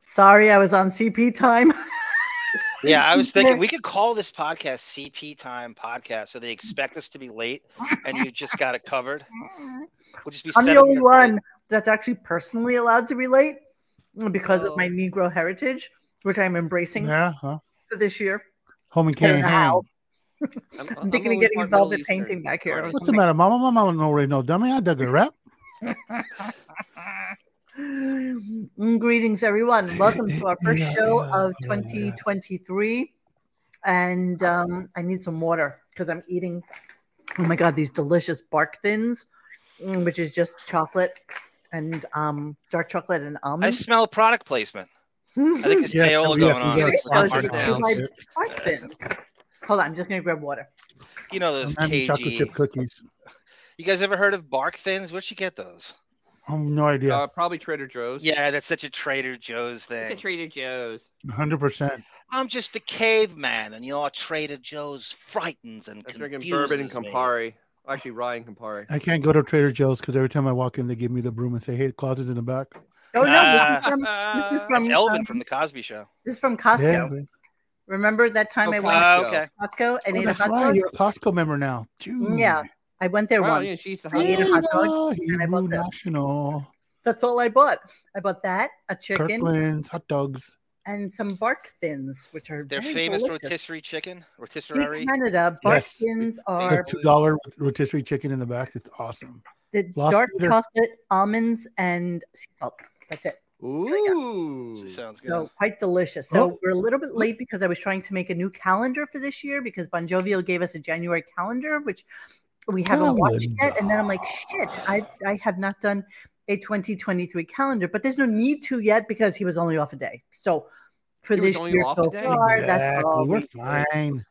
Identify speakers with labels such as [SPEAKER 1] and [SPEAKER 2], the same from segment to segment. [SPEAKER 1] Sorry, I was on CP time.
[SPEAKER 2] Yeah, I was thinking we could call this podcast CP Time Podcast, so they expect us to be late, and you just got it covered. We'll just be.
[SPEAKER 1] I'm the
[SPEAKER 2] seven
[SPEAKER 1] only
[SPEAKER 2] minutes late.
[SPEAKER 1] one that's actually personally allowed to be late because of my Negro heritage, which I'm embracing
[SPEAKER 3] Yeah, huh?
[SPEAKER 1] for this year.
[SPEAKER 3] Homie
[SPEAKER 1] I don't
[SPEAKER 3] can't
[SPEAKER 1] know
[SPEAKER 3] hang.
[SPEAKER 1] how.
[SPEAKER 4] I'm,
[SPEAKER 1] I'm thinking of getting
[SPEAKER 4] always more
[SPEAKER 1] involved in
[SPEAKER 4] Middle Eastern.
[SPEAKER 1] painting back here. or
[SPEAKER 3] What's the matter, Mama? My mama don't read no dummy. I dug a rap.
[SPEAKER 1] something. Mm, Greetings, everyone. Welcome to our first show of 2023. And um, I need some water because I'm eating, oh my God, these delicious bark thins, mm, which is just chocolate and um, dark chocolate and
[SPEAKER 2] I
[SPEAKER 1] almonds.
[SPEAKER 2] smell product placement. I think it's
[SPEAKER 3] Yes,
[SPEAKER 2] payola
[SPEAKER 3] yes,
[SPEAKER 2] going on.
[SPEAKER 3] yes,
[SPEAKER 2] It's
[SPEAKER 1] So it's
[SPEAKER 3] Mark
[SPEAKER 1] just
[SPEAKER 3] down.
[SPEAKER 1] my bark thins. Hold on, I'm just going to grab water.
[SPEAKER 2] You know those
[SPEAKER 3] I'm having chocolate
[SPEAKER 2] KG.
[SPEAKER 3] chip cookies.
[SPEAKER 2] You guys ever heard of Bark Thins? Where'd you get those?
[SPEAKER 3] I have no idea.
[SPEAKER 4] Uh, probably Trader Joe's.
[SPEAKER 2] Yeah, that's such a Trader Joe's
[SPEAKER 4] It's a
[SPEAKER 2] thing.
[SPEAKER 4] Trader Joe's.
[SPEAKER 3] Hundred percent.
[SPEAKER 2] I'm just a caveman, and your Trader Joe's frightens and
[SPEAKER 4] I'm
[SPEAKER 2] confuses
[SPEAKER 4] drinking bourbon and
[SPEAKER 2] me.
[SPEAKER 4] Campari. Actually, Ryan Campari.
[SPEAKER 3] I can't go to Trader Joe's because every time I walk in, they give me the broom and say, "Hey, closet's in the back."
[SPEAKER 1] Oh, no, this is
[SPEAKER 2] Ah.
[SPEAKER 1] from, this is
[SPEAKER 2] That's
[SPEAKER 1] from,
[SPEAKER 2] Elvin
[SPEAKER 1] um,
[SPEAKER 2] from the Cosby Show.
[SPEAKER 1] this is from Costco.
[SPEAKER 3] Yeah, Oh, man.
[SPEAKER 1] Remember that time I
[SPEAKER 4] Oh,
[SPEAKER 1] went
[SPEAKER 4] Costco.
[SPEAKER 2] Oh, okay.
[SPEAKER 1] to Costco and
[SPEAKER 3] Oh,
[SPEAKER 1] ate a
[SPEAKER 3] that's
[SPEAKER 1] hot
[SPEAKER 3] right.
[SPEAKER 1] dog?
[SPEAKER 3] You're a Costco member now. Dude.
[SPEAKER 1] Yeah, I went there
[SPEAKER 4] Wow,
[SPEAKER 2] Oh,
[SPEAKER 1] once.
[SPEAKER 4] yeah, she used to
[SPEAKER 1] I ate a
[SPEAKER 4] hug
[SPEAKER 1] hot
[SPEAKER 4] me.
[SPEAKER 1] dog,
[SPEAKER 3] Florida,
[SPEAKER 1] and I
[SPEAKER 3] Hebrew
[SPEAKER 1] bought this.
[SPEAKER 3] National,
[SPEAKER 1] That's all I bought. I bought that, a chicken,
[SPEAKER 3] Kirkland's hot dogs.
[SPEAKER 1] and some bark thins, which are
[SPEAKER 2] They're
[SPEAKER 1] very
[SPEAKER 2] famous
[SPEAKER 1] delicious.
[SPEAKER 2] rotisserie chicken.
[SPEAKER 1] In
[SPEAKER 2] Rotisserie.
[SPEAKER 1] Canada, bark
[SPEAKER 3] Yes.
[SPEAKER 1] thins
[SPEAKER 3] The
[SPEAKER 1] are
[SPEAKER 3] two dollar rotisserie chicken in the back. It's awesome.
[SPEAKER 1] the
[SPEAKER 3] Lost
[SPEAKER 1] dark
[SPEAKER 3] leader.
[SPEAKER 1] chocolate, almonds, and sea salt. That's it.
[SPEAKER 4] Ooh.
[SPEAKER 2] Sounds good.
[SPEAKER 1] So quite delicious. So
[SPEAKER 3] Oh.
[SPEAKER 1] we're a little bit late because I was trying to make a new calendar for this year because Bon Jovial gave us a January calendar, which we haven't watched yet. And then I'm like, shit, I, I have not done a 2023 calendar, but there's no need to yet because he was only off a day. So for
[SPEAKER 4] He was
[SPEAKER 1] this
[SPEAKER 4] only
[SPEAKER 1] year
[SPEAKER 4] off a
[SPEAKER 1] so
[SPEAKER 4] day?
[SPEAKER 1] far, that's all.
[SPEAKER 3] We're
[SPEAKER 1] we-
[SPEAKER 3] fine.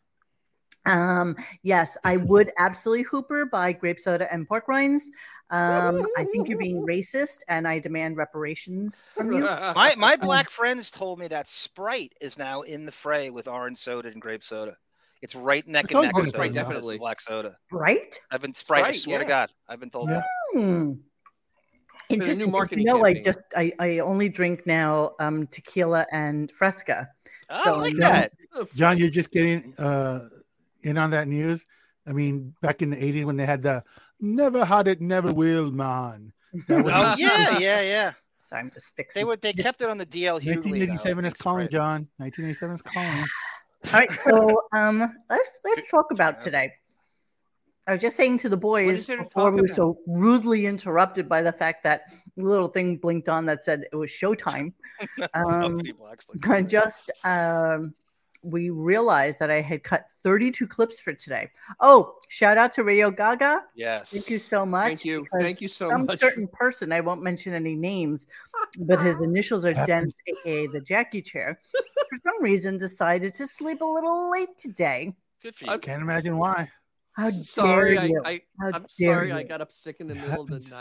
[SPEAKER 1] Um, yes, I would absolutely Hooper buy grape soda and pork rinds. Um, I think you're being racist, and I demand reparations from you.
[SPEAKER 2] My my black friends told me that Sprite is now in the fray with orange soda and grape soda. It's right neck
[SPEAKER 3] It's
[SPEAKER 2] and
[SPEAKER 3] always
[SPEAKER 2] neck
[SPEAKER 3] been
[SPEAKER 2] with
[SPEAKER 3] Sprite,
[SPEAKER 2] those- those
[SPEAKER 4] definitely.
[SPEAKER 2] black soda.
[SPEAKER 1] Right?
[SPEAKER 2] I've been Sprite. I
[SPEAKER 4] Sprite,
[SPEAKER 2] swear to
[SPEAKER 4] yeah.
[SPEAKER 2] God, I've been told
[SPEAKER 3] Yeah.
[SPEAKER 2] that.
[SPEAKER 1] Hmm.
[SPEAKER 4] new
[SPEAKER 1] Interesting. 'cause You
[SPEAKER 4] marketing
[SPEAKER 1] know, I
[SPEAKER 4] campaign.
[SPEAKER 1] just I, I only drink now um, tequila and Fresca.
[SPEAKER 2] Oh,
[SPEAKER 1] So,
[SPEAKER 2] I like
[SPEAKER 1] yeah.
[SPEAKER 2] that.
[SPEAKER 3] John, you're just getting uh, in on that news. I mean, back in the 80s when they had the never had it, never will, man. That was
[SPEAKER 2] Oh, yeah, yeah, yeah.
[SPEAKER 1] Sorry, I'm just fixing.
[SPEAKER 2] They would. They kept it on the DL. Hughley, though,
[SPEAKER 3] 1987
[SPEAKER 2] I
[SPEAKER 3] is
[SPEAKER 2] think,
[SPEAKER 3] calling,
[SPEAKER 2] Sprite.
[SPEAKER 3] John. 1987 is calling.
[SPEAKER 1] All right, so um, let's let's talk about today. I was just saying to the boys
[SPEAKER 4] is there to
[SPEAKER 1] before
[SPEAKER 4] talk
[SPEAKER 1] we were so rudely interrupted by the fact that the little thing blinked on that said it was showtime. Um,
[SPEAKER 2] Uppity blacks like
[SPEAKER 1] I
[SPEAKER 2] that.
[SPEAKER 1] just um, we realized that I had cut 32 clips for today. Oh, shout out to Radio Gaga.
[SPEAKER 2] yes.
[SPEAKER 1] Thank you so much.
[SPEAKER 4] Thank you.
[SPEAKER 1] because
[SPEAKER 4] Thank you so
[SPEAKER 1] some
[SPEAKER 4] much.
[SPEAKER 1] certain person, I won't mention any names, but his initials are
[SPEAKER 3] Happens.
[SPEAKER 1] Dennis, aka the Jackie Chair, for some reason decided to sleep a little late today.
[SPEAKER 2] Good for
[SPEAKER 3] I
[SPEAKER 2] you.
[SPEAKER 3] can't imagine why.
[SPEAKER 1] How
[SPEAKER 4] sorry,
[SPEAKER 1] dare you?
[SPEAKER 4] I, I,
[SPEAKER 1] How
[SPEAKER 4] I'm
[SPEAKER 1] dare
[SPEAKER 4] sorry I
[SPEAKER 1] you.
[SPEAKER 4] got up sick in the
[SPEAKER 3] It
[SPEAKER 4] middle of
[SPEAKER 3] happens.
[SPEAKER 4] the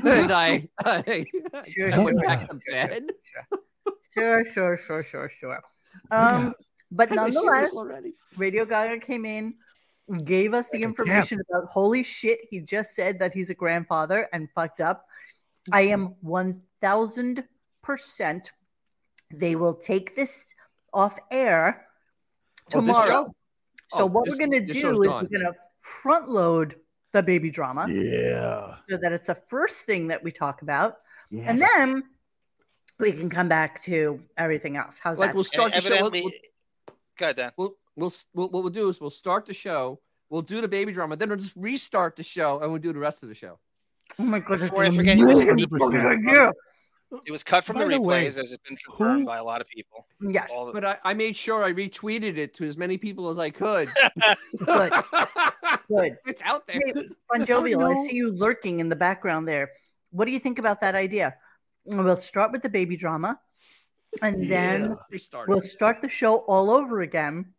[SPEAKER 4] night. and I, I,
[SPEAKER 1] Sure,
[SPEAKER 4] I went
[SPEAKER 3] sure,
[SPEAKER 4] back to
[SPEAKER 1] sure,
[SPEAKER 4] bed.
[SPEAKER 1] Sure, sure, sure, sure, sure. Um, but
[SPEAKER 4] Had my cereal
[SPEAKER 1] nonetheless,
[SPEAKER 4] already.
[SPEAKER 1] Radio Gaga came in, gave us the
[SPEAKER 3] Like a
[SPEAKER 1] information about holy shit, he just said that he's a grandfather and fucked up. I
[SPEAKER 4] Mm-hmm.
[SPEAKER 1] am 1000%. They will take this off air
[SPEAKER 4] Oh, this
[SPEAKER 1] tomorrow.
[SPEAKER 4] show?
[SPEAKER 1] so,
[SPEAKER 4] Oh,
[SPEAKER 1] what
[SPEAKER 4] this-
[SPEAKER 1] we're going to
[SPEAKER 4] this
[SPEAKER 1] do
[SPEAKER 4] show's
[SPEAKER 1] is
[SPEAKER 4] gone.
[SPEAKER 1] we're going to front load the baby drama
[SPEAKER 3] Yeah.
[SPEAKER 1] so that it's the first thing that we talk about.
[SPEAKER 3] Yes.
[SPEAKER 1] And then we can come back to everything else. How's
[SPEAKER 4] Like
[SPEAKER 1] that?
[SPEAKER 4] we'll start the
[SPEAKER 2] And
[SPEAKER 4] show.
[SPEAKER 2] evidently,
[SPEAKER 4] We'll,
[SPEAKER 2] go ahead, Dan.
[SPEAKER 4] we'll, we'll, we'll, what we'll do is we'll start the show. We'll do the baby drama. Then we'll just restart the show and we'll do the rest of the show.
[SPEAKER 1] oh my goodness.
[SPEAKER 2] Before I
[SPEAKER 1] it's
[SPEAKER 2] forget, it was,
[SPEAKER 1] amazing.
[SPEAKER 2] it
[SPEAKER 3] 100%.
[SPEAKER 1] Yeah.
[SPEAKER 2] was cut from
[SPEAKER 3] By
[SPEAKER 2] the
[SPEAKER 3] the
[SPEAKER 2] replays,
[SPEAKER 3] way,
[SPEAKER 2] as it's been confirmed
[SPEAKER 3] who-
[SPEAKER 2] by a lot of people.
[SPEAKER 1] Yes.
[SPEAKER 2] All the,
[SPEAKER 4] But I, I made sure I retweeted it to as many people as I could.
[SPEAKER 1] Good. Good.
[SPEAKER 4] it's out there.
[SPEAKER 1] Hey,
[SPEAKER 3] Does-
[SPEAKER 1] Bon
[SPEAKER 3] does her
[SPEAKER 1] Jovial, I
[SPEAKER 3] know-
[SPEAKER 1] see you lurking in the background there. What do you think about that idea? Mm, We'll start with the baby drama and then
[SPEAKER 4] Restart.
[SPEAKER 1] we'll start the show all over again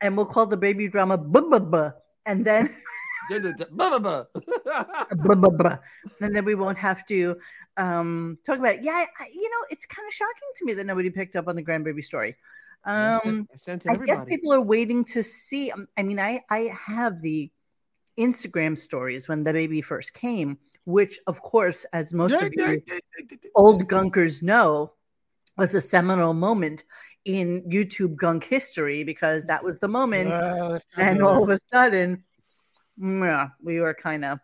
[SPEAKER 1] and we'll call the baby drama buh, buh, buh, and then
[SPEAKER 4] Duh, duh, duh, buh, buh, buh.
[SPEAKER 1] buh, buh, buh, and then we won't have to um talk about it. Yeah, I, you know, it's kind of shocking to me that nobody picked up on the grandbaby story.
[SPEAKER 4] I sent-
[SPEAKER 1] Um
[SPEAKER 4] I sent to
[SPEAKER 1] I guess
[SPEAKER 4] everybody.
[SPEAKER 1] people are waiting to see. um, I mean, I I have the Instagram stories when the baby first came, which, of course, as most
[SPEAKER 3] Yeah,
[SPEAKER 1] of
[SPEAKER 3] yeah,
[SPEAKER 1] you
[SPEAKER 3] yeah, yeah, yeah, yeah.
[SPEAKER 1] old gunkers know, was a seminal moment in YouTube gunk history because that was the moment,
[SPEAKER 3] Uh, let's not
[SPEAKER 1] and
[SPEAKER 3] go there.
[SPEAKER 1] all of a sudden, yeah, we were kind of,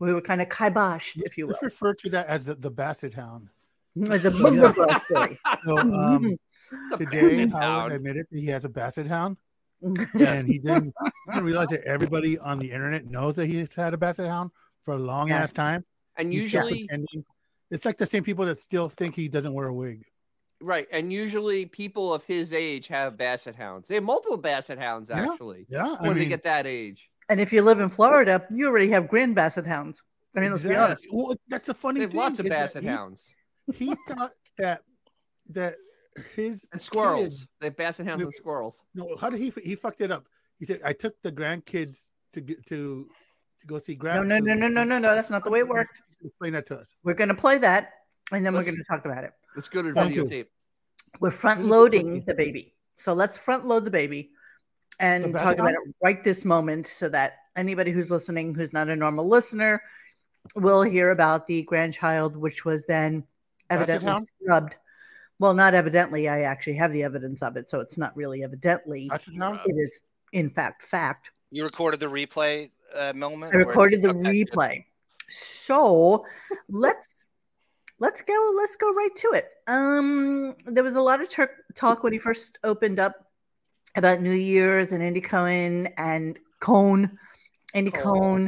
[SPEAKER 1] we were kind of kiboshed, if you will.
[SPEAKER 3] let's refer to that as the, the Basset Hound.
[SPEAKER 1] The Booger Bro story.
[SPEAKER 3] So um,
[SPEAKER 4] The
[SPEAKER 3] today,
[SPEAKER 4] Basset
[SPEAKER 3] Howard
[SPEAKER 4] Hound.
[SPEAKER 3] admitted that he has a Basset Hound,
[SPEAKER 4] Yes.
[SPEAKER 3] and he didn't, he didn't realize that everybody on the internet knows that he's had a Basset Hound for a long
[SPEAKER 1] Yeah.
[SPEAKER 3] ass time.
[SPEAKER 4] And
[SPEAKER 3] He's kept
[SPEAKER 4] usually,
[SPEAKER 3] pretending. It's like the same people that still think he doesn't wear a wig.
[SPEAKER 4] right. And usually, people of his age have basset hounds. They have multiple basset hounds,
[SPEAKER 3] Yeah.
[SPEAKER 4] actually,
[SPEAKER 3] Yeah, I
[SPEAKER 4] when they
[SPEAKER 3] mean,
[SPEAKER 4] get that age.
[SPEAKER 1] And if you live in Florida, you already have Grand Basset Hounds. I mean, let's be
[SPEAKER 3] exactly.
[SPEAKER 1] honest.
[SPEAKER 3] Well, that's the funny
[SPEAKER 4] They have
[SPEAKER 3] thing.
[SPEAKER 4] lots of
[SPEAKER 3] is that
[SPEAKER 4] basset
[SPEAKER 3] he-
[SPEAKER 4] hounds
[SPEAKER 3] He thought that that his
[SPEAKER 4] and squirrels.
[SPEAKER 3] kids-
[SPEAKER 4] They have basset hounds
[SPEAKER 3] No.
[SPEAKER 4] and squirrels.
[SPEAKER 3] no, how did he he fucked it up? He said, "I took the grandkids to get to to go see
[SPEAKER 1] No,
[SPEAKER 3] grand."
[SPEAKER 1] no, no, no, no, no, no. That's not the way it worked.
[SPEAKER 3] Explain that to us.
[SPEAKER 1] We're going to play that, and then we're
[SPEAKER 4] Let's-
[SPEAKER 1] going to talk about it.
[SPEAKER 4] Let's go to
[SPEAKER 3] Thank you.
[SPEAKER 4] videotape.
[SPEAKER 1] We're front loading the baby. So let's front load the baby
[SPEAKER 3] The
[SPEAKER 1] and
[SPEAKER 3] Basset
[SPEAKER 1] talk about it right this moment so that anybody who's listening who's not a normal listener will hear about the grandchild, which was then
[SPEAKER 3] Basset
[SPEAKER 1] evidently
[SPEAKER 3] Hound?
[SPEAKER 1] scrubbed. Well, not evidently. I actually have the evidence of it. So it's not really evidently.
[SPEAKER 3] Basset Hound.
[SPEAKER 1] It is, in fact, fact.
[SPEAKER 2] You recorded the replay uh, moment.
[SPEAKER 1] I
[SPEAKER 2] where-
[SPEAKER 1] recorded the
[SPEAKER 2] okay, good.
[SPEAKER 1] replay. So let's let's go let's go right to it. Um, there was a lot of tur talk when he first opened up about New Year's and Andy Cohen and Cohn, Andy
[SPEAKER 2] Oh.
[SPEAKER 4] Cohn.
[SPEAKER 1] Cohn,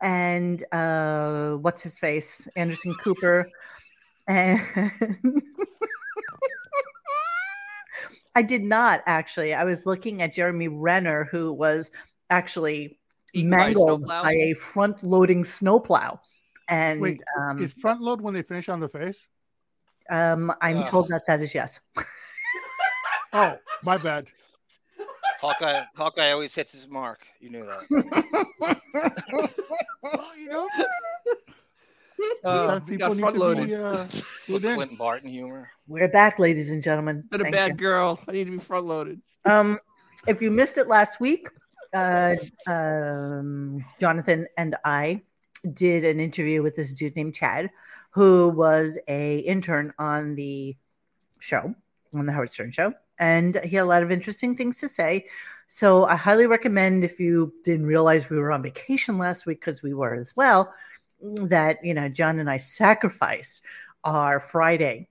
[SPEAKER 1] and uh, what's his face, Anderson Cooper, and. I did not actually. I was looking at Jeremy Renner, who was actually
[SPEAKER 4] Eaten by a
[SPEAKER 1] mangled
[SPEAKER 4] snowplow?
[SPEAKER 1] by, a front loading snowplow. And
[SPEAKER 3] Wait,
[SPEAKER 1] um,
[SPEAKER 3] Is front load when they finish on the face?
[SPEAKER 1] um, I'm
[SPEAKER 2] Ugh.
[SPEAKER 1] told that that is yes.
[SPEAKER 3] Oh, my bad.
[SPEAKER 2] Hawkeye, Hawkeye always hits his mark. You knew that.
[SPEAKER 3] Oh, you know,
[SPEAKER 4] Uh,
[SPEAKER 3] sometimes
[SPEAKER 4] we
[SPEAKER 3] people
[SPEAKER 4] got
[SPEAKER 3] need
[SPEAKER 4] front
[SPEAKER 3] to
[SPEAKER 4] loaded.
[SPEAKER 3] be. Uh,
[SPEAKER 2] Little
[SPEAKER 3] then-
[SPEAKER 2] Clinton Barton humor.
[SPEAKER 1] We're back, ladies and gentlemen.
[SPEAKER 4] Been a
[SPEAKER 1] Thank
[SPEAKER 4] bad girl. I need to be front loaded.
[SPEAKER 1] you. Um, if you missed it last week, uh, um, Jonathan and I did an interview with this dude named Chad, who was a intern on the show, on the Howard Stern show, and he had a lot of interesting things to say. So I highly recommend if you didn't realize we were on vacation last week because we were as well, that you know John and I sacrificed our Friday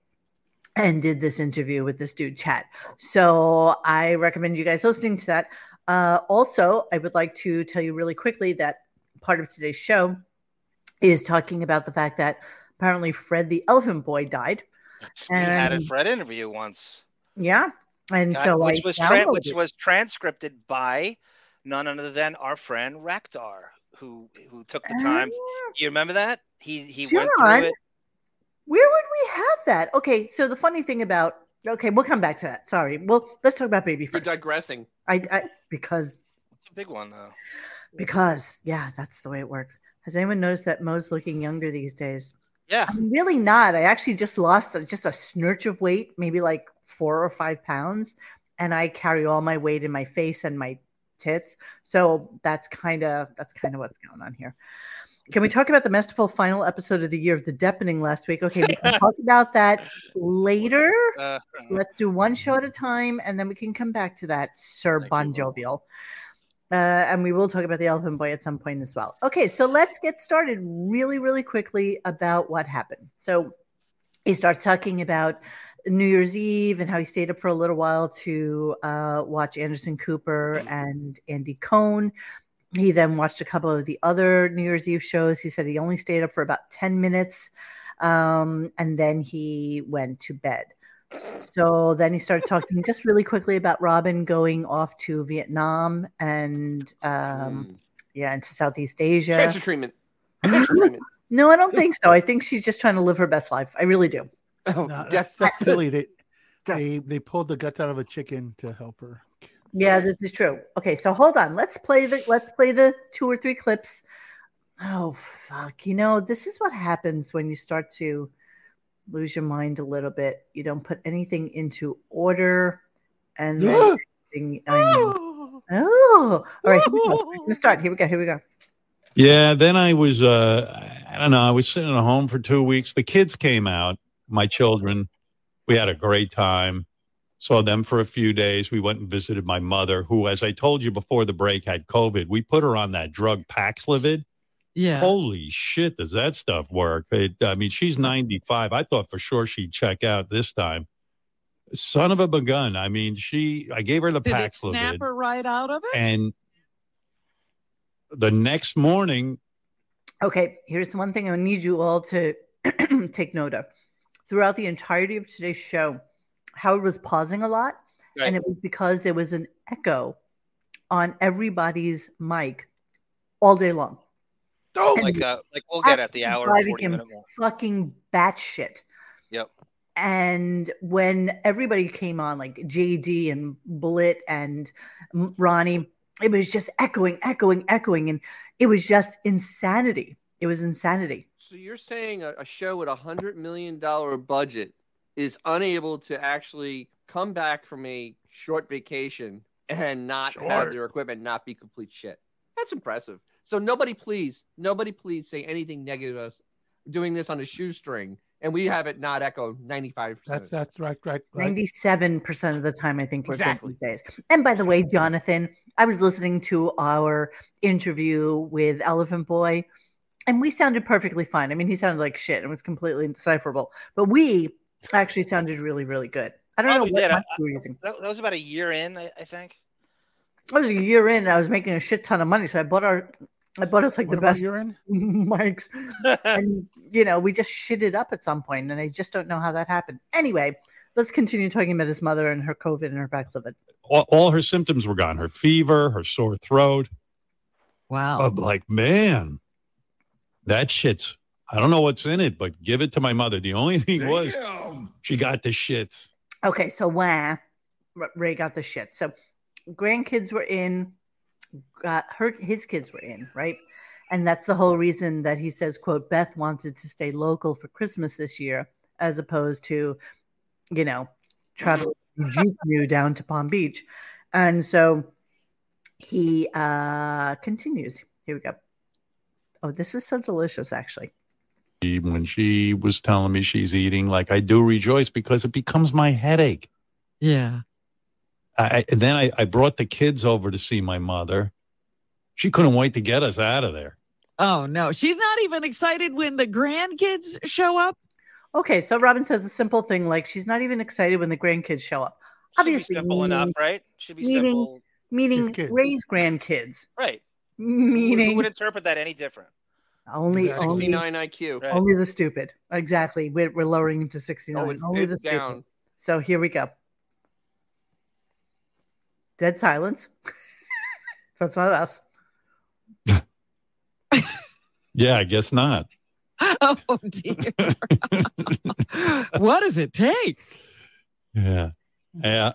[SPEAKER 1] and did this interview with this dude Chad. So I recommend you guys listening to that. Uh, also, I would like to tell you really quickly that part of today's show is talking about the fact that apparently Fred the Elephant Boy died.
[SPEAKER 2] We had a
[SPEAKER 1] And-
[SPEAKER 2] Fred interview once,
[SPEAKER 1] Yeah. And
[SPEAKER 2] God,
[SPEAKER 1] so I
[SPEAKER 2] which was tran
[SPEAKER 1] downloaded
[SPEAKER 2] which
[SPEAKER 1] it.
[SPEAKER 2] was transcripted by none other than our friend Rakdar, who who took the time.
[SPEAKER 1] Uh,
[SPEAKER 2] You remember that? He he went
[SPEAKER 1] John?
[SPEAKER 2] through it.
[SPEAKER 1] Where would we have that? Okay, so the funny thing about okay, we'll come back to that. Sorry. Well, let's talk about baby
[SPEAKER 4] You're
[SPEAKER 1] first.
[SPEAKER 4] digressing.
[SPEAKER 1] I, I because
[SPEAKER 2] It's a big one though.
[SPEAKER 1] because yeah, that's the way it works. Has anyone noticed that Mo's looking younger these days?
[SPEAKER 2] Yeah,
[SPEAKER 1] I'm really not. I actually just lost a- just a snurch of weight, maybe like four or five pounds, and I carry all my weight in my face and my tits. So that's kind of that's kind of what's going on here. Can we talk about the masterful final episode of the year of the Deppening last week? Okay, we can talk about that later.
[SPEAKER 2] uh,
[SPEAKER 1] Let's do one show at a time, and then we can come back to that, Sir
[SPEAKER 2] Thank you,
[SPEAKER 1] Bon
[SPEAKER 2] Lou.
[SPEAKER 1] Jovial. Uh, and we will talk about the Elephant Boy at some point as well. Okay, so let's get started really, really quickly about what happened. So he starts talking about New Year's Eve and how he stayed up for a little while to uh, watch Anderson Cooper and Andy Cohn. He then watched a couple of the other New Year's Eve shows. He said he only stayed up for about 10 minutes um, and then he went to bed. So then he started talking just really quickly about Robin going off to Vietnam and um,
[SPEAKER 4] Hmm.
[SPEAKER 1] yeah, into Southeast Asia.
[SPEAKER 4] Cancer treatment. Cancer treatment.
[SPEAKER 1] No, I don't think so. I think she's just trying to live her best life. I really do.
[SPEAKER 4] Oh,
[SPEAKER 3] no, that's,
[SPEAKER 4] death-
[SPEAKER 3] that's silly. They, they they pulled the guts out of a chicken to help her.
[SPEAKER 1] Yeah, this is true. Okay, so hold on. Let's play the let's play the two or three clips. Oh fuck. You know, this is what happens when you start to lose your mind a little bit. You don't put anything into order and then everything- I know. Oh, all right. Here we go. We're gonna start. Here we go. Here we go.
[SPEAKER 5] Yeah, then I was uh I don't know, I was sitting at home for 2 weeks. The kids came out, my children, We had a great time. Saw them for a few days. We went and visited my mother, who, as I told you before the break, had COVID. We put her on that drug Paxlovid.
[SPEAKER 6] Yeah.
[SPEAKER 5] Holy shit, does that stuff work? It, I mean, she's 95. I thought for sure she'd check out this time. Son of a begun. I mean, she, I gave her the
[SPEAKER 6] Did it
[SPEAKER 5] Paxlovid.
[SPEAKER 6] snap her right out of it?
[SPEAKER 5] And the next morning,
[SPEAKER 1] Okay, here's one thing I need you all to take note of. Throughout the entirety of today's show, Howard was pausing a lot,
[SPEAKER 2] Right.
[SPEAKER 1] and it was because there was an echo on everybody's mic all day long.
[SPEAKER 3] Oh,
[SPEAKER 1] And-
[SPEAKER 2] Like uh, like we'll get at the hour and
[SPEAKER 1] Driving
[SPEAKER 2] forty
[SPEAKER 1] him
[SPEAKER 2] minute mark.
[SPEAKER 1] Fucking batshit.
[SPEAKER 2] Yep.
[SPEAKER 1] And when everybody came on, like JD and Blit and M- Ronnie, it was just echoing, echoing, echoing. And it was just insanity. It was insanity.
[SPEAKER 4] So you're saying a, a show with a hundred million dollar budget is unable to actually come back from a short vacation and not have
[SPEAKER 3] Short.
[SPEAKER 4] their equipment not be complete shit. That's impressive. So nobody, please, nobody, please say anything negative of us doing this on a shoestring, and we have it not echo ninety five
[SPEAKER 3] that's
[SPEAKER 4] percent.
[SPEAKER 3] that's right, right, right.
[SPEAKER 1] Ninety-seven percent of the time, I think we're
[SPEAKER 4] Exactly.
[SPEAKER 1] good these days. And by the way, Jonathan, I was listening to our interview with Elephant Boy, and we sounded perfectly fine. I mean, he sounded like shit and was completely indecipherable, but we actually sounded really, really good. I don't
[SPEAKER 2] Oh,
[SPEAKER 1] know
[SPEAKER 2] we
[SPEAKER 1] what
[SPEAKER 2] did.
[SPEAKER 1] mic
[SPEAKER 2] I-
[SPEAKER 1] you were using.
[SPEAKER 2] That, that was about a year in, I, I think.
[SPEAKER 1] I was a year in, and I was making a shit ton of money, so I bought our, I bought us like
[SPEAKER 3] What
[SPEAKER 1] the
[SPEAKER 3] about
[SPEAKER 1] best
[SPEAKER 3] urine?
[SPEAKER 1] mics, and you know, we just shit it up at some point, and I just don't know how that happened. Anyway, let's continue talking about his mother and her COVID and her backslid.
[SPEAKER 5] all, all her symptoms were gone her fever, her sore throat.
[SPEAKER 6] Wow.
[SPEAKER 5] I'm like, man, that shit's, I don't know what's in it, but give it to my mother. The only thing was
[SPEAKER 3] Oh.
[SPEAKER 5] she got the shits.
[SPEAKER 1] Okay, so wah, R- Ray got the shit. So grandkids were in, uh, her his kids were in, right? And that's the whole reason that he says, "quote Beth wanted to stay local for Christmas this year, as opposed to, you know, travel new down to Palm Beach," and so he uh, continues. Here we go. Oh, this was so delicious, actually.
[SPEAKER 5] She- When she was telling me she's eating, like, I do rejoice because it becomes my headache.
[SPEAKER 6] yeah.
[SPEAKER 5] I, I- and then I, I brought the kids over to see my mother. She couldn't wait to get us out of there.
[SPEAKER 6] Oh no, she's not even excited when the grandkids show up.
[SPEAKER 1] Okay, so Robin says a simple thing like she's not even excited when the grandkids show up.
[SPEAKER 2] Should be
[SPEAKER 1] Obviously,
[SPEAKER 2] simple enough, right? Should be
[SPEAKER 1] meaning-
[SPEAKER 2] simple,
[SPEAKER 1] meaning
[SPEAKER 3] kids.
[SPEAKER 1] Ray's grandkids.
[SPEAKER 2] right? Who would- who
[SPEAKER 1] Meaning
[SPEAKER 2] would interpret that any different?
[SPEAKER 1] only
[SPEAKER 4] Sixty
[SPEAKER 1] only,
[SPEAKER 4] nine IQ.
[SPEAKER 2] Right.
[SPEAKER 1] only the stupid. Exactly. We're, we're lowering to 69.
[SPEAKER 4] Always
[SPEAKER 1] only the
[SPEAKER 4] Oh, it's
[SPEAKER 1] stupid.
[SPEAKER 4] down.
[SPEAKER 1] So here we go. Dead silence. That's not us.
[SPEAKER 5] Yeah, I guess not.
[SPEAKER 6] Oh dear. what does it take?
[SPEAKER 5] Yeah.
[SPEAKER 6] Mm-hmm.
[SPEAKER 5] Yeah.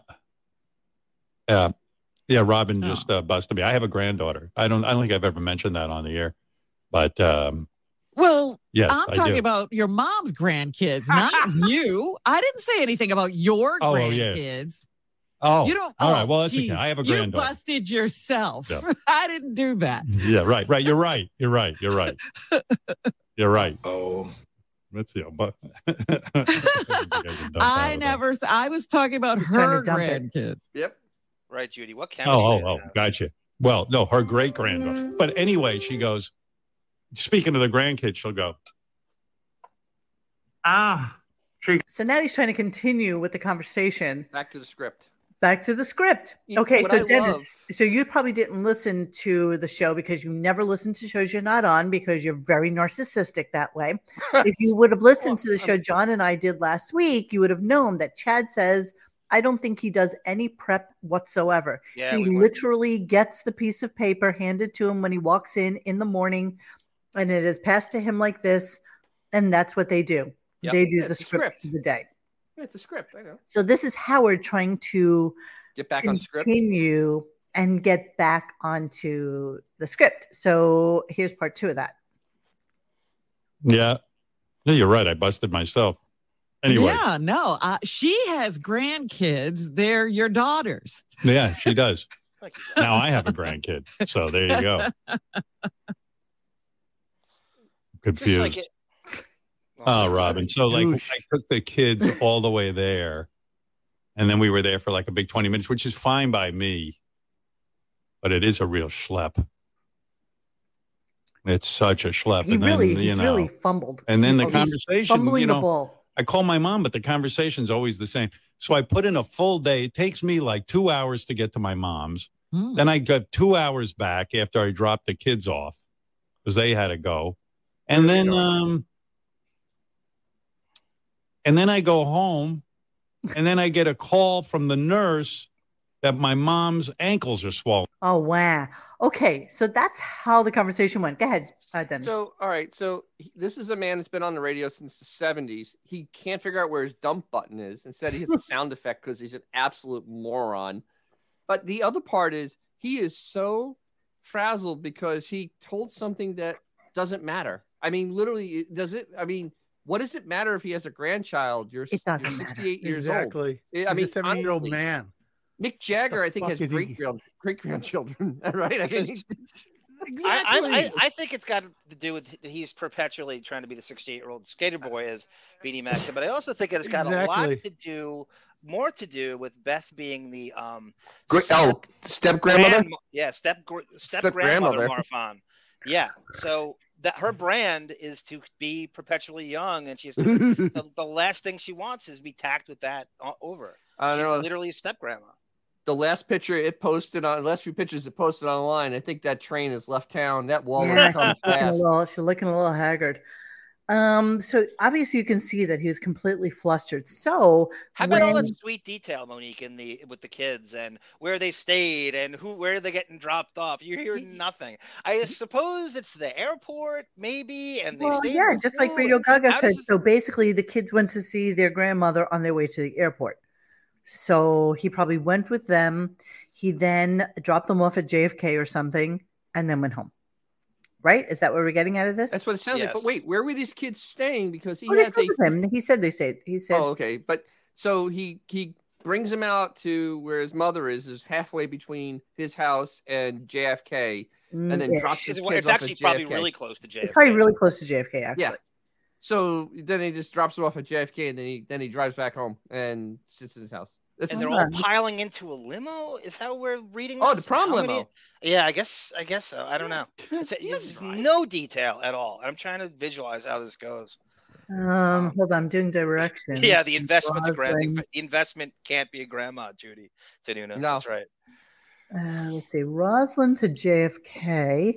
[SPEAKER 5] Yeah. Yeah. Robin
[SPEAKER 6] Oh.
[SPEAKER 5] just uh, busted me. I have a granddaughter. I don't, I don't think I've ever mentioned that on the air, but um,
[SPEAKER 6] Well,
[SPEAKER 5] yes,
[SPEAKER 6] I'm
[SPEAKER 5] I
[SPEAKER 6] talking
[SPEAKER 5] do.
[SPEAKER 6] about your mom's grandkids, not you. I didn't say anything about your
[SPEAKER 5] Oh, yeah.
[SPEAKER 6] grandkids.
[SPEAKER 5] oh,
[SPEAKER 6] you don't.
[SPEAKER 5] all
[SPEAKER 6] oh,
[SPEAKER 5] right. Well, that's okay.
[SPEAKER 6] geez.
[SPEAKER 5] I have a
[SPEAKER 6] You
[SPEAKER 5] granddaughter.
[SPEAKER 6] busted yourself.
[SPEAKER 5] Yeah.
[SPEAKER 6] I didn't do that.
[SPEAKER 5] yeah, right, right. You're right. You're right. You're right. You're right. Oh, let's see. But
[SPEAKER 6] I never. s- I was talking about
[SPEAKER 1] He's
[SPEAKER 6] her
[SPEAKER 1] trying to dump
[SPEAKER 6] grandkids.
[SPEAKER 4] Yep.
[SPEAKER 2] Right, Judy. What chemistry?
[SPEAKER 5] Oh,
[SPEAKER 2] did
[SPEAKER 5] oh, oh,
[SPEAKER 2] that?
[SPEAKER 5] gotcha. Well, no, her
[SPEAKER 6] Mm-hmm.
[SPEAKER 5] great granddaughter. But anyway, she goes, speaking to the grandkids, she'll go, ah,
[SPEAKER 1] So now he's trying to continue with the conversation
[SPEAKER 4] Back to the script.
[SPEAKER 1] back to the script.
[SPEAKER 4] You-
[SPEAKER 1] Okay,
[SPEAKER 4] what
[SPEAKER 1] so
[SPEAKER 4] I
[SPEAKER 1] Dennis,
[SPEAKER 4] love-
[SPEAKER 1] so you probably didn't listen to the show because you never listen to shows you're not on because you're very narcissistic that way. if you would have listened to the show John and I did last week, you would have known that Chad says, I don't think he does any prep whatsoever.
[SPEAKER 2] Yeah,
[SPEAKER 1] he
[SPEAKER 2] we were-
[SPEAKER 1] literally gets the piece of paper handed to him when he walks in in the morning, and it is passed to him like this. And that's what they do.
[SPEAKER 2] Yep.
[SPEAKER 1] They do
[SPEAKER 4] Yeah,
[SPEAKER 1] the
[SPEAKER 4] it's a
[SPEAKER 1] script,
[SPEAKER 4] script.
[SPEAKER 1] for the day.
[SPEAKER 4] Yeah, it's a script. I know.
[SPEAKER 1] So this is Howard trying to
[SPEAKER 4] Get back on script.
[SPEAKER 1] continue and get back onto the script. So here's part two of that.
[SPEAKER 5] yeah. No, you're right. I busted myself. Anyway, yeah,
[SPEAKER 6] Yeah, no. Uh, she has grandkids. They're your daughters.
[SPEAKER 5] she does.
[SPEAKER 2] Thank you, Judy.
[SPEAKER 5] Now I have a grandkid. So there you go.
[SPEAKER 2] Just
[SPEAKER 5] Confused.
[SPEAKER 2] like it,
[SPEAKER 5] Oh, Robin. So like
[SPEAKER 3] douche.
[SPEAKER 5] I took the kids all the way there. And then we were there for like a big 20 minutes, which is fine by me. But it is a real schlep. It's such a schlep.
[SPEAKER 1] He
[SPEAKER 5] and
[SPEAKER 1] really,
[SPEAKER 5] then, you
[SPEAKER 1] he's
[SPEAKER 5] know,
[SPEAKER 1] really fumbled.
[SPEAKER 5] and then the
[SPEAKER 1] Oh, he's
[SPEAKER 5] conversation,
[SPEAKER 1] fumbling
[SPEAKER 5] you
[SPEAKER 1] the
[SPEAKER 5] know,
[SPEAKER 1] ball.
[SPEAKER 5] I call my mom, but the conversation's always the same. So I put in a full day. It takes me like two hours to get to my mom's.
[SPEAKER 6] Hmm.
[SPEAKER 5] Then I got two hours back after I dropped the kids off because they had to go. And then, um, and then I go home and then I get a call from the nurse that my mom's ankles are swollen.
[SPEAKER 1] Oh wow. Okay, so that's how the conversation went. Go ahead, uh, Dennis.
[SPEAKER 4] So, all right. So, he- this is a man that's been on the radio since the 70s. He can't figure out where his dump button is. Instead, he hits a sound effect because he's an absolute moron. But the other part is he is so frazzled because he told something that doesn't matter. I mean, literally, it- does it? I mean, what does it matter if he has a grandchild? You're,
[SPEAKER 1] It doesn't
[SPEAKER 4] you're
[SPEAKER 1] matter.
[SPEAKER 4] 68 years old.
[SPEAKER 3] exactly.
[SPEAKER 4] I
[SPEAKER 3] He's
[SPEAKER 4] mean,
[SPEAKER 3] a seven-year-old
[SPEAKER 4] honestly,
[SPEAKER 3] man.
[SPEAKER 4] Nick Jagger, I think,
[SPEAKER 3] fuck
[SPEAKER 4] has
[SPEAKER 3] is he-
[SPEAKER 4] great grand- great grandchildren, right? I mean,
[SPEAKER 2] I,
[SPEAKER 3] Exactly.
[SPEAKER 2] I, I, I think it's got to do with that he's perpetually trying to be the 68 year old skater boy, as BD Max said. But I also think it's got a lot
[SPEAKER 3] Exactly.
[SPEAKER 2] to do, more to do with Beth being the um,
[SPEAKER 7] Gr- oh, step grandmother.
[SPEAKER 2] grandma- yeah, step gr- step,
[SPEAKER 4] Step
[SPEAKER 2] grandmother,
[SPEAKER 4] grandmother.
[SPEAKER 2] marathon. Yeah, so that her brand is to be perpetually young, and she's the, the, the last thing she wants is be tacked with that o- over.
[SPEAKER 4] I
[SPEAKER 2] she's
[SPEAKER 4] don't know.
[SPEAKER 2] literally a step grandma.
[SPEAKER 4] the last picture it posted on the last few pictures it posted online, I think that train has left town. That wall
[SPEAKER 1] Yeah.
[SPEAKER 4] has come
[SPEAKER 1] looking a
[SPEAKER 4] fast.
[SPEAKER 1] little, she's looking a little haggard. Um, so obviously you can see that he was completely flustered. So
[SPEAKER 2] How about all
[SPEAKER 1] when-
[SPEAKER 2] that sweet detail, Monique, in the with the kids and where they stayed and who where they're getting dropped off? You hear nothing. I suppose it's the airport, maybe, and they
[SPEAKER 1] Well,
[SPEAKER 2] stayed
[SPEAKER 1] yeah,
[SPEAKER 2] with
[SPEAKER 1] just like
[SPEAKER 2] who
[SPEAKER 1] Radio
[SPEAKER 2] and
[SPEAKER 1] Gaga
[SPEAKER 2] how
[SPEAKER 1] said.
[SPEAKER 2] does-
[SPEAKER 1] So basically, the kids went to see their grandmother on their way to the airport. So he probably went with them. He then dropped them off at JFK or something, and then went home. Right? Is that what we're getting out of this?
[SPEAKER 4] That's what it sounds like. But
[SPEAKER 2] Yes.
[SPEAKER 4] wait, where were these kids staying? Because he
[SPEAKER 1] oh, they
[SPEAKER 4] has
[SPEAKER 1] said
[SPEAKER 4] a
[SPEAKER 1] with him. He said they said he said.
[SPEAKER 4] oh, okay. But so he he brings him out to where his mother is, is halfway between his house and JFK.
[SPEAKER 1] mm,
[SPEAKER 4] then
[SPEAKER 1] yeah.
[SPEAKER 4] dropped
[SPEAKER 2] It's,
[SPEAKER 4] his
[SPEAKER 2] it's
[SPEAKER 4] kids off at
[SPEAKER 2] actually probably
[SPEAKER 4] JFK.
[SPEAKER 2] really close to JFK.
[SPEAKER 1] It's probably really close to JFK. Actually.
[SPEAKER 4] Yeah. So then he just drops him off at JFK, and then he then he drives back home and sits in his house. This
[SPEAKER 2] and
[SPEAKER 4] is
[SPEAKER 2] they're all piling into a limo. Is how we're reading?
[SPEAKER 4] oh the
[SPEAKER 2] this?
[SPEAKER 4] prom
[SPEAKER 2] How many-
[SPEAKER 4] limo.
[SPEAKER 2] Yeah, I guess I guess so. I don't know. It's, there's no detail at all. I'm trying to visualize how this goes.
[SPEAKER 4] Oh.
[SPEAKER 1] Um, hold on, I'm doing directions.
[SPEAKER 2] Yeah, the investment's a grand.
[SPEAKER 1] Rosalind.
[SPEAKER 2] The investment can't be a grandma, Judy Tanuna.
[SPEAKER 4] No.
[SPEAKER 2] That's right.
[SPEAKER 1] Uh, let's see, Roslyn to JFK.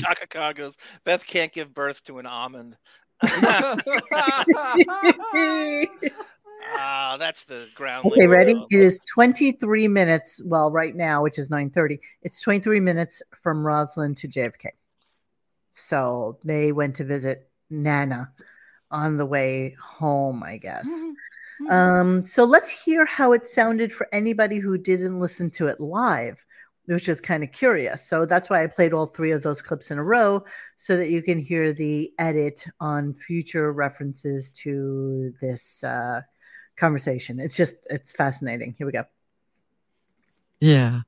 [SPEAKER 2] Chaka Khan goes, Beth can't give birth to an almond. Ah, that's the ground.
[SPEAKER 1] Okay, ready? It is 23 minutes. Well, right now, which is 9:30, it's 23 minutes from Roslyn to JFK. So they went to visit Nana on the way home, I guess. Um, so let's hear how it sounded for anybody who didn't listen to it live, which is kind of curious. So that's why I played all three of those clips in a row so that you can hear the edit on future references to this uh, conversation. It's just it's fascinating. Here we go.
[SPEAKER 6] Yeah.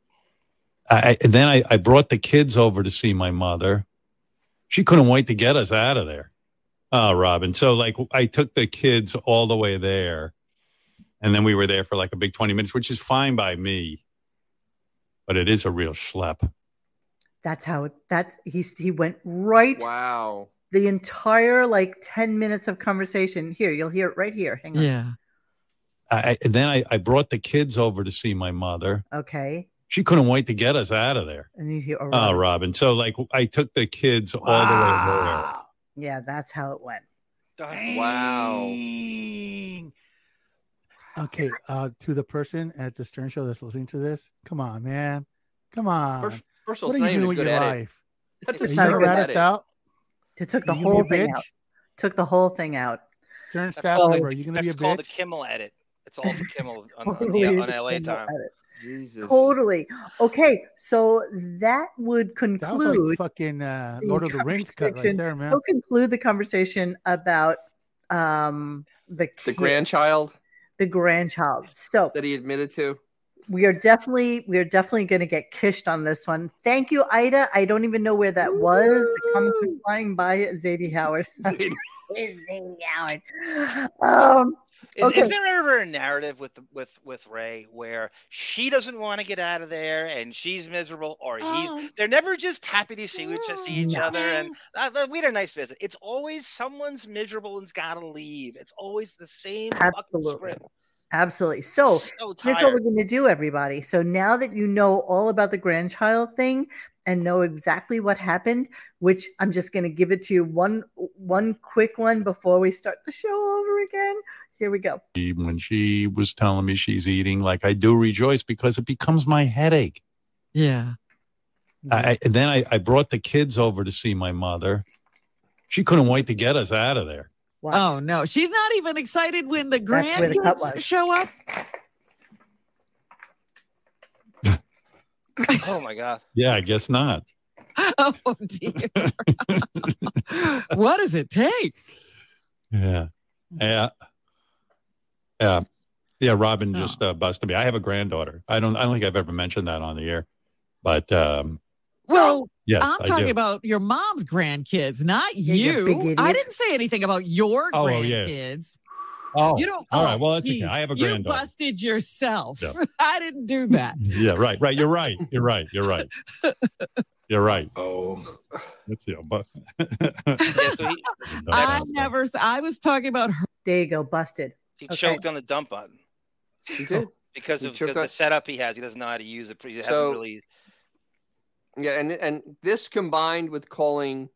[SPEAKER 5] I, I- then I, I brought the kids over to see my mother. She couldn't wait to get us out of there. Oh, Robin. So, like, I took the kids all the way there. And then we were there for like a big 20 minutes, which is fine by me. But it is a real schlep.
[SPEAKER 1] That's how it, that he he went right
[SPEAKER 4] wow.
[SPEAKER 1] the entire like ten minutes of conversation. Here you'll hear it right here. Hang on.
[SPEAKER 6] Yeah.
[SPEAKER 5] I, I, then I, I brought the kids over to see my mother.
[SPEAKER 1] Okay,
[SPEAKER 5] She couldn't wait to get us out of there.
[SPEAKER 1] and you hear. all
[SPEAKER 5] Oh,
[SPEAKER 1] right.
[SPEAKER 5] Robin. So, like, I took the kids all the way there.
[SPEAKER 3] Wow.
[SPEAKER 1] Yeah, that's how it went.
[SPEAKER 4] Wow.
[SPEAKER 3] Dang. Okay, uh, to the person at the Stern Show that's listening to this, come on, man, come on.
[SPEAKER 4] First, first of all,
[SPEAKER 3] uh, what are
[SPEAKER 4] it's not
[SPEAKER 3] you
[SPEAKER 4] even
[SPEAKER 3] doing
[SPEAKER 4] a
[SPEAKER 3] with
[SPEAKER 4] good
[SPEAKER 3] your
[SPEAKER 4] edit.
[SPEAKER 3] life?
[SPEAKER 4] That's
[SPEAKER 1] It's
[SPEAKER 3] you
[SPEAKER 1] not
[SPEAKER 4] not
[SPEAKER 1] a
[SPEAKER 3] gonna
[SPEAKER 1] good
[SPEAKER 3] rat
[SPEAKER 1] edit.
[SPEAKER 3] us out?
[SPEAKER 1] It took the
[SPEAKER 3] You gonna
[SPEAKER 1] whole
[SPEAKER 3] be a
[SPEAKER 1] thing
[SPEAKER 3] bitch?
[SPEAKER 1] out. Took the whole thing out.
[SPEAKER 3] Stern
[SPEAKER 2] That's
[SPEAKER 3] staff
[SPEAKER 2] called-
[SPEAKER 3] member, are you gonna
[SPEAKER 2] That's
[SPEAKER 3] be a
[SPEAKER 2] called the
[SPEAKER 3] bitch?
[SPEAKER 2] Kimmel edit. It's all for Kimmel on, on,
[SPEAKER 1] Totally
[SPEAKER 2] the, on
[SPEAKER 1] the
[SPEAKER 2] LA
[SPEAKER 1] same
[SPEAKER 2] time.
[SPEAKER 1] edit.
[SPEAKER 4] Jesus.
[SPEAKER 1] Totally. Okay, so that would
[SPEAKER 3] That was like
[SPEAKER 1] conclude.
[SPEAKER 3] fucking uh,
[SPEAKER 1] the
[SPEAKER 3] Lord of the Rings cut right
[SPEAKER 1] conversation.
[SPEAKER 3] there, man.
[SPEAKER 1] We'll conclude the conversation about um the
[SPEAKER 4] The
[SPEAKER 1] kid-
[SPEAKER 4] grandchild
[SPEAKER 1] the grandchild. So
[SPEAKER 4] that he admitted to.
[SPEAKER 1] we are definitely we are definitely going to get kished on this one. Thank you, Ida. I don't even know where that was. The comments were flying by. Zadie Howard. Zadie Howard. Um,
[SPEAKER 2] Is,
[SPEAKER 1] Okay.
[SPEAKER 2] is there ever a narrative with with with Ray where she doesn't want to get out of there and she's miserable, or
[SPEAKER 6] Oh.
[SPEAKER 2] he's? They're never just happy to see each, see each
[SPEAKER 1] Um, No.
[SPEAKER 2] other, and uh, uh, we had a nice visit. It's always someone's miserable and's got to leave. It's always the same fucking
[SPEAKER 1] Absolutely.
[SPEAKER 2] script.
[SPEAKER 1] absolutely. So
[SPEAKER 2] so
[SPEAKER 1] here's what
[SPEAKER 2] tired.
[SPEAKER 1] we're going to do, everybody. So now that you know all about the grandchild thing and know exactly what happened, which I'm just going to give it to you one one quick one before we start the show over again. Here we go.
[SPEAKER 5] She- When she was telling me she's eating, like I do rejoice because it becomes my headache.
[SPEAKER 6] Yeah.
[SPEAKER 5] I, I- and then I, I brought the kids over to see my mother. She couldn't wait to get us out of there.
[SPEAKER 1] Watch.
[SPEAKER 6] Oh no, she's not even excited when the
[SPEAKER 1] That's where the cut
[SPEAKER 6] grandkids
[SPEAKER 1] was.
[SPEAKER 6] show up.
[SPEAKER 2] oh my god!
[SPEAKER 5] Yeah, I guess not.
[SPEAKER 6] Oh dear. what does it take?
[SPEAKER 5] Yeah. Yeah. Yeah. Yeah. Robin just uh, busted me. I have a granddaughter. I don't, I don't think I've ever mentioned that on the air, but um,
[SPEAKER 6] Well,
[SPEAKER 5] yes,
[SPEAKER 6] I'm
[SPEAKER 5] I
[SPEAKER 6] talking
[SPEAKER 5] do.
[SPEAKER 6] about your mom's grandkids, not
[SPEAKER 1] Yeah, you big
[SPEAKER 6] you.
[SPEAKER 1] idiot.
[SPEAKER 6] I didn't say anything about your
[SPEAKER 5] Oh, yeah.
[SPEAKER 6] grandkids.
[SPEAKER 5] oh,
[SPEAKER 6] You don't.
[SPEAKER 5] all
[SPEAKER 6] oh,
[SPEAKER 5] right. Well, that's okay.
[SPEAKER 6] geez.
[SPEAKER 5] I have a
[SPEAKER 6] You
[SPEAKER 5] granddaughter.
[SPEAKER 6] busted yourself.
[SPEAKER 5] Yeah.
[SPEAKER 6] I didn't do that.
[SPEAKER 5] yeah, right, right. You're right. You're right. You're right. You're right.
[SPEAKER 7] Oh,
[SPEAKER 5] That's yeah, but
[SPEAKER 2] Yeah, so he,
[SPEAKER 6] I never. s- I was talking about her.
[SPEAKER 1] There you go. Busted.
[SPEAKER 2] he
[SPEAKER 1] Okay.
[SPEAKER 2] choked on the dump button
[SPEAKER 4] She did.
[SPEAKER 2] because
[SPEAKER 4] He
[SPEAKER 2] of
[SPEAKER 4] choked
[SPEAKER 2] the, the
[SPEAKER 4] on-
[SPEAKER 2] setup he has. He doesn't know how to use it. He hasn't
[SPEAKER 4] So-
[SPEAKER 2] really.
[SPEAKER 4] Yeah, and and this combined with calling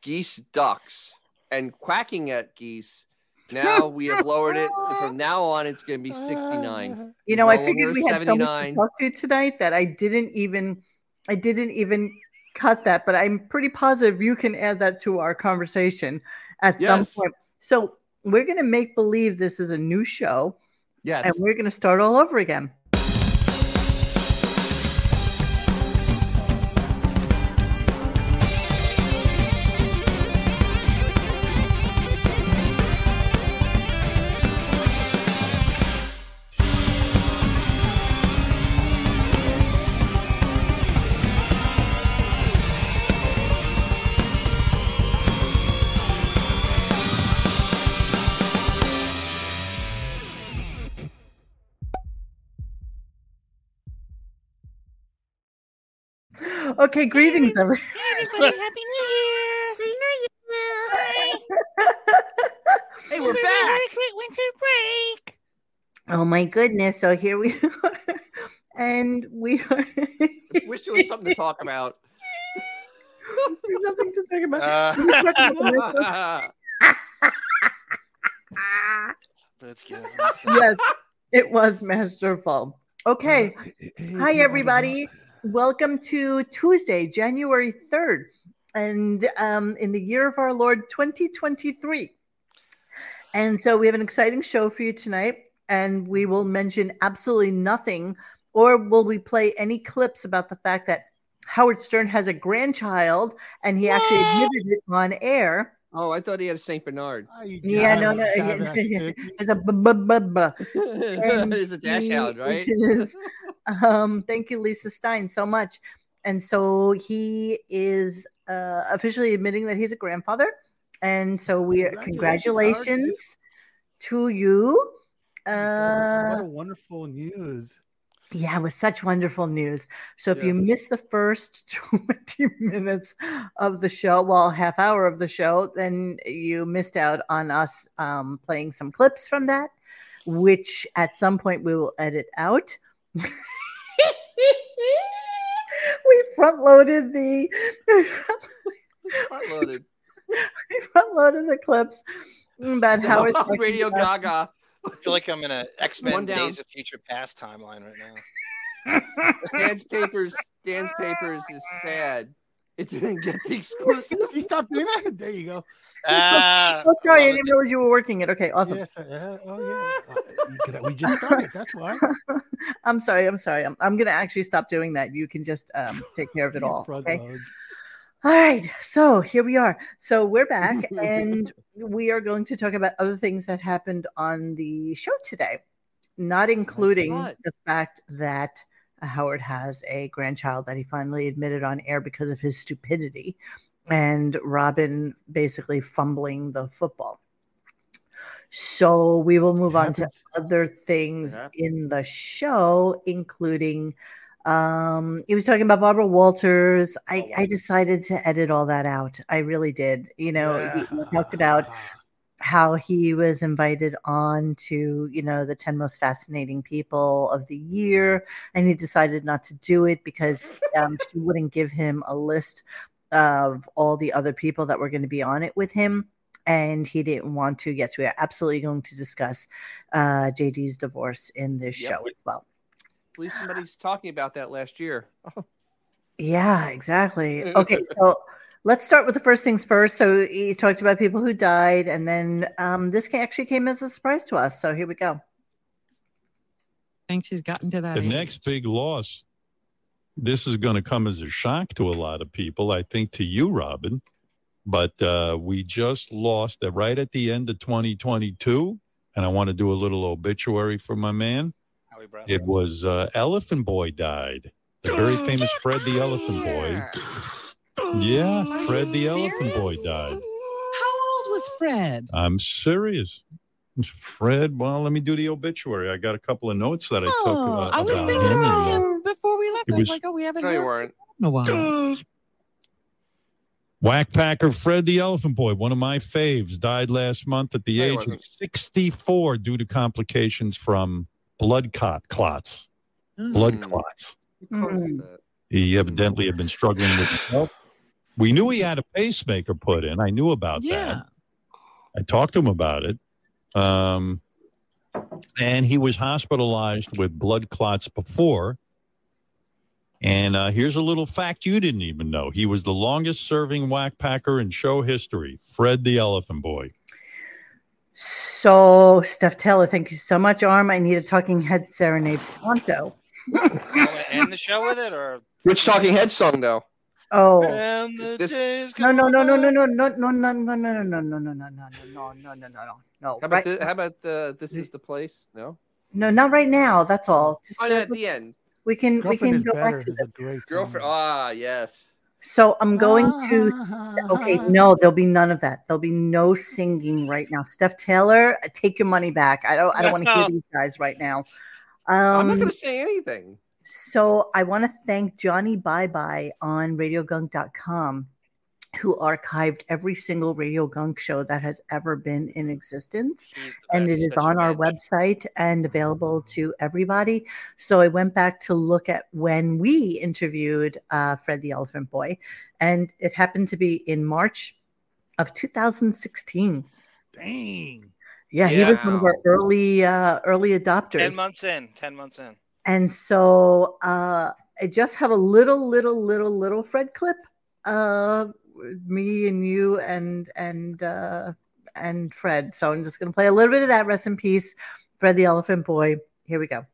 [SPEAKER 4] geese ducks and quacking at geese, now we have lowered it. And from now on, it's going to be sixty-nine.
[SPEAKER 1] You know, I
[SPEAKER 4] No,
[SPEAKER 1] figured
[SPEAKER 4] we're
[SPEAKER 1] we had someone to
[SPEAKER 4] 79.
[SPEAKER 1] talk to tonight that I didn't even, I didn't even cut that, but I'm pretty positive you can add that to our conversation at some
[SPEAKER 4] Yes.
[SPEAKER 1] point. So we're gonna make believe this is a new show, and
[SPEAKER 4] Yes,
[SPEAKER 1] we're gonna start all over again. Okay, greetings, everyone.
[SPEAKER 4] hey, we're back.
[SPEAKER 1] Oh my goodness! So here we are, and we are.
[SPEAKER 4] Wish there was something to talk about.
[SPEAKER 1] There's nothing to talk about.
[SPEAKER 2] Uh, that's
[SPEAKER 4] That's
[SPEAKER 2] good.
[SPEAKER 1] yes, it was masterful.
[SPEAKER 4] Uh-huh.
[SPEAKER 1] Okay. Hi, everybody. Welcome to Tuesday, January 3rd, and um, in the year of our Lord 2023. And so we have an exciting show for you tonight, and we will mention absolutely nothing, or will we play any clips about the fact that Howard Stern has a grandchild and he actually admitted it on air.
[SPEAKER 4] oh, I thought he had a Saint Bernard.
[SPEAKER 1] Yeah, no, no, There's a bu- bu- bu- bu. And
[SPEAKER 4] There's a dash
[SPEAKER 1] he
[SPEAKER 4] out, right?
[SPEAKER 1] is- um, thank you, Lisa Stein, so much. And so he is uh, officially admitting that he's a grandfather. And so we are
[SPEAKER 3] Congratulations,
[SPEAKER 1] congratulations to you. Uh,
[SPEAKER 3] what a wonderful news.
[SPEAKER 1] yeah, it was such wonderful news. So if you missed the first 20 minutes of the show, well, half hour of the show, then you missed out on us um, playing some clips from that, which at some point we will edit out. we front loaded the
[SPEAKER 4] Front loaded.
[SPEAKER 1] we front loaded the clips about how it's Uh,
[SPEAKER 4] Radio Gaga.
[SPEAKER 2] I feel like I'm in a X Men
[SPEAKER 4] One down.
[SPEAKER 2] Days of Future Past timeline right now.
[SPEAKER 4] Dan's papers. Dan's papers is sad. It didn't get the exclusive.
[SPEAKER 3] He stopped doing that. There you go.
[SPEAKER 2] Ah,
[SPEAKER 1] Oh, sorry, I
[SPEAKER 2] love it.
[SPEAKER 1] didn't realize you were working it. Okay, awesome.
[SPEAKER 3] Yes. uh, oh yeah. Uh, you could- we just started. That's why.
[SPEAKER 1] I'm sorry. I'm sorry. I'm, I'm going to actually stop doing that. You can just um, take care of it all.
[SPEAKER 3] Front
[SPEAKER 1] Okay.
[SPEAKER 3] loads.
[SPEAKER 1] All right. So here we are. So we're back and we are going to talk about other things that happened on the show today. not including
[SPEAKER 4] God.
[SPEAKER 1] the fact that Howard has a grandchild that he finally admitted on air because of his stupidity and Robin basically fumbling the football. So we will move on to
[SPEAKER 3] Happens.
[SPEAKER 1] other things
[SPEAKER 8] It happens.
[SPEAKER 1] in the show, including um he was talking about Barbara Walters. I, I decided to edit all that out. I really did. You know, he- he talked about how he was invited on to you know the 10 most fascinating people of the year and he decided not to do it because um, she wouldn't give him a list of all the other people that were going to be on it with him and he didn't want to yes we are absolutely going to discuss uh, jd's divorce in this
[SPEAKER 4] Yep.
[SPEAKER 1] show as well
[SPEAKER 4] I believe somebody's talking about that last year.
[SPEAKER 1] Yeah, exactly. Okay, so let's start with the first things first. So he talked about people who died, and then um, this ca- actually came as a surprise to us. So here we go.
[SPEAKER 6] think she's gotten to that.
[SPEAKER 5] The
[SPEAKER 6] age.
[SPEAKER 5] next big loss, this is going to come as a shock to a lot of people, I think to you, Robin. But uh, we just lost it right at the end of 2022. And I want to do a little obituary for my man.
[SPEAKER 2] How he brought
[SPEAKER 5] It was uh, Elephant Boy died. The very famous Fred the Elephant Boy. Yeah,
[SPEAKER 6] Are
[SPEAKER 5] Fred
[SPEAKER 6] you
[SPEAKER 5] the Elephant Boy
[SPEAKER 6] serious?
[SPEAKER 5] died.
[SPEAKER 6] How old was Fred?
[SPEAKER 5] I'm serious. Fred, well, let me do the obituary. I got a couple of notes that I took.
[SPEAKER 6] Oh,
[SPEAKER 5] uh,
[SPEAKER 6] I was
[SPEAKER 5] about
[SPEAKER 6] thinking
[SPEAKER 5] him
[SPEAKER 6] about
[SPEAKER 5] and, uh,
[SPEAKER 6] him before we left.
[SPEAKER 5] it
[SPEAKER 6] I was
[SPEAKER 5] was-
[SPEAKER 6] like, oh, we haven't
[SPEAKER 4] No, you
[SPEAKER 6] heard
[SPEAKER 4] weren't.
[SPEAKER 6] in a while.
[SPEAKER 5] Whack Packer Fred the Elephant Boy, one of my faves, died last month at the
[SPEAKER 4] No, he
[SPEAKER 5] age of
[SPEAKER 4] wasn't.
[SPEAKER 5] 64 due to complications from blood clot clots. Blood
[SPEAKER 4] Mm.
[SPEAKER 5] clots.
[SPEAKER 1] Mm.
[SPEAKER 5] He evidently had been struggling with health. We knew he had a pacemaker put in. I knew about
[SPEAKER 6] Yeah.
[SPEAKER 5] that. I talked to him about it. Um, and he was hospitalized with blood clots before. And uh, here's a little fact you didn't even know. He was the longest serving whack packer in show history, Fred the Elephant Boy.
[SPEAKER 1] So, Steph Taylor, thank you so much, Arm. I need a talking head serenade pronto.
[SPEAKER 2] Want to end the show with it or?
[SPEAKER 7] Which talking
[SPEAKER 4] Head song though.
[SPEAKER 1] Oh.
[SPEAKER 2] And the
[SPEAKER 4] This-
[SPEAKER 2] days
[SPEAKER 1] No, no, no,
[SPEAKER 2] go
[SPEAKER 1] no,
[SPEAKER 2] by.
[SPEAKER 1] no, no, no, no, no, no, no, no, no, no, no, no, no, no, no, no, no, no, no.
[SPEAKER 4] How about
[SPEAKER 1] Right-
[SPEAKER 4] the, how about the this is the place? No,
[SPEAKER 1] No, not right now. That's all. Just
[SPEAKER 4] oh,
[SPEAKER 1] uh,
[SPEAKER 4] yeah, at the end,
[SPEAKER 1] we can we
[SPEAKER 3] Girlfriend
[SPEAKER 1] can
[SPEAKER 3] is
[SPEAKER 1] go
[SPEAKER 3] better
[SPEAKER 1] back to
[SPEAKER 3] is a
[SPEAKER 1] this.
[SPEAKER 3] great song.
[SPEAKER 4] girlfriend. Ah, yes.
[SPEAKER 1] So I'm going to Okay,
[SPEAKER 4] Uh-huh.
[SPEAKER 1] no, there'll be none of that. There'll be no singing right now. Steph Taylor, uh, take your money back. I don't I don't want to hear these guys right now.
[SPEAKER 4] I'm not
[SPEAKER 1] Um
[SPEAKER 4] gonna say anything.
[SPEAKER 1] so I want to thank Johnny Bye Bye on radiogunk.com who archived every single Radio Gunk show that has ever been in existence
[SPEAKER 2] She's the
[SPEAKER 1] and
[SPEAKER 2] best,
[SPEAKER 1] it is
[SPEAKER 2] such a
[SPEAKER 1] on our
[SPEAKER 2] bitch.
[SPEAKER 1] website and available to everybody. So I went back to look at when we interviewed uh, Fred the Elephant Boy, and it happened to be in March of 2016.
[SPEAKER 4] oh.
[SPEAKER 3] Dang.
[SPEAKER 1] Yeah, he was one of our
[SPEAKER 4] Wow.
[SPEAKER 1] early uh, early
[SPEAKER 2] Ten
[SPEAKER 1] adopters,
[SPEAKER 2] months in. Ten months in.
[SPEAKER 1] and so uh, I just have a little, little, little, little Fred clip. Uh, me and you and and uh, and Fred. So I'm just gonna play a little bit of that. Rest in peace, Fred the Elephant Boy. Here we go.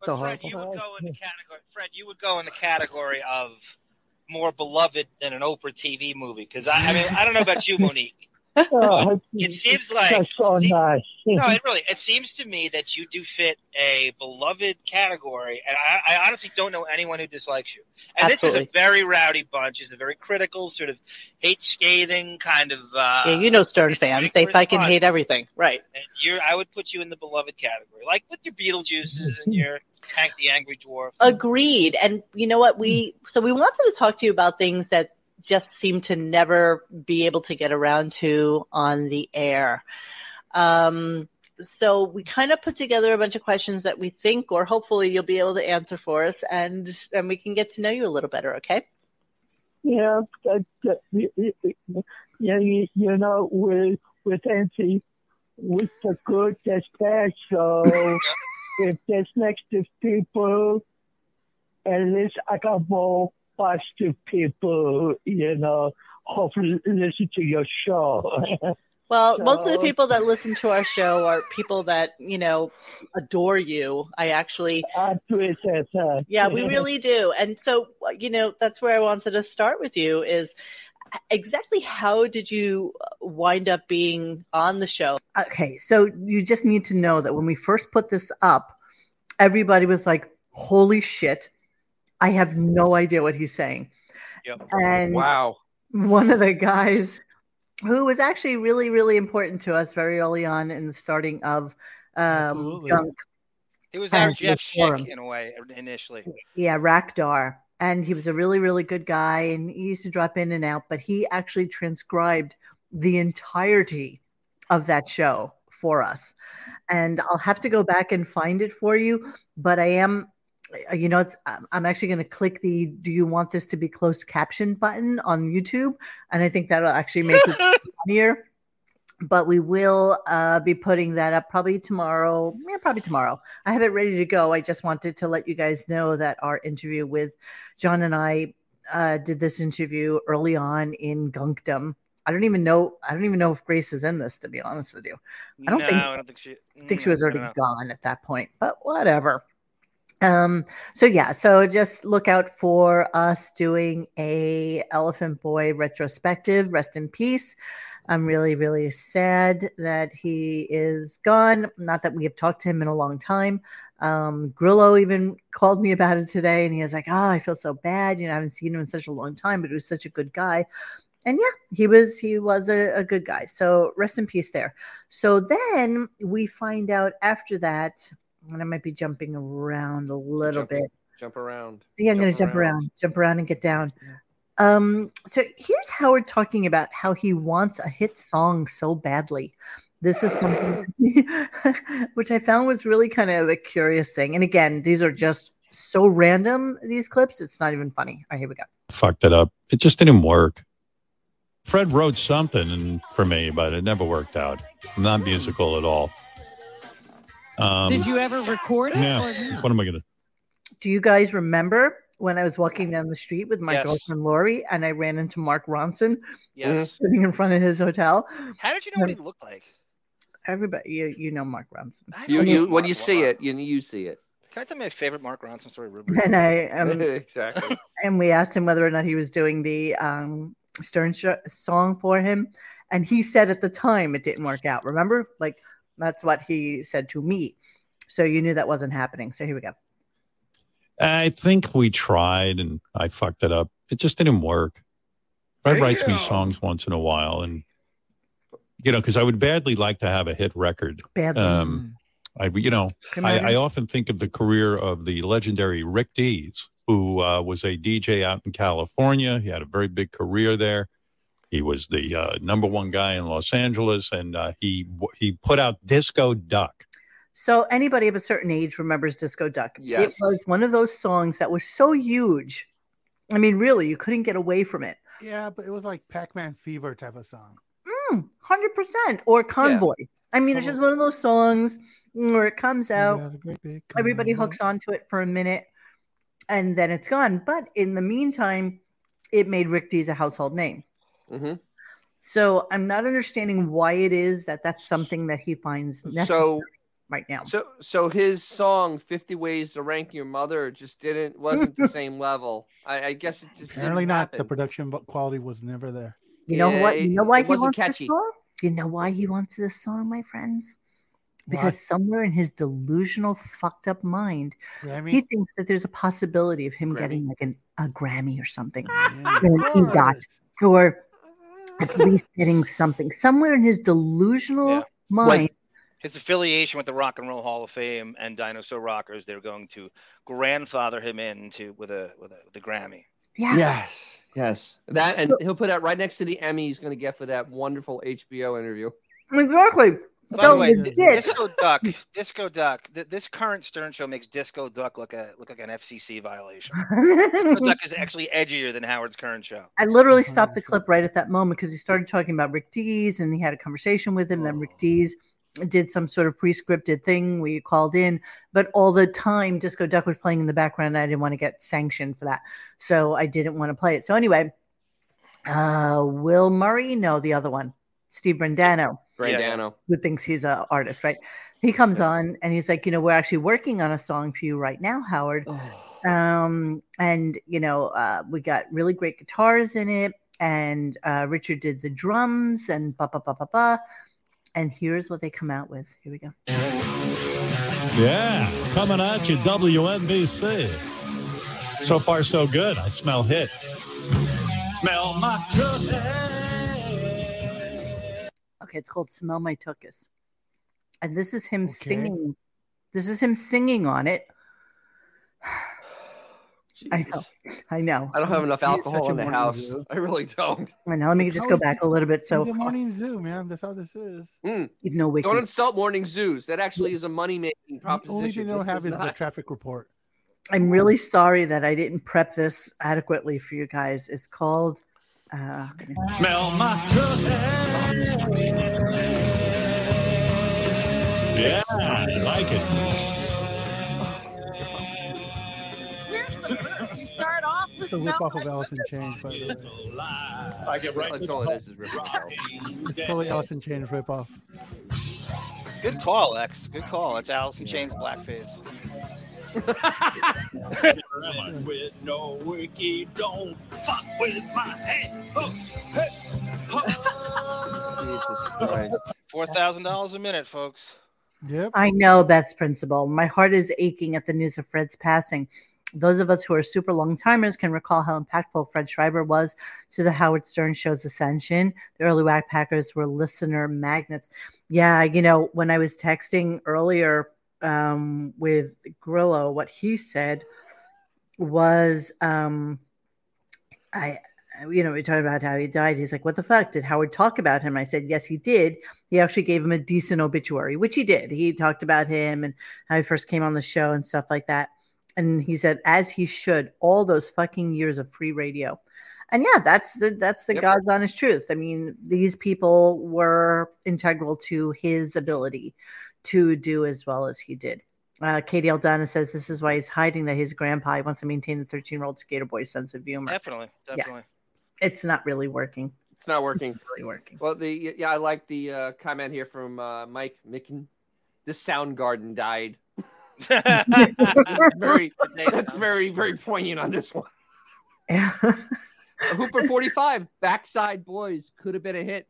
[SPEAKER 2] But
[SPEAKER 1] So
[SPEAKER 2] Fred,
[SPEAKER 1] horrible.
[SPEAKER 2] you would go in the category. Fred, you would go in the category of more beloved than an Oprah TV movie because I, I mean I don't know about you, Monique. It seems like it seems- no, it really it seems to me that you do fit a beloved category, and I, I honestly don't know anyone who dislikes you. And this is a
[SPEAKER 8] Absolutely.
[SPEAKER 2] very rowdy bunch. It's a very critical, sort of hate scathing kind of. Uh,
[SPEAKER 8] yeah, you know Stern fans. They fucking hate everything. Right.
[SPEAKER 2] And you're, I would put you in the beloved category, like with your Beetlejuices and your Hank the Angry Dwarf.
[SPEAKER 8] Agreed. And you know what? We so we wanted to talk to you about things that just seem to never be able to get around to on the air. Um, so we kind of put together a bunch of questions that we think, or hopefully, you'll be able to answer for us, and and we can get to know you a little better. Okay.
[SPEAKER 9] Yeah, that, that, you, you, you, you know, with with empty, with the good, that's bad. So if there's negative people, at least I got more positive people. You know, hopefully listen to your show.
[SPEAKER 8] Well, most of the
[SPEAKER 9] So-
[SPEAKER 8] people that listen to our show are people that you know adore you. I actually
[SPEAKER 9] I appreciate that.
[SPEAKER 8] uh, Yeah, we really do. And so, you know, that's where I wanted to start with you is uh, exactly how did you uh, wind up being on the show?
[SPEAKER 1] Okay, so you just need to know that when we first put this up, everybody was like, "Holy shit, I have no idea what he's saying."
[SPEAKER 2] Yep.
[SPEAKER 1] And
[SPEAKER 4] wow.
[SPEAKER 1] one of the guys who was actually really, really important to us very early on in the starting of um,
[SPEAKER 3] Absolutely.
[SPEAKER 1] Gunk,
[SPEAKER 2] He was our
[SPEAKER 1] Thank you
[SPEAKER 2] Jeff
[SPEAKER 1] for
[SPEAKER 2] Schick
[SPEAKER 1] him.
[SPEAKER 2] in a way er, initially.
[SPEAKER 1] yeah, Rakdar. And he was a really, really good guy. And he used to drop in and out, but he actually transcribed the entirety of that show for us. And I'll have to go back and find it for you. But I am, uh, you know, it's, I'm- I'm actually going to click the do you want this to be closed caption button on YouTube? And I think that'll actually make it funnier. But we will uh, be putting that up probably tomorrow. Yeah, probably tomorrow. I have it ready to go. I just wanted to let you guys know that our interview with John and I uh, did this interview early on in Gunkdom. I don't even know. I don't even know if Grace is in this, to be honest with you. I don't
[SPEAKER 2] no,
[SPEAKER 1] think
[SPEAKER 2] I
[SPEAKER 1] so.
[SPEAKER 2] don't think she.
[SPEAKER 1] I think she
[SPEAKER 2] Mm,
[SPEAKER 1] was
[SPEAKER 2] I
[SPEAKER 1] already
[SPEAKER 2] don't know.
[SPEAKER 1] gone at that point, but whatever. Um, so yeah, so just look out for us doing a Elephant Boy retrospective. Rest in peace. I'm really, really sad that he is gone. Not that we have talked to him in a long time. Um, Grillo even called me about it today, and he was like, "Oh, I feel so bad. You know, I haven't seen him in such a long time, but he was such a good guy." And yeah, he was he was a, a good guy. So rest in peace there. So then we find out after that, and I might be jumping around a little
[SPEAKER 4] Jumping.
[SPEAKER 1] bit.
[SPEAKER 4] Jump around.
[SPEAKER 1] Yeah, I'm going to
[SPEAKER 4] Jump
[SPEAKER 1] jump
[SPEAKER 4] around.
[SPEAKER 1] around, jump around and get down. Um, so here's Howard talking about how he wants a hit song so badly. This is something which I found was really kind of a curious thing. And again, these are just so random, these clips. It's not even funny. All right, here we go.
[SPEAKER 5] Fucked it up. It just didn't work. Fred wrote something and- for me, but it never worked out. I'm not musical at all. Um,
[SPEAKER 6] Did you ever record it?
[SPEAKER 5] Yeah.
[SPEAKER 6] or not?
[SPEAKER 5] What am I gonna?
[SPEAKER 1] Do you guys remember when I was walking down the street with my
[SPEAKER 2] Yes.
[SPEAKER 1] girlfriend Lori and I ran into Mark Ronson
[SPEAKER 2] Yes.
[SPEAKER 4] Mm-hmm.
[SPEAKER 1] sitting in front of his hotel?
[SPEAKER 2] How did you know what he looked like?
[SPEAKER 1] Everybody, you, you know Mark Ronson.
[SPEAKER 2] I
[SPEAKER 4] You,
[SPEAKER 2] don't know
[SPEAKER 4] you, when
[SPEAKER 2] Mark
[SPEAKER 4] you see
[SPEAKER 2] Ron-
[SPEAKER 4] it, you, you see it.
[SPEAKER 2] Can I tell my favorite Mark Ronson story? Real brief?
[SPEAKER 1] And I um,
[SPEAKER 4] exactly.
[SPEAKER 1] and we asked him whether or not he was doing the um, Stern sh- song for him, and he said at the time it didn't work out. Remember, like that's what he said to me. So you knew that wasn't happening. So here we go.
[SPEAKER 5] I think we tried and I fucked it up. It just didn't work. Fred writes me songs once in a while, and you know, because I would badly like to have a hit record.
[SPEAKER 6] Mm-hmm.
[SPEAKER 1] Badly.
[SPEAKER 5] Um, I, you know, I,
[SPEAKER 1] Remember?
[SPEAKER 5] I often think of the career of the legendary Rick Dees, who uh, was a DJ out in California. He had a very big career there. He was the uh, number one guy in Los Angeles, and uh, he he put out Disco Duck.
[SPEAKER 1] So anybody of a certain age remembers Disco Duck. It
[SPEAKER 4] Yes.
[SPEAKER 1] was one of those songs that was so huge. I mean, really, you couldn't get away from it.
[SPEAKER 3] Yeah, but it was like Pac-Man Fever type of song.
[SPEAKER 1] Mm, Hundred percent. Or Convoy. I mean, it's just one of those songs where it comes out.
[SPEAKER 3] We got a great big
[SPEAKER 1] everybody
[SPEAKER 4] Mm-hmm.
[SPEAKER 3] convoy.
[SPEAKER 1] hooks onto it for a minute and then it's gone. But in the meantime, it made Rick Dees a household name.
[SPEAKER 4] Mhm.
[SPEAKER 1] So I'm not understanding why it is that that's something that he finds necessary
[SPEAKER 4] So,
[SPEAKER 1] right now.
[SPEAKER 4] so, so his song "50 Ways to Rank Your Mother" just didn't wasn't the same level. I, I guess it just
[SPEAKER 3] Apparently
[SPEAKER 4] didn't
[SPEAKER 3] not.
[SPEAKER 4] happen.
[SPEAKER 3] The production vo- quality was never there.
[SPEAKER 1] You know
[SPEAKER 4] Yeah,
[SPEAKER 1] what? You
[SPEAKER 4] it-
[SPEAKER 1] know why
[SPEAKER 4] it
[SPEAKER 1] he
[SPEAKER 4] wasn't
[SPEAKER 1] wants
[SPEAKER 4] catchy.
[SPEAKER 1] this song? You know why he wants this song, my friends? Because
[SPEAKER 3] Why? somewhere
[SPEAKER 1] somewhere in his delusional, fucked up mind, he
[SPEAKER 3] Grammy.
[SPEAKER 1] thinks that there's a possibility of him
[SPEAKER 4] Grammy. Ah,
[SPEAKER 1] getting like an, a Grammy or something.
[SPEAKER 3] Yeah, of
[SPEAKER 1] Or an EGOT.
[SPEAKER 3] course.
[SPEAKER 1] or at least getting something somewhere in his delusional
[SPEAKER 2] Yeah.
[SPEAKER 1] mind.
[SPEAKER 4] Like-
[SPEAKER 2] His affiliation with the Rock and Roll Hall of Fame and Dinosaur Rockers, they're going to grandfather him into with a with a, with a Grammy.
[SPEAKER 1] yeah.
[SPEAKER 4] Yes, yes. That and he'll put that right next to the Emmy he's going to get for that wonderful HBO interview.
[SPEAKER 1] exactly.
[SPEAKER 2] By
[SPEAKER 1] So
[SPEAKER 2] the way,
[SPEAKER 1] legit.
[SPEAKER 2] Disco Duck, Disco Duck. Th- this current Stern show makes Disco Duck look a look like an FCC violation. Disco Duck is actually edgier than Howard's current show.
[SPEAKER 1] I literally stopped the clip right at that moment because he started talking about Rick Dees and he had a conversation with him. Then Rick Dees did some sort of pre-scripted thing where you called in, but all the time Disco Duck was playing in the background. And I didn't want to get sanctioned for that, so I didn't want to play it. So anyway, uh, Will Murray, no, the other one, Steve Brandano.
[SPEAKER 2] Yeah, yeah.
[SPEAKER 4] Brandano.
[SPEAKER 1] who thinks he's an artist, right? He comes
[SPEAKER 4] Yes.
[SPEAKER 1] on and he's like, you know, we're actually working on a song for you right now, Howard.
[SPEAKER 4] Oh.
[SPEAKER 1] Um, and you know, uh, we got really great guitars in it, and uh, Richard did the drums and ba ba ba ba ba. And here's what they come out with. Here we go.
[SPEAKER 5] Yeah, coming at you, WNBC. So far, so good. I smell hit. Smell my toothpaste.
[SPEAKER 1] Okay, it's called "Smell My Tookus," and this is him singing. This is him singing on it. I know. I know.
[SPEAKER 4] I don't have enough
[SPEAKER 3] He's
[SPEAKER 4] alcohol
[SPEAKER 3] such a
[SPEAKER 4] in the
[SPEAKER 3] morning
[SPEAKER 4] house.
[SPEAKER 3] zoo.
[SPEAKER 4] I really don't.
[SPEAKER 1] I know. Let me just go back a little bit.
[SPEAKER 3] So,
[SPEAKER 1] So
[SPEAKER 3] it's a morning zoo, man. That's how this is.
[SPEAKER 4] Mm.
[SPEAKER 1] even though Wiki,
[SPEAKER 4] Don't insult morning zoos. That actually is a money making
[SPEAKER 3] The
[SPEAKER 4] proposition.
[SPEAKER 3] only thing they don't
[SPEAKER 4] This
[SPEAKER 3] have is
[SPEAKER 4] does
[SPEAKER 3] the
[SPEAKER 4] not-
[SPEAKER 3] traffic report.
[SPEAKER 1] I'm really sorry that I didn't prep this adequately for you guys. It's called. Uh,
[SPEAKER 5] Smell my toothpaste. Yeah, I like it.
[SPEAKER 6] Here's the verse. You start off with
[SPEAKER 3] It's a whip
[SPEAKER 6] smell
[SPEAKER 3] off of Alice in Chains, by the way.
[SPEAKER 5] I get right to
[SPEAKER 4] That's
[SPEAKER 5] the
[SPEAKER 4] all it is. is ripping it out.
[SPEAKER 3] It's totally Alice in Chains ripoff.
[SPEAKER 2] Good call, X. Good call. It's Allison Chain's blackface.
[SPEAKER 5] with no wiki, don't fuck with my head.
[SPEAKER 4] Jesus Christ.
[SPEAKER 2] Four thousand dollars a minute, folks.
[SPEAKER 3] Yep.
[SPEAKER 1] I know Beth's principal. My heart is aching at the news of Fred's passing. Those of us who are super long timers can recall how impactful Fred Schreiber was to the Howard Stern show's ascension. The early Whackpackers were listener magnets. Yeah, you know, when I was texting earlier um, with Grillo, what he said was, um, I, uh, you know, we talked about how he died. He's like, what the fuck? Did Howard talk about him? I said, yes, he did he actually gave him a decent obituary, which he did. He talked about him and how he first came on the show and stuff like that. And he said, as he should, all those fucking years of free radio. And yeah, that's the that's the
[SPEAKER 4] Yep.
[SPEAKER 1] God's honest truth. I mean, these people were integral to his ability to do as well as he did. Uh, Katie Aldana says this is why he's hiding that his grandpa wants to maintain the 13 year old skater boy's sense of humor.
[SPEAKER 2] Definitely, definitely.
[SPEAKER 1] It's not really working.
[SPEAKER 4] It's not working.
[SPEAKER 1] Really working.
[SPEAKER 4] Well, the yeah, I like the uh, comment here from uh, Mike Micken. The Soundgarden died. Very, that's very, very poignant on this one. Hooper 45, Backside Boys could have been a hit.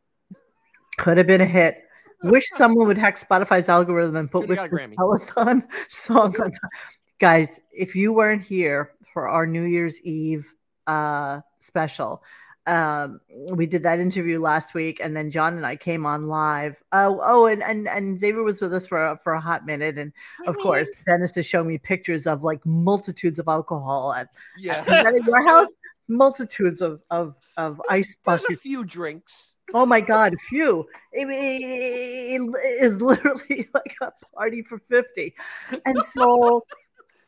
[SPEAKER 1] Could have been a hit. Wish someone would hack Spotify's algorithm and put
[SPEAKER 4] Should've
[SPEAKER 1] with
[SPEAKER 4] got a Grammy.
[SPEAKER 1] Peloton song on top. Guys, if you weren't here for our New Year's Eve uh, special, um, we did that interview last week, and then John and I came on live. Oh, oh, and and and Xavier was with us for a, for a hot minute, and of course, Dennis has shown me pictures of like multitudes of alcohol at,
[SPEAKER 4] Yeah.
[SPEAKER 1] at your house, multitudes of of of ice
[SPEAKER 4] There's a
[SPEAKER 1] buckets.
[SPEAKER 4] few drinks.
[SPEAKER 1] Oh my God, phew. It, it it is literally like a party for 50. And so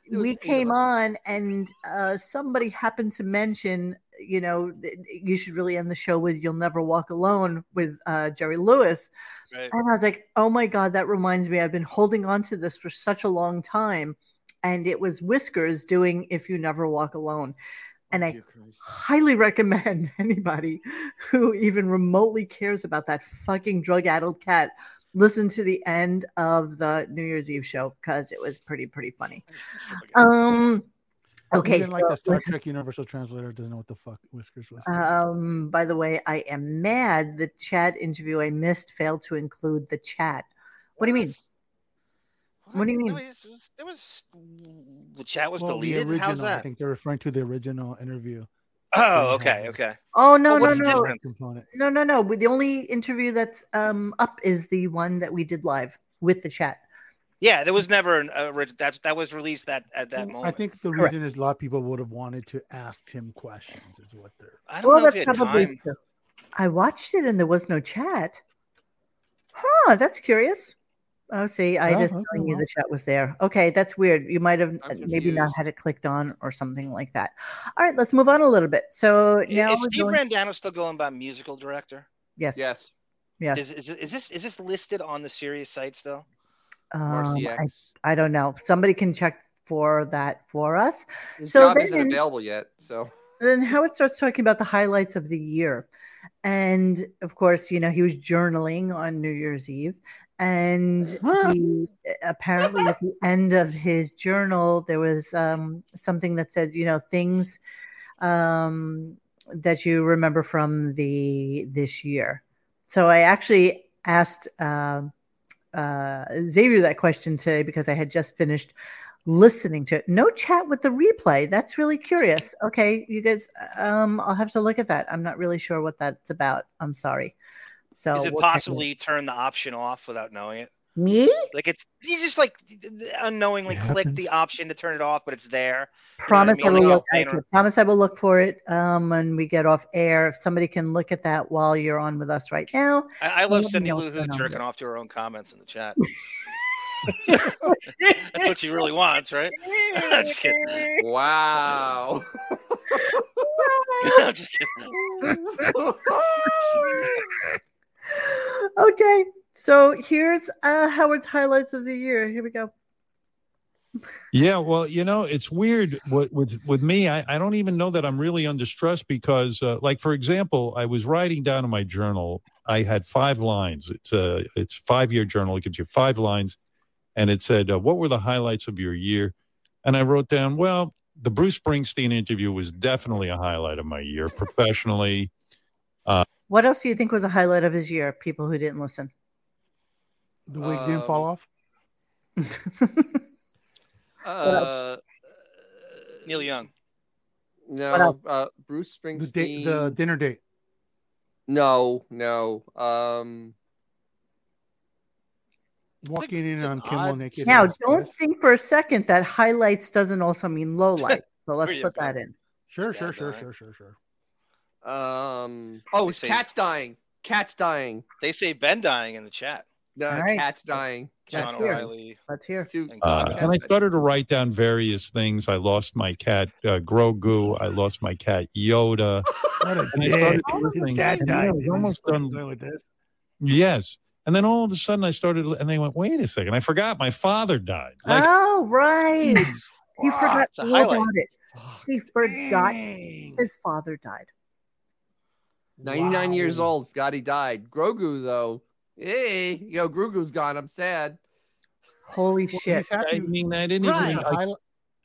[SPEAKER 4] There was
[SPEAKER 1] we
[SPEAKER 4] eight of
[SPEAKER 1] came
[SPEAKER 4] us.
[SPEAKER 1] on, and uh, somebody happened to mention, you know, th- you should really end the show with You'll Never Walk Alone with uh, Jerry Lewis.
[SPEAKER 2] Right.
[SPEAKER 1] And I was like, oh my God, that reminds me. I've been holding on to this for such a long time. And it was Whiskers doing If You Never Walk Alone. And I
[SPEAKER 4] Dear Christ.
[SPEAKER 1] highly recommend anybody who even remotely cares about that fucking drug addled cat listen to the end of the New Year's Eve show because it was pretty pretty funny. Um, okay,
[SPEAKER 3] Even like
[SPEAKER 1] so-
[SPEAKER 3] the Star Trek Universal Translator doesn't know what the fuck whiskers was.
[SPEAKER 1] um, by the way, I am mad the chat interview I missed failed to include the chat. What do you mean? What do you mean?
[SPEAKER 2] There was, there was the chat was
[SPEAKER 3] Well,
[SPEAKER 2] deleted.
[SPEAKER 3] original.
[SPEAKER 2] How's
[SPEAKER 3] I
[SPEAKER 2] that?
[SPEAKER 3] think they're referring to the original interview
[SPEAKER 2] Oh,
[SPEAKER 3] they
[SPEAKER 2] okay,
[SPEAKER 3] have.
[SPEAKER 2] okay.
[SPEAKER 1] Oh no
[SPEAKER 2] Well,
[SPEAKER 1] no
[SPEAKER 2] what's the
[SPEAKER 1] no
[SPEAKER 2] difference?
[SPEAKER 3] component.
[SPEAKER 1] no no no! The only interview that's um up is the one that we did live with the chat.
[SPEAKER 2] Yeah, there was never an original. That that was released that at that moment.
[SPEAKER 3] I think the
[SPEAKER 1] Correct.
[SPEAKER 3] reason is a lot of people would have wanted to ask him questions, is what they're.
[SPEAKER 2] I don't
[SPEAKER 1] Well,
[SPEAKER 2] know if
[SPEAKER 1] that's
[SPEAKER 2] he had
[SPEAKER 1] probably
[SPEAKER 2] time.
[SPEAKER 1] true. I watched it and there was no chat. Huh, that's curious. Oh, see, I
[SPEAKER 3] Oh,
[SPEAKER 1] just
[SPEAKER 3] okay,
[SPEAKER 1] telling you
[SPEAKER 3] well.
[SPEAKER 1] the chat was there. Okay, that's weird. You might have uh, maybe not
[SPEAKER 4] confused.
[SPEAKER 1] had it clicked on or something like that. All right, let's move on a little bit. So
[SPEAKER 2] I-
[SPEAKER 1] now
[SPEAKER 2] Is
[SPEAKER 1] we're
[SPEAKER 2] Steve
[SPEAKER 1] going-
[SPEAKER 2] Randano still going by musical director?
[SPEAKER 1] yes,
[SPEAKER 4] Yes.
[SPEAKER 1] yes.
[SPEAKER 2] Is, is is this is this listed on the serious site still?
[SPEAKER 1] Um,
[SPEAKER 4] RCX.
[SPEAKER 1] I, I don't know. Somebody can check for that for us.
[SPEAKER 4] His
[SPEAKER 1] so
[SPEAKER 4] job isn't
[SPEAKER 1] then-
[SPEAKER 4] available yet. So
[SPEAKER 1] then how it starts talking about the highlights of the year and of course you know he was journaling on new year's eve and he, apparently at the end of his journal there was um, something that said you know things um, that you remember from the this year. So I actually asked uh, uh, Xavier that question today because I had just finished listening to it. No chat with the replay. That's really curious. Okay, you guys, um, I'll have to look at that. I'm not really sure what that's about. I'm sorry. So
[SPEAKER 2] Is it
[SPEAKER 1] we'll check
[SPEAKER 2] possible you turn the option off without knowing it?
[SPEAKER 1] Me?
[SPEAKER 2] Like it's you just like unknowingly click the option to turn it off, but it's there.
[SPEAKER 1] Promise
[SPEAKER 2] You know what I
[SPEAKER 1] I
[SPEAKER 2] mean?
[SPEAKER 1] will
[SPEAKER 2] Like,
[SPEAKER 1] look.
[SPEAKER 2] oh,
[SPEAKER 1] I
[SPEAKER 2] man,
[SPEAKER 1] promise I will look for it um, when we get off air. If somebody can look at that while you're on with us right now,
[SPEAKER 2] I, I love
[SPEAKER 1] let me
[SPEAKER 2] Cindy
[SPEAKER 1] know
[SPEAKER 2] Lou
[SPEAKER 1] what's going
[SPEAKER 2] Who
[SPEAKER 1] on
[SPEAKER 2] jerking
[SPEAKER 1] with
[SPEAKER 2] off to her own comments in the chat. That's what she really wants, right? I'm just kidding.
[SPEAKER 4] Wow.
[SPEAKER 2] I'm just kidding.
[SPEAKER 1] okay, so here's uh, Howard's highlights of the year. Here we go.
[SPEAKER 5] Yeah, well, you know, it's weird. What with with me, I, I don't even know that I'm really under stress because, uh, like, for example, I was writing down in my journal. I had five lines. It's a it's five year journal. It gives you five lines, and it said, uh, "What were the highlights of your year?" And I wrote down, "Well, the Bruce Springsteen interview was definitely a highlight of my year professionally."
[SPEAKER 1] What else do you think was a highlight of his year? People who didn't listen.
[SPEAKER 3] The wig didn't fall
[SPEAKER 4] Um,
[SPEAKER 3] off.
[SPEAKER 4] Uh,
[SPEAKER 2] Neil Young.
[SPEAKER 1] What else?
[SPEAKER 4] no, uh, Bruce
[SPEAKER 3] The,
[SPEAKER 4] Springsteen.
[SPEAKER 3] date, the dinner date.
[SPEAKER 4] no, no. Um,
[SPEAKER 3] Walking in
[SPEAKER 2] it's an
[SPEAKER 3] on Kimmel
[SPEAKER 2] odd-
[SPEAKER 3] naked.
[SPEAKER 1] now,
[SPEAKER 3] and his
[SPEAKER 1] don't
[SPEAKER 3] penis.
[SPEAKER 1] think for a second that highlights doesn't also mean low light. So let's
[SPEAKER 2] you
[SPEAKER 1] put
[SPEAKER 2] go.
[SPEAKER 1] that in.
[SPEAKER 3] Sure,
[SPEAKER 2] Yeah,
[SPEAKER 3] sure, sure,
[SPEAKER 2] die.
[SPEAKER 3] sure, sure, sure.
[SPEAKER 4] um. Oh, it's
[SPEAKER 2] Say-
[SPEAKER 4] cats dying. Cats dying.
[SPEAKER 2] They say Ben dying in the chat.
[SPEAKER 4] No,
[SPEAKER 1] All right.
[SPEAKER 4] cats dying. Cats
[SPEAKER 2] John
[SPEAKER 1] weird.
[SPEAKER 4] dying.
[SPEAKER 2] O'Reilly.
[SPEAKER 1] Let's hear.
[SPEAKER 4] Two-
[SPEAKER 2] and
[SPEAKER 5] Uh,
[SPEAKER 2] Comcast.
[SPEAKER 5] and I started to write down various things. I lost my cat uh, Grogu. I lost my cat Yoda.
[SPEAKER 3] What a
[SPEAKER 5] And I
[SPEAKER 3] dick.
[SPEAKER 5] started listening.
[SPEAKER 3] Dad
[SPEAKER 5] And then I
[SPEAKER 3] died.
[SPEAKER 5] was
[SPEAKER 3] He's
[SPEAKER 5] almost
[SPEAKER 3] fucking
[SPEAKER 5] done-
[SPEAKER 3] going with this.
[SPEAKER 5] Yes. And then all of a sudden I started, and they went, wait a second, I forgot my father died. Like,
[SPEAKER 1] oh right, he
[SPEAKER 2] Wow,
[SPEAKER 1] forgot
[SPEAKER 2] it's a
[SPEAKER 1] all about
[SPEAKER 2] highlight.
[SPEAKER 1] it. He forgot
[SPEAKER 3] Dang.
[SPEAKER 1] his father died.
[SPEAKER 4] 99 years
[SPEAKER 3] Wow.
[SPEAKER 4] old. God, he died. Grogu, though. Hey, yo, Grogu's gone. I'm sad.
[SPEAKER 1] Holy
[SPEAKER 3] Well,
[SPEAKER 1] shit!
[SPEAKER 3] he's happy
[SPEAKER 5] I mean, I didn't
[SPEAKER 3] with
[SPEAKER 5] even,
[SPEAKER 3] the highlight-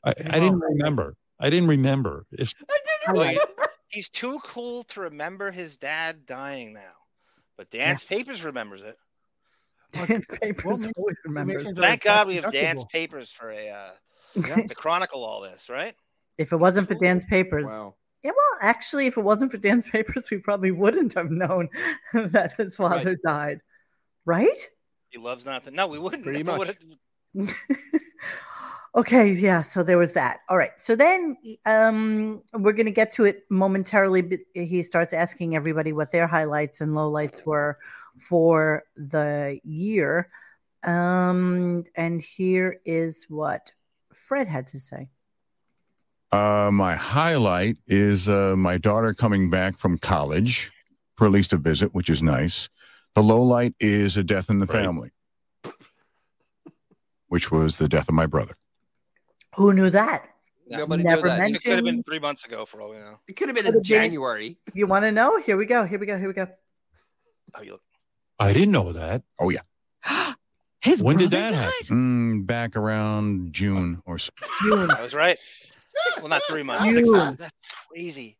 [SPEAKER 5] I, I, I didn't remember. I didn't remember. It's,
[SPEAKER 4] I didn't
[SPEAKER 2] Well, he-
[SPEAKER 4] remember.
[SPEAKER 2] he's too cool to remember his dad dying now. But Dance Papers remembers it.
[SPEAKER 1] Dan's
[SPEAKER 3] What
[SPEAKER 1] papers
[SPEAKER 3] makes-
[SPEAKER 1] always remembers.
[SPEAKER 3] Donations are
[SPEAKER 2] Thank God we have
[SPEAKER 3] tax-deductible.
[SPEAKER 2] Dance Papers for a uh, to chronicle all this, right?
[SPEAKER 1] If it wasn't for Dan's papers,
[SPEAKER 4] Wow.
[SPEAKER 1] yeah. Well, actually, if it wasn't for Dan's papers, we probably wouldn't have known that his father died, right?
[SPEAKER 2] He loves nothing. No, we wouldn't.
[SPEAKER 4] Pretty
[SPEAKER 2] It
[SPEAKER 4] much.
[SPEAKER 2] would've-
[SPEAKER 1] okay, yeah. So there was that. All right. So then um, we're going to get to it momentarily. But he starts asking everybody what their highlights and lowlights were for the year. Um, and here is what Fred had to say.
[SPEAKER 10] Uh, my highlight is uh, my daughter coming back from college for at least a visit, which is nice. The low light is a death in the
[SPEAKER 5] Right.
[SPEAKER 10] family, which was the death of my brother.
[SPEAKER 1] Who knew that?
[SPEAKER 2] Yeah.
[SPEAKER 4] Nobody
[SPEAKER 1] Never
[SPEAKER 4] knew that.
[SPEAKER 1] meant-
[SPEAKER 2] It could have been three months ago for all we know.
[SPEAKER 4] It could have been
[SPEAKER 1] Could have
[SPEAKER 4] in
[SPEAKER 1] been.
[SPEAKER 4] January.
[SPEAKER 1] You want to know? Here we go. Here we go. Here we go.
[SPEAKER 2] Oh, you look.
[SPEAKER 5] I didn't know that.
[SPEAKER 6] His
[SPEAKER 5] When did
[SPEAKER 6] brother
[SPEAKER 5] that
[SPEAKER 6] died?
[SPEAKER 10] Mm, back around June or so.
[SPEAKER 2] I was right. Well, not three months. Six
[SPEAKER 1] You.
[SPEAKER 2] months. That's crazy.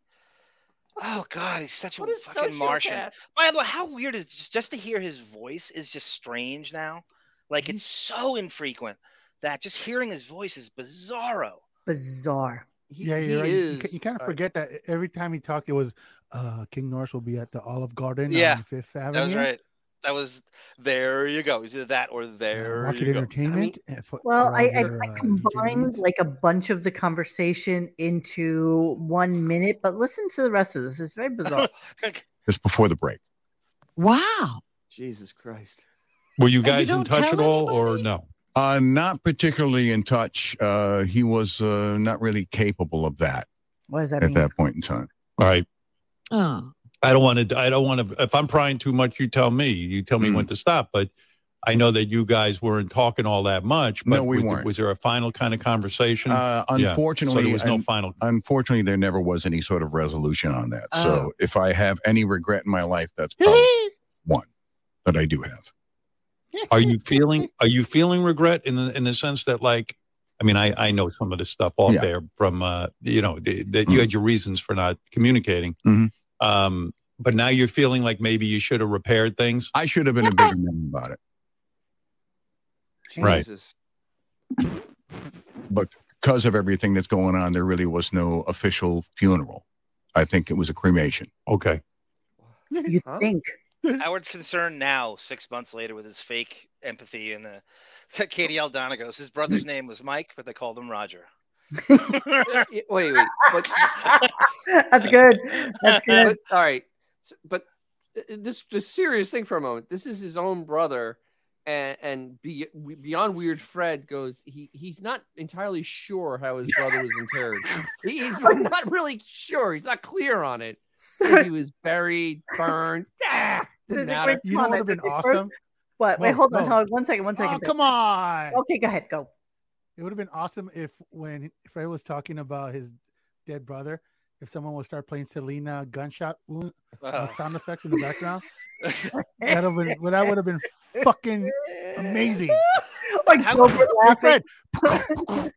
[SPEAKER 2] Oh God, he's such a
[SPEAKER 4] What is
[SPEAKER 2] fucking Martian.
[SPEAKER 4] sociopath?
[SPEAKER 2] By the way, how weird is just, just to hear his voice is just strange now. Like it's so infrequent that just hearing his voice is bizarro.
[SPEAKER 1] Bizarre.
[SPEAKER 4] He,
[SPEAKER 3] Yeah,
[SPEAKER 4] he
[SPEAKER 3] you're right. You,
[SPEAKER 4] is.
[SPEAKER 3] ca- you kind of
[SPEAKER 4] uh,
[SPEAKER 3] forget that every time he talked, it was uh, King Norris will be at the Olive Garden
[SPEAKER 2] Yeah,
[SPEAKER 3] on Fifth Avenue. uh,
[SPEAKER 2] That was right. That was there. You go. It's either that or there.
[SPEAKER 3] Rocket
[SPEAKER 2] you go.
[SPEAKER 3] Entertainment. and for-
[SPEAKER 1] Well,
[SPEAKER 3] for all
[SPEAKER 1] I, I,
[SPEAKER 3] your,
[SPEAKER 1] I
[SPEAKER 3] uh,
[SPEAKER 1] combined
[SPEAKER 3] entertainments.
[SPEAKER 1] like a bunch of the conversation into one minute, but listen to the rest of this. It's very bizarre.
[SPEAKER 10] just before the break.
[SPEAKER 6] Wow.
[SPEAKER 4] Jesus Christ.
[SPEAKER 5] Were you
[SPEAKER 6] And you
[SPEAKER 5] guys in
[SPEAKER 6] don't
[SPEAKER 5] touch at
[SPEAKER 6] tell
[SPEAKER 5] all or
[SPEAKER 6] anybody?
[SPEAKER 5] no?
[SPEAKER 10] Uh, not particularly in touch. Uh, he was uh, not really capable of that
[SPEAKER 1] what does that
[SPEAKER 10] at
[SPEAKER 1] mean?
[SPEAKER 10] that point in time.
[SPEAKER 5] All right.
[SPEAKER 6] Oh.
[SPEAKER 5] I don't want to, I don't want to, if I'm prying too much, you tell me. You tell me
[SPEAKER 10] Mm.
[SPEAKER 5] when to stop. But I know that you guys weren't talking all that much. But
[SPEAKER 10] No, we
[SPEAKER 5] was,
[SPEAKER 10] weren't.
[SPEAKER 5] was there a final kind of conversation?
[SPEAKER 10] Uh,
[SPEAKER 5] Yeah. so
[SPEAKER 10] unfortunately,
[SPEAKER 5] there was no
[SPEAKER 10] and-
[SPEAKER 5] final.
[SPEAKER 10] unfortunately, there never was any sort of resolution on that.
[SPEAKER 6] Oh.
[SPEAKER 10] So if I have any regret in my life, that's probably one that I do have.
[SPEAKER 5] Are you feeling, are you feeling regret in the, in the sense that like, I mean, I, I know some of the stuff off
[SPEAKER 10] Yeah. Mm-hmm.
[SPEAKER 5] there from, uh, you know, the, that you had your reasons for not communicating.
[SPEAKER 10] Mhm.
[SPEAKER 5] Um, but now you're feeling like maybe you should have repaired things.
[SPEAKER 10] I should have been a bigger man about it. Right.
[SPEAKER 4] Jesus.
[SPEAKER 10] But because of everything that's going on, there really was no official funeral. I think it was a cremation.
[SPEAKER 5] Okay.
[SPEAKER 1] You think?
[SPEAKER 2] Howard's concerned now, six months later, with his fake empathy and uh, Katie Aldonagos. His brother's name was Mike, but they called him Roger.
[SPEAKER 4] wait, wait. But
[SPEAKER 1] That's good. That's good.
[SPEAKER 4] But- all right, so- but uh, this this serious thing for a moment. This is his own brother, and and be, beyond weird, Fred goes. He he's not entirely sure how his brother was interred. He- he's not really sure. He's not clear on it. If he was buried, burned. Ah,
[SPEAKER 1] There's
[SPEAKER 4] didn't
[SPEAKER 1] a great
[SPEAKER 4] matter.
[SPEAKER 3] You know what
[SPEAKER 1] comment.
[SPEAKER 3] would have been
[SPEAKER 1] There's a first-
[SPEAKER 3] awesome?
[SPEAKER 1] What? Wait,
[SPEAKER 3] Whoa,
[SPEAKER 1] hold on.
[SPEAKER 3] whoa.
[SPEAKER 1] Hold on. One second. One second.
[SPEAKER 3] Oh, come on.
[SPEAKER 1] Okay, go ahead. Go.
[SPEAKER 3] It would have been awesome if when Fred was talking about his dead brother, if someone would start playing Selena gunshot wound, uh,
[SPEAKER 2] Uh,
[SPEAKER 3] sound effects in the background. that would have been, that would have been fucking amazing.
[SPEAKER 1] Like
[SPEAKER 2] How-
[SPEAKER 1] Gilbert
[SPEAKER 3] Hey,
[SPEAKER 1] laughing.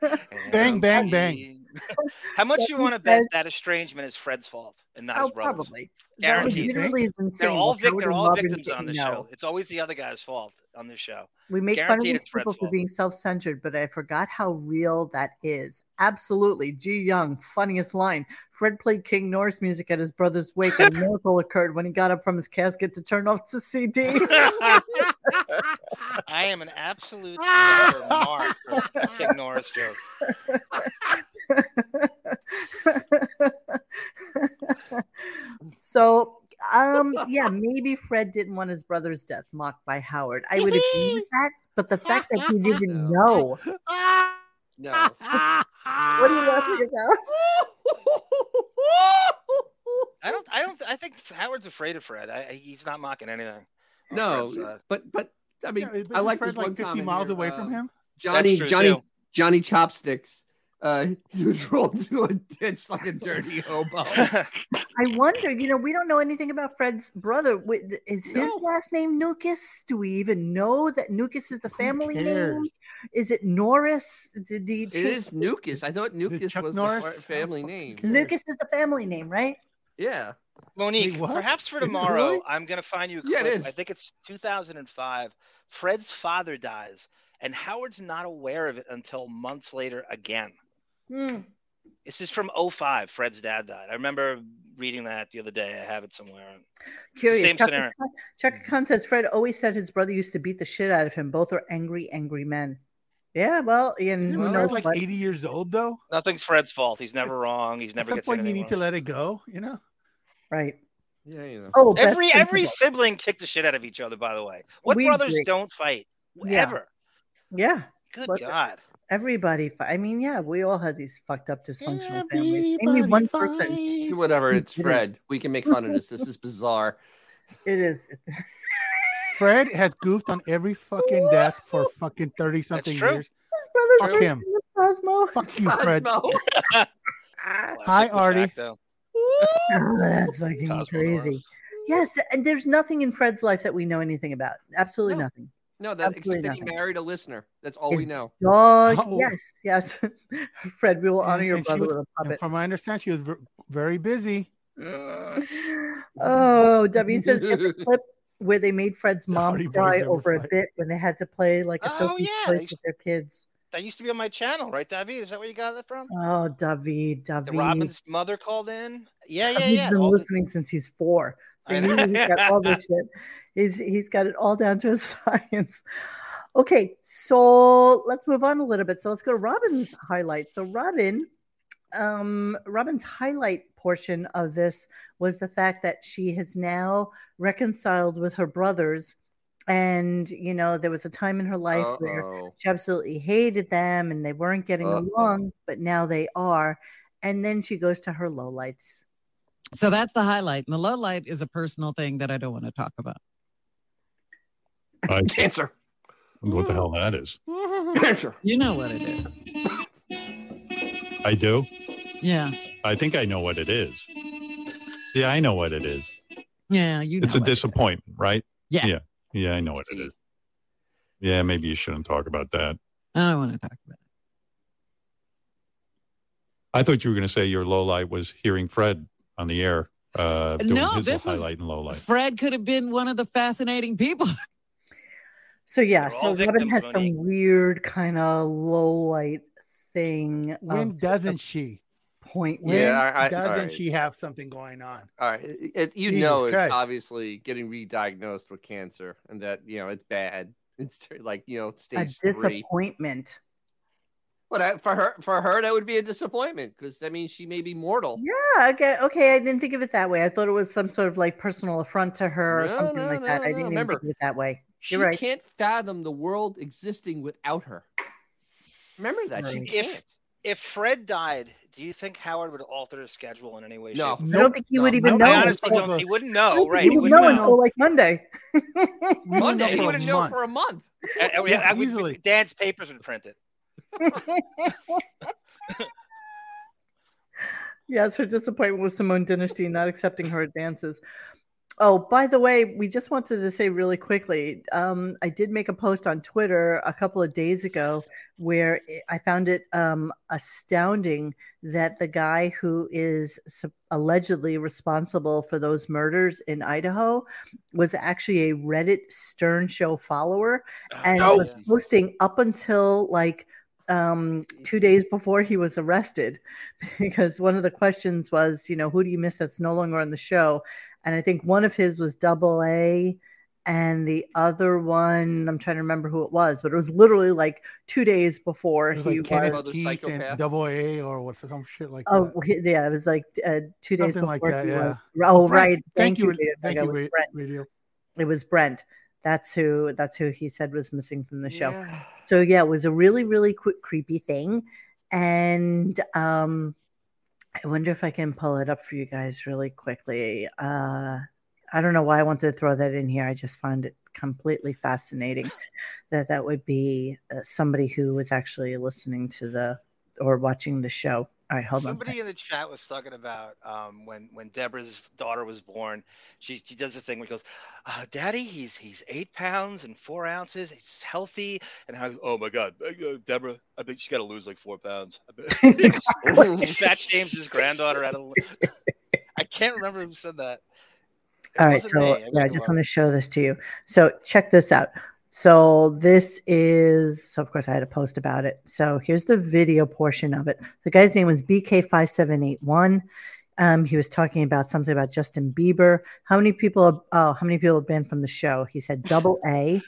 [SPEAKER 3] Fred, Bang, bang, bang.
[SPEAKER 2] um, How much
[SPEAKER 1] That
[SPEAKER 2] you
[SPEAKER 1] he
[SPEAKER 2] want to bet
[SPEAKER 1] says-
[SPEAKER 2] that estrangement is Fred's fault and not
[SPEAKER 1] Oh,
[SPEAKER 2] his brother's?
[SPEAKER 1] probably. That was
[SPEAKER 2] Guaranteed.
[SPEAKER 1] literally insane.
[SPEAKER 2] They're all,
[SPEAKER 1] Like,
[SPEAKER 2] vic-
[SPEAKER 1] Howard
[SPEAKER 2] they're
[SPEAKER 1] and
[SPEAKER 2] all
[SPEAKER 1] Robin
[SPEAKER 2] victims
[SPEAKER 1] didn't
[SPEAKER 2] on this
[SPEAKER 1] know.
[SPEAKER 2] show. It's always the other guy's fault on this show.
[SPEAKER 1] We make fun of
[SPEAKER 2] Guaranteed
[SPEAKER 1] these
[SPEAKER 2] it's Fred's
[SPEAKER 1] people for
[SPEAKER 2] fault.
[SPEAKER 1] being self-centered, but I forgot how real that is. Absolutely. G. Young, funniest line. Fred played King Norse music at his brother's wake, and a miracle occurred when he got up from his casket to turn off the CD.
[SPEAKER 2] I am an absolute sucker mark for King Norris joke.
[SPEAKER 1] so um yeah maybe fred didn't want his brother's death mocked by howard i would agree with that but the fact that he didn't know
[SPEAKER 6] oh.
[SPEAKER 4] No.
[SPEAKER 1] what are you laughing about
[SPEAKER 2] I don't. I don't. I think Howard's afraid of Fred. I, I- he's not mocking anything. on Fred's uh,
[SPEAKER 4] no,
[SPEAKER 2] side.
[SPEAKER 4] but but I mean,
[SPEAKER 3] Yeah, isn't
[SPEAKER 4] I like
[SPEAKER 3] Fred
[SPEAKER 4] this
[SPEAKER 3] like
[SPEAKER 4] one
[SPEAKER 3] 50
[SPEAKER 4] comment
[SPEAKER 3] miles
[SPEAKER 4] here,
[SPEAKER 3] away
[SPEAKER 4] uh,
[SPEAKER 3] from him.
[SPEAKER 4] Johnny
[SPEAKER 2] true,
[SPEAKER 4] Johnny
[SPEAKER 2] too.
[SPEAKER 4] Johnny Chopsticks. Uh, he was rolled into a ditch like a dirty hobo.
[SPEAKER 1] i wonder you know we don't know anything about fred's brother Wi- is his
[SPEAKER 4] No.
[SPEAKER 1] last name nukas do we even know that nukas is the family name
[SPEAKER 3] cares?
[SPEAKER 1] is it norris did he
[SPEAKER 4] It is Nukas. I thought
[SPEAKER 3] it
[SPEAKER 4] Nukas
[SPEAKER 3] Chuck
[SPEAKER 4] was
[SPEAKER 3] Norris? Oh,
[SPEAKER 4] the fa- family
[SPEAKER 3] How the
[SPEAKER 4] name.
[SPEAKER 3] fuck cares?
[SPEAKER 1] nukas is the family name right
[SPEAKER 4] Yeah.
[SPEAKER 2] Monique,
[SPEAKER 3] Wait, what?
[SPEAKER 2] perhaps for
[SPEAKER 3] Is it
[SPEAKER 2] tomorrow,
[SPEAKER 3] really?
[SPEAKER 2] I'm gonna find you. A clip.
[SPEAKER 4] Yeah, it is.
[SPEAKER 2] I think it's 2005. Fred's father dies, and Howard's not aware of it until months later again.
[SPEAKER 1] Hmm.
[SPEAKER 2] This is from 05. Fred's dad died. I remember reading that the other day. I have it somewhere.
[SPEAKER 1] Curious.
[SPEAKER 2] Same
[SPEAKER 1] Chaka
[SPEAKER 2] scenario.
[SPEAKER 1] Khan- Chaka Khan says Fred always said his brother used to beat the shit out of him. Both are angry, angry men. Yeah, well, and
[SPEAKER 3] Isn't
[SPEAKER 1] who
[SPEAKER 3] Fred
[SPEAKER 1] knows
[SPEAKER 3] like
[SPEAKER 1] what-
[SPEAKER 3] 80 years old though?
[SPEAKER 2] Nothing's Fred's fault. He's never wrong. He's
[SPEAKER 3] At
[SPEAKER 2] never
[SPEAKER 3] some
[SPEAKER 2] gets
[SPEAKER 3] point, you
[SPEAKER 2] anything
[SPEAKER 3] need
[SPEAKER 2] wrong.
[SPEAKER 3] to let it go. You know.
[SPEAKER 1] right?
[SPEAKER 4] Yeah, you know.
[SPEAKER 1] Oh, best
[SPEAKER 2] Every
[SPEAKER 1] thing
[SPEAKER 2] every
[SPEAKER 1] to do.
[SPEAKER 2] sibling kicked the shit out of each other. By the way, what
[SPEAKER 1] We
[SPEAKER 2] brothers
[SPEAKER 1] did.
[SPEAKER 2] don't fight
[SPEAKER 1] Yeah.
[SPEAKER 2] ever?
[SPEAKER 1] yeah,
[SPEAKER 2] Good
[SPEAKER 1] What the-
[SPEAKER 2] God!
[SPEAKER 1] everybody. fi- I mean, yeah, we all had these fucked up dysfunctional families. Maybe
[SPEAKER 3] Everybody
[SPEAKER 1] one person.
[SPEAKER 3] fights.
[SPEAKER 4] Whatever, it's
[SPEAKER 1] It is.
[SPEAKER 4] Fred. We can make fun of this. This is bizarre.
[SPEAKER 1] It is.
[SPEAKER 3] Fred has goofed on every fucking death for fucking 30 something
[SPEAKER 2] true.
[SPEAKER 3] years.
[SPEAKER 1] His brother's
[SPEAKER 3] Fuck
[SPEAKER 1] name
[SPEAKER 3] him.
[SPEAKER 1] is Cosmo.
[SPEAKER 3] Fuck you, Fred.
[SPEAKER 4] Cosmo.
[SPEAKER 2] Classic de
[SPEAKER 3] Artie.
[SPEAKER 2] facto.
[SPEAKER 1] Oh, that's fucking
[SPEAKER 2] Cosmo
[SPEAKER 1] crazy.
[SPEAKER 2] Norris.
[SPEAKER 1] Yes, th- and there's nothing in Fred's life that we know anything about. Absolutely
[SPEAKER 4] No.
[SPEAKER 1] nothing.
[SPEAKER 4] No, that
[SPEAKER 1] Absolutely
[SPEAKER 4] except that he
[SPEAKER 1] nothing.
[SPEAKER 4] married a listener. That's all we
[SPEAKER 1] Is-
[SPEAKER 4] know.
[SPEAKER 1] Dog.
[SPEAKER 3] Oh.
[SPEAKER 1] Yes, yes. Fred, we will honor
[SPEAKER 3] And-
[SPEAKER 1] your
[SPEAKER 3] and she
[SPEAKER 1] brother
[SPEAKER 3] was-
[SPEAKER 1] with a
[SPEAKER 3] And
[SPEAKER 1] puppet.
[SPEAKER 3] from my understanding, she was ver- very busy.
[SPEAKER 1] oh, W says get the clip where they made Fred's mom
[SPEAKER 3] Hardy Boys
[SPEAKER 1] cry
[SPEAKER 3] never
[SPEAKER 1] over a
[SPEAKER 3] fight.
[SPEAKER 1] bit when they had to play like a
[SPEAKER 2] Oh,
[SPEAKER 1] Sophie's
[SPEAKER 2] yeah,
[SPEAKER 1] Choice
[SPEAKER 2] they-
[SPEAKER 1] with their kids.
[SPEAKER 2] That used to be on my channel, right, David? Is that where you got that from?
[SPEAKER 1] Oh, David,
[SPEAKER 2] The
[SPEAKER 1] David.
[SPEAKER 2] Robin's mother called in. Yeah, yeah,
[SPEAKER 1] He's
[SPEAKER 2] yeah.
[SPEAKER 1] been
[SPEAKER 2] All the-
[SPEAKER 1] listening since he's four, so
[SPEAKER 2] I
[SPEAKER 1] you
[SPEAKER 2] know.
[SPEAKER 1] know he's got all this shit. He's he's got it all down to a science. Okay, so let's move on a little bit. So let's go to Robin's highlight. So Robin, um, Robin's highlight portion of this was the fact that she has now reconciled with her brothers, and you know there was a time in her life where
[SPEAKER 4] Uh-oh.
[SPEAKER 1] she absolutely hated them and they weren't getting
[SPEAKER 4] Uh-oh.
[SPEAKER 1] along, but now they are. And then she goes to her lowlights.
[SPEAKER 6] So that's the highlight. And the low light is a personal thing that I don't want to talk about.
[SPEAKER 5] I
[SPEAKER 4] Cancer.
[SPEAKER 5] don't know what the hell that is.
[SPEAKER 4] Cancer.
[SPEAKER 6] You know what it is.
[SPEAKER 5] I do.
[SPEAKER 6] Yeah.
[SPEAKER 5] I think I know what it is. Yeah, I know what it is.
[SPEAKER 6] Yeah. You know
[SPEAKER 5] It's a
[SPEAKER 6] what it is.
[SPEAKER 5] disappointment, right?
[SPEAKER 6] Yeah.
[SPEAKER 5] Yeah, I know what it is. Yeah, maybe you shouldn't talk about that.
[SPEAKER 6] I don't want to talk about
[SPEAKER 5] I thought you were going to say your low light was hearing Fred on the air. Uh, doing
[SPEAKER 6] No,
[SPEAKER 5] his
[SPEAKER 6] this was-
[SPEAKER 5] highlight and low light.
[SPEAKER 6] it. Fred could have been one of the fascinating people.
[SPEAKER 1] So yeah,
[SPEAKER 6] They're all
[SPEAKER 1] so Robin
[SPEAKER 6] victims,
[SPEAKER 1] has
[SPEAKER 6] Monique.
[SPEAKER 1] some weird kind of low light thing.
[SPEAKER 3] When doesn't she?
[SPEAKER 1] Point.
[SPEAKER 3] When
[SPEAKER 4] Yeah, I- I-
[SPEAKER 3] doesn't
[SPEAKER 4] alright.
[SPEAKER 3] she have something going on?
[SPEAKER 4] All right, it, it- you
[SPEAKER 3] Jesus
[SPEAKER 4] know, it's
[SPEAKER 3] Christ.
[SPEAKER 4] obviously getting re-diagnosed with cancer, and that you know it's bad. It's ter- like you know
[SPEAKER 1] A
[SPEAKER 4] stage three.
[SPEAKER 1] disappointment.
[SPEAKER 4] But I, for her, for her, that would be a disappointment because that means she may be mortal.
[SPEAKER 1] Yeah. Ah, Okay. Okay. I didn't think of it that way. I thought it was some sort of like personal affront to her or
[SPEAKER 4] No,
[SPEAKER 1] something
[SPEAKER 4] no,
[SPEAKER 1] like that.
[SPEAKER 4] no,
[SPEAKER 1] I
[SPEAKER 4] no,
[SPEAKER 1] didn't even
[SPEAKER 4] remember,
[SPEAKER 1] think of it that way.
[SPEAKER 4] She
[SPEAKER 1] You're right.
[SPEAKER 4] can't fathom the world existing without her. Remember that she
[SPEAKER 1] Right.
[SPEAKER 4] can't.
[SPEAKER 2] If if Fred died, do you think Howard would alter his schedule in any way?
[SPEAKER 4] No.
[SPEAKER 2] shape, or
[SPEAKER 1] I don't think he would even know.
[SPEAKER 2] I honestly don't. He wouldn't know, right?
[SPEAKER 1] He would know until like Monday.
[SPEAKER 4] Monday, he wouldn't know for a month.
[SPEAKER 2] And- and we- I would- Dad's papers would print it.
[SPEAKER 1] Yes, her disappointment with Simone Dynasty not accepting her advances. Oh, by the way, we just wanted to say really quickly um, I did make a post on Twitter a couple of days ago where it- I found it um, astounding that the guy who is sup- allegedly responsible for those murders in Idaho was actually a Reddit Stern Show follower and
[SPEAKER 11] Oh.
[SPEAKER 1] was posting up until like um, two days before he was arrested because one of the questions was, you know, who do you miss that's no longer on the show? And I think one of his was double A and the other one, I'm trying to remember who it was, but it was literally like two days before
[SPEAKER 3] It was
[SPEAKER 1] he
[SPEAKER 3] like Kenneth
[SPEAKER 1] was.
[SPEAKER 3] Keith and Double A or what some shit like
[SPEAKER 1] Oh
[SPEAKER 3] that.
[SPEAKER 1] he- yeah, it was like uh, two days
[SPEAKER 3] Something
[SPEAKER 1] before.
[SPEAKER 3] like that,
[SPEAKER 1] he was-
[SPEAKER 3] yeah.
[SPEAKER 1] Oh
[SPEAKER 3] Well, Brent,
[SPEAKER 1] right,
[SPEAKER 3] thank
[SPEAKER 1] thank,
[SPEAKER 3] you,
[SPEAKER 1] you.
[SPEAKER 3] Ra-
[SPEAKER 1] Radio.
[SPEAKER 3] thank
[SPEAKER 1] It
[SPEAKER 3] you,
[SPEAKER 1] was
[SPEAKER 3] Ra-
[SPEAKER 1] Brent. It was, Brent. That's who. That's who he said was missing from the show. So yeah, it was a really really quick creepy thing, and um, I wonder if I can pull it up for you guys really quickly. Uh, I don't know why I wanted to throw that in here. I just found it completely fascinating that that would be uh, somebody who was actually listening to the or watching the show. All right, hold on.
[SPEAKER 2] Somebody in the chat was talking about um, when when Deborah's daughter was born. She she does the thing where she goes, uh, "Daddy, he's he's eight pounds and four ounces. He's healthy." And I, oh my God, uh, Deborah, I think she's got to lose like four pounds. I bet. Fat James's granddaughter out of. I can't remember who said that.
[SPEAKER 1] All right,
[SPEAKER 2] wasn't
[SPEAKER 1] so
[SPEAKER 2] me, it was
[SPEAKER 1] yeah, I
[SPEAKER 2] the
[SPEAKER 1] just
[SPEAKER 2] one.
[SPEAKER 1] want to show this to you. So check this out. So this is so of course I had a post about it. So here's the video portion of it. The guy's name was BK5781. Um, he was talking about something about Justin Bieber. How many people? Oh, how many people have been from the show? He said double A,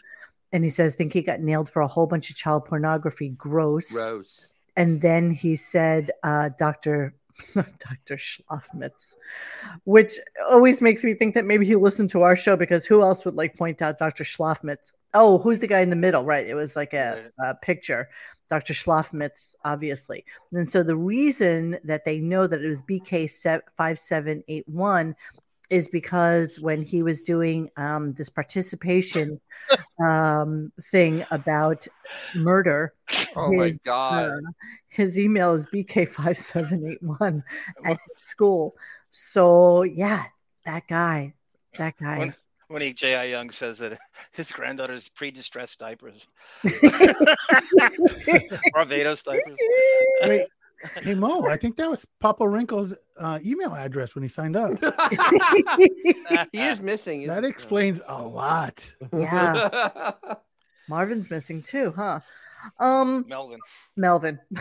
[SPEAKER 1] and he says think he got nailed for a whole bunch of child pornography. Gross.
[SPEAKER 4] Gross.
[SPEAKER 1] And then he said, uh, Dr. Dr. Schlafmitz, which always makes me think that maybe he listened to our show because who else would like point out Dr. Schlafmitz? Oh, who's the guy in the middle? Right. It was like a, a picture. Dr. Schlafmitz, obviously. And so the reason that they know that it was BK5781 is because when he was doing um, this participation um, thing about murder,
[SPEAKER 4] Oh my
[SPEAKER 1] his,
[SPEAKER 4] God.
[SPEAKER 1] uh, his email is bk5781 at school. So yeah, that guy, that guy.
[SPEAKER 2] When, when he J.I. Young says that his granddaughter's pre-distressed diapers, Barbados diapers.
[SPEAKER 3] Wait, hey Mo, I think that was Papa Wrinkle's uh, email address when he signed up.
[SPEAKER 1] uh,
[SPEAKER 4] he is missing. isn't
[SPEAKER 3] that
[SPEAKER 4] he?
[SPEAKER 3] explains a lot.
[SPEAKER 1] Yeah. Marvin's missing too, huh? Um,
[SPEAKER 2] Melvin.
[SPEAKER 1] Melvin.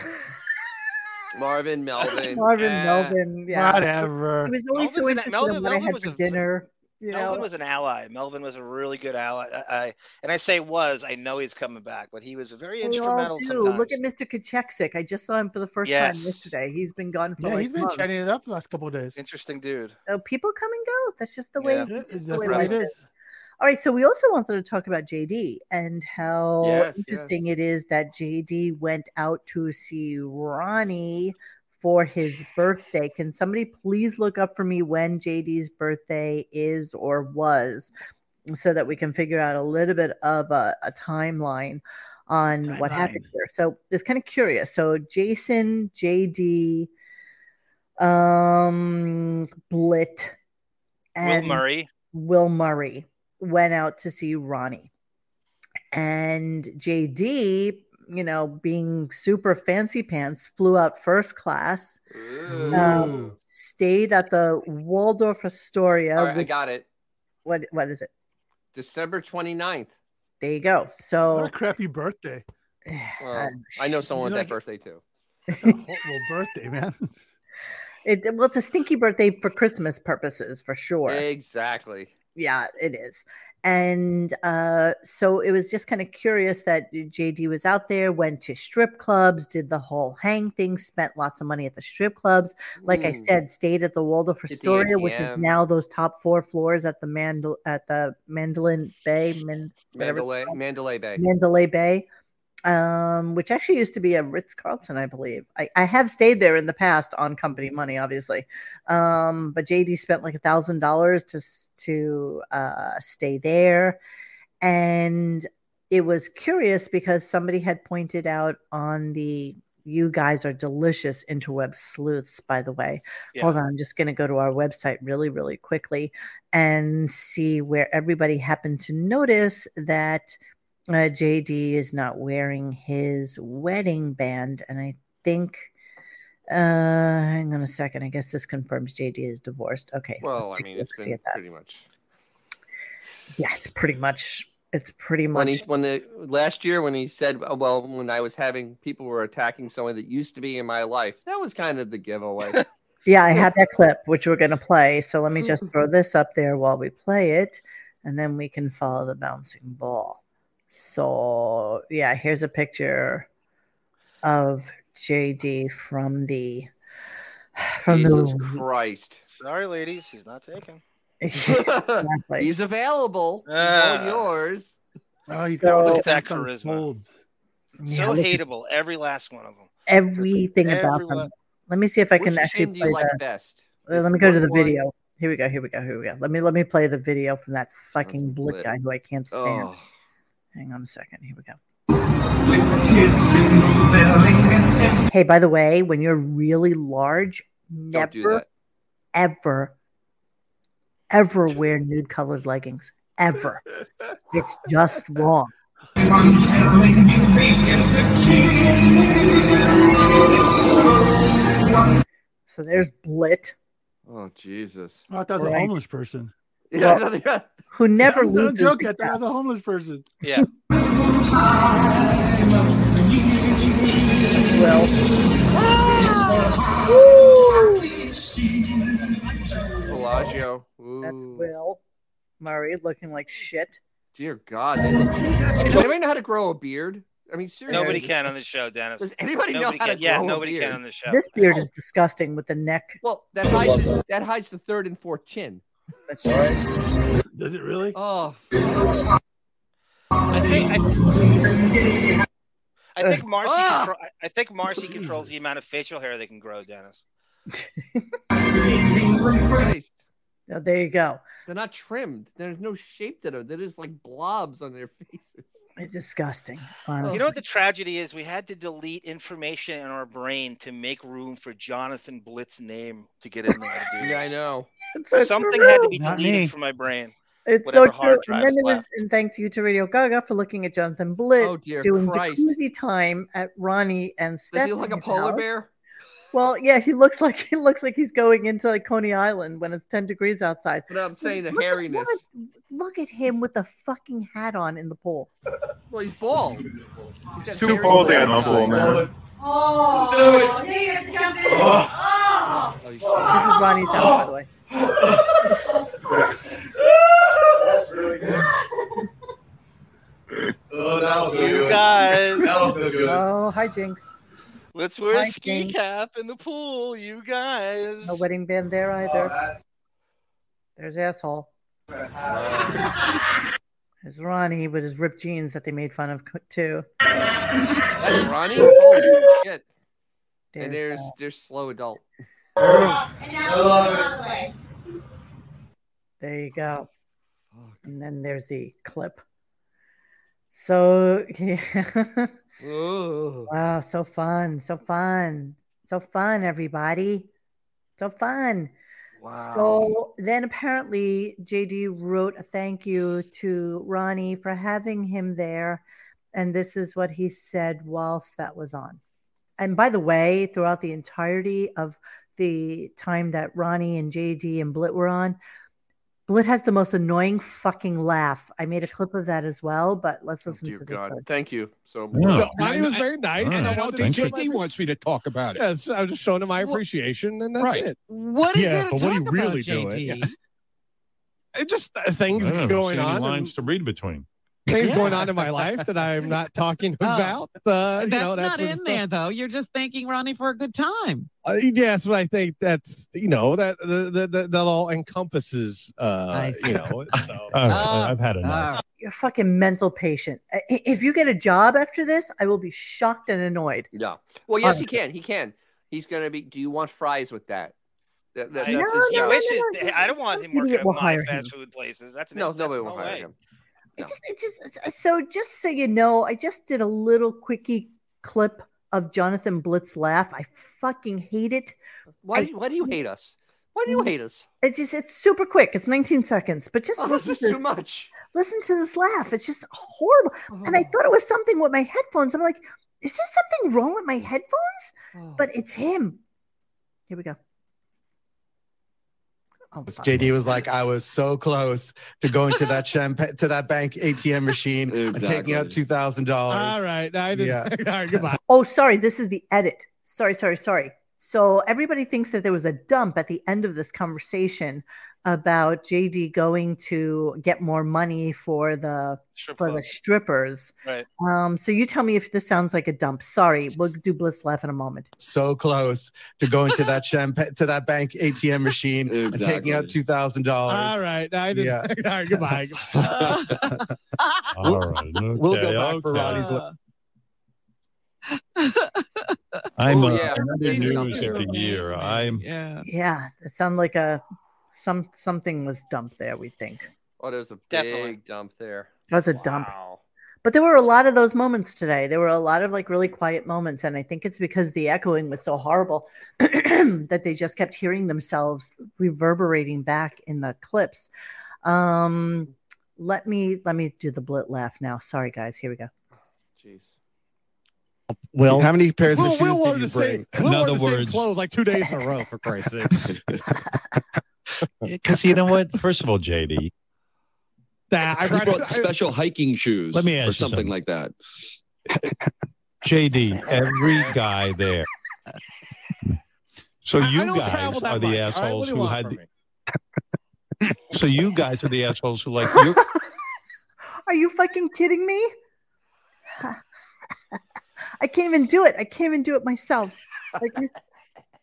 [SPEAKER 4] Marvin, Melvin,
[SPEAKER 1] Marvin,
[SPEAKER 4] eh.
[SPEAKER 1] Melvin. Yeah.
[SPEAKER 3] Whatever.
[SPEAKER 1] He was always so
[SPEAKER 2] Melvin's an-
[SPEAKER 1] interested
[SPEAKER 2] Melvin-
[SPEAKER 1] in what
[SPEAKER 2] Melvin
[SPEAKER 1] I had
[SPEAKER 2] was
[SPEAKER 1] for
[SPEAKER 2] a-
[SPEAKER 1] dinner. You
[SPEAKER 2] Melvin
[SPEAKER 1] know,
[SPEAKER 2] was an ally. Melvin was a really good ally. I, I and I say was. I know he's coming back, but he was very
[SPEAKER 1] They all
[SPEAKER 2] instrumental.
[SPEAKER 1] do.
[SPEAKER 2] Sometimes.
[SPEAKER 1] Look at Mr. Kacheksik. I just saw him for the first
[SPEAKER 2] Yes.
[SPEAKER 1] time yesterday. He's been gone for
[SPEAKER 3] Yeah,
[SPEAKER 1] like
[SPEAKER 3] he's been
[SPEAKER 1] months.
[SPEAKER 3] chatting it up the last couple of days.
[SPEAKER 2] Interesting dude.
[SPEAKER 1] So people come and go. That's just the way.
[SPEAKER 2] Yeah.
[SPEAKER 1] that's
[SPEAKER 2] Yeah,
[SPEAKER 1] just the
[SPEAKER 2] that's
[SPEAKER 1] way
[SPEAKER 2] how
[SPEAKER 1] life
[SPEAKER 2] it is.
[SPEAKER 1] is. All right, so we also wanted to talk about JD and how
[SPEAKER 2] Yes,
[SPEAKER 1] interesting it is that JD went out to see Ronnie for his birthday. Can somebody please look up for me when JD's birthday is or was so that we can figure out a little bit of a, a timeline on what happened here? So it's kind of curious. So Jason, JD, um, Blit, and
[SPEAKER 2] Murray.
[SPEAKER 1] Will Murray went out to see Ronnie, and JD you know, being super fancy pants, flew out first class, um, stayed at the Waldorf Astoria.
[SPEAKER 4] All right, I
[SPEAKER 1] which-
[SPEAKER 4] got it.
[SPEAKER 1] What what is it?
[SPEAKER 4] December 29th.
[SPEAKER 1] There you go. So
[SPEAKER 3] What a crappy birthday.
[SPEAKER 4] Well, I know someone with
[SPEAKER 3] Like-
[SPEAKER 4] that birthday too.
[SPEAKER 3] Horrible birthday, man.
[SPEAKER 1] it well, it's a stinky birthday for Christmas purposes for sure.
[SPEAKER 4] Exactly.
[SPEAKER 1] Yeah, it is. And uh, so it was just kind of curious that JD was out there, went to strip clubs, did the whole hang thing, spent lots of money at the strip clubs. Like I
[SPEAKER 4] Mm.
[SPEAKER 1] said, stayed at the Waldorf
[SPEAKER 4] Did the
[SPEAKER 1] Astoria, which is
[SPEAKER 4] ATM.
[SPEAKER 1] now those top four floors at the Mandal at the Mandolin Bay, Mand- whatever it's
[SPEAKER 4] Mandalay,
[SPEAKER 1] called.
[SPEAKER 4] Mandalay Bay.
[SPEAKER 1] Mandalay Bay, um, which actually used to be a Ritz Carlton, I believe. I, I have stayed there in the past on company money, obviously. Um, but JD spent like a thousand dollars to s- to uh, stay there, and it was curious because somebody had pointed out on the you guys are delicious interweb sleuths by the way hold on i'm just going to go to our website really really quickly and see where everybody happened to notice that uh, JD is not wearing his wedding band, and I think. Uh, hang on a second. I guess this confirms JD is divorced. Okay. let's
[SPEAKER 4] Well, I
[SPEAKER 1] take a
[SPEAKER 4] mean, it's
[SPEAKER 1] look-see
[SPEAKER 4] been
[SPEAKER 1] at that.
[SPEAKER 4] pretty much.
[SPEAKER 1] yeah, it's pretty much. It's pretty much.
[SPEAKER 4] When he when the last year when he said, oh, "Well, when I was having people were attacking someone that used to be in my life," that was kind of the giveaway.
[SPEAKER 1] Yeah, I have that clip which we're gonna play. So let me just
[SPEAKER 4] Mm-hmm.
[SPEAKER 1] throw this up there while we play it, and then we can follow the bouncing ball. So yeah, here's a picture of JD from the from
[SPEAKER 4] Jesus
[SPEAKER 1] the
[SPEAKER 4] Christ.
[SPEAKER 2] Sorry, ladies, he's not taken.
[SPEAKER 1] Exactly.
[SPEAKER 4] He's available. He's all
[SPEAKER 2] Ah.
[SPEAKER 4] yours.
[SPEAKER 3] Oh, you
[SPEAKER 1] So-
[SPEAKER 3] got
[SPEAKER 2] Look
[SPEAKER 3] all
[SPEAKER 2] at that
[SPEAKER 3] some
[SPEAKER 2] charisma.
[SPEAKER 3] folds.
[SPEAKER 1] Yeah,
[SPEAKER 2] So
[SPEAKER 1] look at
[SPEAKER 2] hateable, every last one of them.
[SPEAKER 1] everything about
[SPEAKER 2] Everyone-
[SPEAKER 1] them. Let me see if I can
[SPEAKER 4] Which
[SPEAKER 1] actually
[SPEAKER 4] chin do
[SPEAKER 1] play
[SPEAKER 4] you like
[SPEAKER 1] the.
[SPEAKER 4] best?
[SPEAKER 1] uh, Let
[SPEAKER 4] Is
[SPEAKER 1] me go to the
[SPEAKER 4] one- one-
[SPEAKER 1] video. Here we go. Here we go. Here we go. Let me let me play the video from that fucking blick
[SPEAKER 4] lit.
[SPEAKER 1] guy who I can't stand.
[SPEAKER 4] Oh,
[SPEAKER 1] Hang on a second. Here we go. Hey, by the way, when you're really large,
[SPEAKER 4] don't do
[SPEAKER 1] never,
[SPEAKER 4] that.
[SPEAKER 1] ever, ever wear nude colored leggings. Ever. It's just wrong. So there's Blit,
[SPEAKER 4] Oh Jesus.
[SPEAKER 3] Oh, I thought it was a
[SPEAKER 1] Right.
[SPEAKER 3] homeless person.
[SPEAKER 4] Yeah, no, yeah.
[SPEAKER 1] who never
[SPEAKER 3] That was not a
[SPEAKER 1] loses.
[SPEAKER 3] joke.
[SPEAKER 1] the
[SPEAKER 3] I thought it
[SPEAKER 1] cap.
[SPEAKER 3] was a homeless person.
[SPEAKER 2] Yeah.
[SPEAKER 4] Bellagio. Ooh.
[SPEAKER 1] That's Will Murray looking like shit.
[SPEAKER 4] Dear God. Does anybody know how to grow a beard? I mean, seriously.
[SPEAKER 2] Nobody can on the show, Dennis.
[SPEAKER 4] Does anybody know
[SPEAKER 2] Nobody
[SPEAKER 4] how
[SPEAKER 2] can.
[SPEAKER 4] to
[SPEAKER 2] Yeah,
[SPEAKER 4] grow a
[SPEAKER 2] nobody
[SPEAKER 4] beard?
[SPEAKER 2] can on the show.
[SPEAKER 1] This beard is disgusting with the neck.
[SPEAKER 4] Well, that hides his, that hides the third and fourth chin.
[SPEAKER 1] That's right.
[SPEAKER 3] Does it really?
[SPEAKER 4] Oh,
[SPEAKER 2] I think. I, I think Marcy.
[SPEAKER 4] Ah!
[SPEAKER 2] contro- I- I think Marcy controls the amount of facial hair they can grow, Dennis.
[SPEAKER 4] Christ.
[SPEAKER 1] Oh, there you go.
[SPEAKER 4] They're not trimmed. There's no shape to them. They're just like blobs on their faces.
[SPEAKER 1] It's disgusting. honestly.
[SPEAKER 2] You know what the tragedy is? We had to delete information in our brain to make room for Jonathan Blitz's name to get in there. To do
[SPEAKER 4] Yeah, I
[SPEAKER 2] this.
[SPEAKER 4] know.
[SPEAKER 1] It's so
[SPEAKER 2] Something
[SPEAKER 1] true.
[SPEAKER 2] had to be
[SPEAKER 3] Not
[SPEAKER 2] deleted
[SPEAKER 3] me.
[SPEAKER 2] from my brain.
[SPEAKER 1] It's so
[SPEAKER 2] whatever
[SPEAKER 1] true.
[SPEAKER 2] hard
[SPEAKER 1] And,
[SPEAKER 2] drive
[SPEAKER 1] then
[SPEAKER 2] is
[SPEAKER 1] it was,
[SPEAKER 2] left.
[SPEAKER 1] and thank you to Radio Gaga for looking at Jonathan Blitt
[SPEAKER 4] Oh dear
[SPEAKER 1] doing
[SPEAKER 4] Christ.
[SPEAKER 1] jacuzzi time at Ronnie and Steph.
[SPEAKER 4] Does he look like a polar bear?
[SPEAKER 1] Well, yeah, he looks like he looks like he's going into like Coney Island when it's ten degrees outside.
[SPEAKER 4] But I'm saying the
[SPEAKER 1] Look at-
[SPEAKER 4] hairiness.
[SPEAKER 1] Look at him with the fucking hat on in the pool.
[SPEAKER 4] Well, he's bald. He's got
[SPEAKER 11] Too
[SPEAKER 4] hairy
[SPEAKER 11] cold
[SPEAKER 4] bald
[SPEAKER 11] and awful,
[SPEAKER 4] guy.
[SPEAKER 11] man.
[SPEAKER 4] Oh, he's short.
[SPEAKER 1] This is Ronnie's house, by the way.
[SPEAKER 6] Oh,
[SPEAKER 2] You guys,
[SPEAKER 1] Oh, hi Jinx.
[SPEAKER 2] let's wear a
[SPEAKER 1] Hi,
[SPEAKER 2] ski
[SPEAKER 1] James.
[SPEAKER 2] cap in the pool. You guys.
[SPEAKER 1] No wedding band there either. There's asshole. There's Ronnie with his ripped jeans that they made fun of co- too.
[SPEAKER 4] That's Ronnie. Holy shit.
[SPEAKER 1] There's
[SPEAKER 4] and there's
[SPEAKER 1] that.
[SPEAKER 4] there's slow adult.
[SPEAKER 1] There you go. And then there's the clip. So yeah.
[SPEAKER 4] Ugh.
[SPEAKER 1] wow, so fun, so fun, so fun, everybody. So fun. So then apparently JD wrote a thank you to Ronnie for having him there And this is what he said whilst that was on. And by the way, throughout the entirety of the time that Ronnie and JD and Blit were on, Blit has the most annoying fucking laugh. I made a clip of that as well, but let's listen
[SPEAKER 4] Oh, Dear
[SPEAKER 1] to
[SPEAKER 4] God,
[SPEAKER 1] this.
[SPEAKER 4] thank you so much.
[SPEAKER 11] No, Ronnie was very
[SPEAKER 10] Oh,
[SPEAKER 11] nice, and I
[SPEAKER 1] Alright,
[SPEAKER 11] don't think
[SPEAKER 1] thanks for-
[SPEAKER 11] JD wants me to talk about it.
[SPEAKER 12] Yes, I'm just showing him my appreciation, and that's
[SPEAKER 11] Right.
[SPEAKER 12] it.
[SPEAKER 11] What is there to
[SPEAKER 12] do
[SPEAKER 11] talk about, JT? It just uh, things
[SPEAKER 5] I don't
[SPEAKER 11] going
[SPEAKER 5] see any
[SPEAKER 11] on, and
[SPEAKER 5] lines to read between.
[SPEAKER 11] things going on in my life that I'm not talking about. Uh,
[SPEAKER 6] Oh. That's
[SPEAKER 11] you know, that's
[SPEAKER 6] not in there though. You're just thanking Ronnie for a good time.
[SPEAKER 11] Uh, yes, but I think that's you know that the, the, the, that all encompasses uh,
[SPEAKER 6] see.
[SPEAKER 11] you know. So.
[SPEAKER 5] I've had enough.
[SPEAKER 1] You're a fucking mental patient. I- i- If you get a job after this, I will be shocked and annoyed.
[SPEAKER 4] Yeah. Well, yes, he
[SPEAKER 1] Honestly.
[SPEAKER 4] can. He can. He's gonna be. Do you want fries with that? That- that-
[SPEAKER 2] I,
[SPEAKER 4] that's
[SPEAKER 2] he
[SPEAKER 4] his job.
[SPEAKER 2] wishes. I don't want him
[SPEAKER 1] Idiot
[SPEAKER 2] working at
[SPEAKER 1] will
[SPEAKER 2] my
[SPEAKER 1] hire him.
[SPEAKER 2] fast food places. That's an
[SPEAKER 4] No,
[SPEAKER 2] that's
[SPEAKER 4] nobody
[SPEAKER 2] no
[SPEAKER 4] will hire
[SPEAKER 2] way.
[SPEAKER 4] him.
[SPEAKER 1] It just, it just s- so just so you know, I just did a little quickie clip of Jonathan Blitz laugh. I fucking hate it.
[SPEAKER 4] Why do you- why do you hate us? Why do you hate us?
[SPEAKER 1] It's just it's super quick. It's 19 seconds, but just
[SPEAKER 4] Oh,
[SPEAKER 1] listen
[SPEAKER 4] this
[SPEAKER 1] to
[SPEAKER 4] is
[SPEAKER 1] this-
[SPEAKER 4] too much.
[SPEAKER 1] Listen to this laugh. It's just horrible. And I
[SPEAKER 4] Oh.
[SPEAKER 1] thought it was something with my headphones. I'm like, is there something wrong with my headphones? But it's him. Here we go. Oh,
[SPEAKER 12] JD was like, I was so close to going to that champa- to that bank ATM machine and taking out two thousand
[SPEAKER 11] All
[SPEAKER 12] dollars.
[SPEAKER 11] right, I
[SPEAKER 12] Oh,
[SPEAKER 11] just,
[SPEAKER 12] Yeah.
[SPEAKER 11] all right, goodbye.
[SPEAKER 1] Oh, sorry. This is the edit. Sorry, sorry, sorry. So everybody thinks that there was a dump at the end of this conversation about JD going to get more money for the for the strippers.
[SPEAKER 2] Right.
[SPEAKER 1] Um, so you tell me if this sounds like a dump. Sorry, we'll do Blitz laugh in a moment.
[SPEAKER 12] So close to going to that champa- to that bank ATM machine and taking out two thousand
[SPEAKER 11] All
[SPEAKER 12] dollars.
[SPEAKER 11] right, I just,
[SPEAKER 12] Oh, Yeah.
[SPEAKER 11] all right, goodbye.
[SPEAKER 5] All right.
[SPEAKER 12] We'll go
[SPEAKER 5] okay,
[SPEAKER 12] back for
[SPEAKER 5] okay.
[SPEAKER 12] Ronnie's.
[SPEAKER 5] I'm
[SPEAKER 1] Oh,
[SPEAKER 5] uh,
[SPEAKER 1] yeah,
[SPEAKER 5] I'm
[SPEAKER 1] please
[SPEAKER 5] under
[SPEAKER 1] don't
[SPEAKER 5] news
[SPEAKER 1] do
[SPEAKER 5] every
[SPEAKER 1] it.
[SPEAKER 5] year. I'm
[SPEAKER 6] yeah.
[SPEAKER 1] Yeah, it sounded like a some something was dumped there. We think
[SPEAKER 4] Oh, there's a big dump there.
[SPEAKER 1] it was a dump.
[SPEAKER 4] Wow.
[SPEAKER 1] But there were a lot of those moments today. There were a lot of like really quiet moments. And I think it's because the echoing was so horrible that they just kept hearing themselves reverberating back in the clips. Um, let me let me do the blit laugh now. Sorry guys, here we go.
[SPEAKER 4] Jeez.
[SPEAKER 12] Well, how many pairs
[SPEAKER 11] Will-
[SPEAKER 12] of shoes
[SPEAKER 11] Will wore
[SPEAKER 12] did you
[SPEAKER 11] the same-
[SPEAKER 12] bring?
[SPEAKER 11] Will wore the same clothes like two days in a row for Christ's sake.
[SPEAKER 5] because you know what? First of all, JD,
[SPEAKER 11] Nah, I
[SPEAKER 13] He
[SPEAKER 11] brought,
[SPEAKER 13] brought special hiking shoes.
[SPEAKER 5] Let me ask
[SPEAKER 13] or
[SPEAKER 5] you
[SPEAKER 13] something,
[SPEAKER 5] something.
[SPEAKER 13] like that.
[SPEAKER 5] JD, every guy there. So
[SPEAKER 11] I- I
[SPEAKER 5] you
[SPEAKER 11] don't
[SPEAKER 5] guys
[SPEAKER 11] travel that
[SPEAKER 5] are the
[SPEAKER 11] much, all right? What
[SPEAKER 5] assholes
[SPEAKER 11] do you
[SPEAKER 5] who
[SPEAKER 11] want
[SPEAKER 5] had.
[SPEAKER 11] from
[SPEAKER 5] the- so you guys are the assholes who like you're
[SPEAKER 1] Are you fucking kidding me? I can't even do it. I can't even do it myself. Like it's-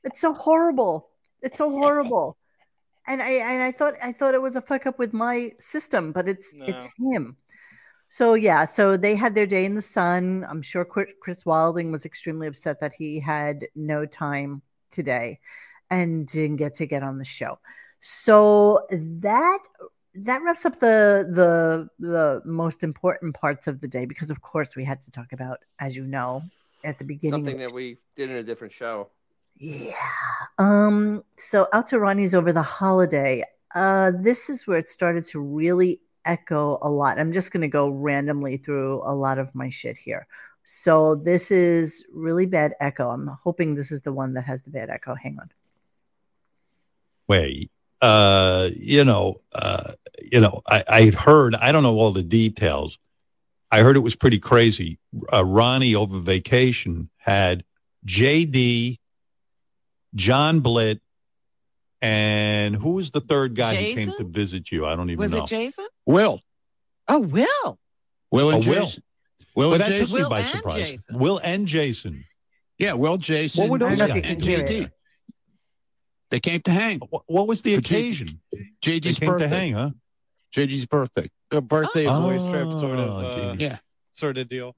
[SPEAKER 1] it's so horrible. It's so horrible. And I and I thought I thought it was a fuck up with my system, but it's it's him. So yeah, so they had their day in the sun. I'm sure Qu- Chris Wilding was extremely upset that he had no time today and didn't get to get on the show. So that that wraps up the the the most important parts of the day because of course we had to talk about as you know at the beginning
[SPEAKER 4] Something that we did in a different show.
[SPEAKER 1] Yeah. um so out to ronnie's over the holiday uh this is where it started to really echo a lot i'm just going to go randomly through a lot of my shit here so this is really bad echo i'm hoping this is the one that has the bad echo hang on
[SPEAKER 5] way. Uh, you know, uh, you know, I, I had heard, I don't know all the details. I heard it was pretty crazy. Uh, Ronnie over vacation had JD, John Blitt, and who was the third guy who came
[SPEAKER 6] Jason?
[SPEAKER 5] to visit you? I don't even
[SPEAKER 6] Was
[SPEAKER 5] know.
[SPEAKER 6] it Jason?
[SPEAKER 5] Will.
[SPEAKER 6] Oh, Will.
[SPEAKER 5] Will
[SPEAKER 10] and
[SPEAKER 5] Oh, Will.
[SPEAKER 10] Jason. Will
[SPEAKER 5] But
[SPEAKER 10] and
[SPEAKER 5] that took
[SPEAKER 10] Jason.
[SPEAKER 5] me by
[SPEAKER 10] Will and
[SPEAKER 5] surprise.
[SPEAKER 10] Jason.
[SPEAKER 5] Will and Jason.
[SPEAKER 10] Yeah, Will, Jason,
[SPEAKER 5] What were those
[SPEAKER 10] and,
[SPEAKER 5] guys
[SPEAKER 10] and
[SPEAKER 5] doing
[SPEAKER 10] JD.
[SPEAKER 5] there?
[SPEAKER 10] They came to hang.
[SPEAKER 5] What, what was the occasion?
[SPEAKER 10] JD's
[SPEAKER 5] They came to
[SPEAKER 10] birthday.
[SPEAKER 5] hang, huh?
[SPEAKER 10] JD's birthday.
[SPEAKER 11] a birthday
[SPEAKER 5] Oh.
[SPEAKER 11] boys trip sort of,
[SPEAKER 5] Oh,
[SPEAKER 11] uh,
[SPEAKER 5] JD.
[SPEAKER 11] yeah, sort of deal.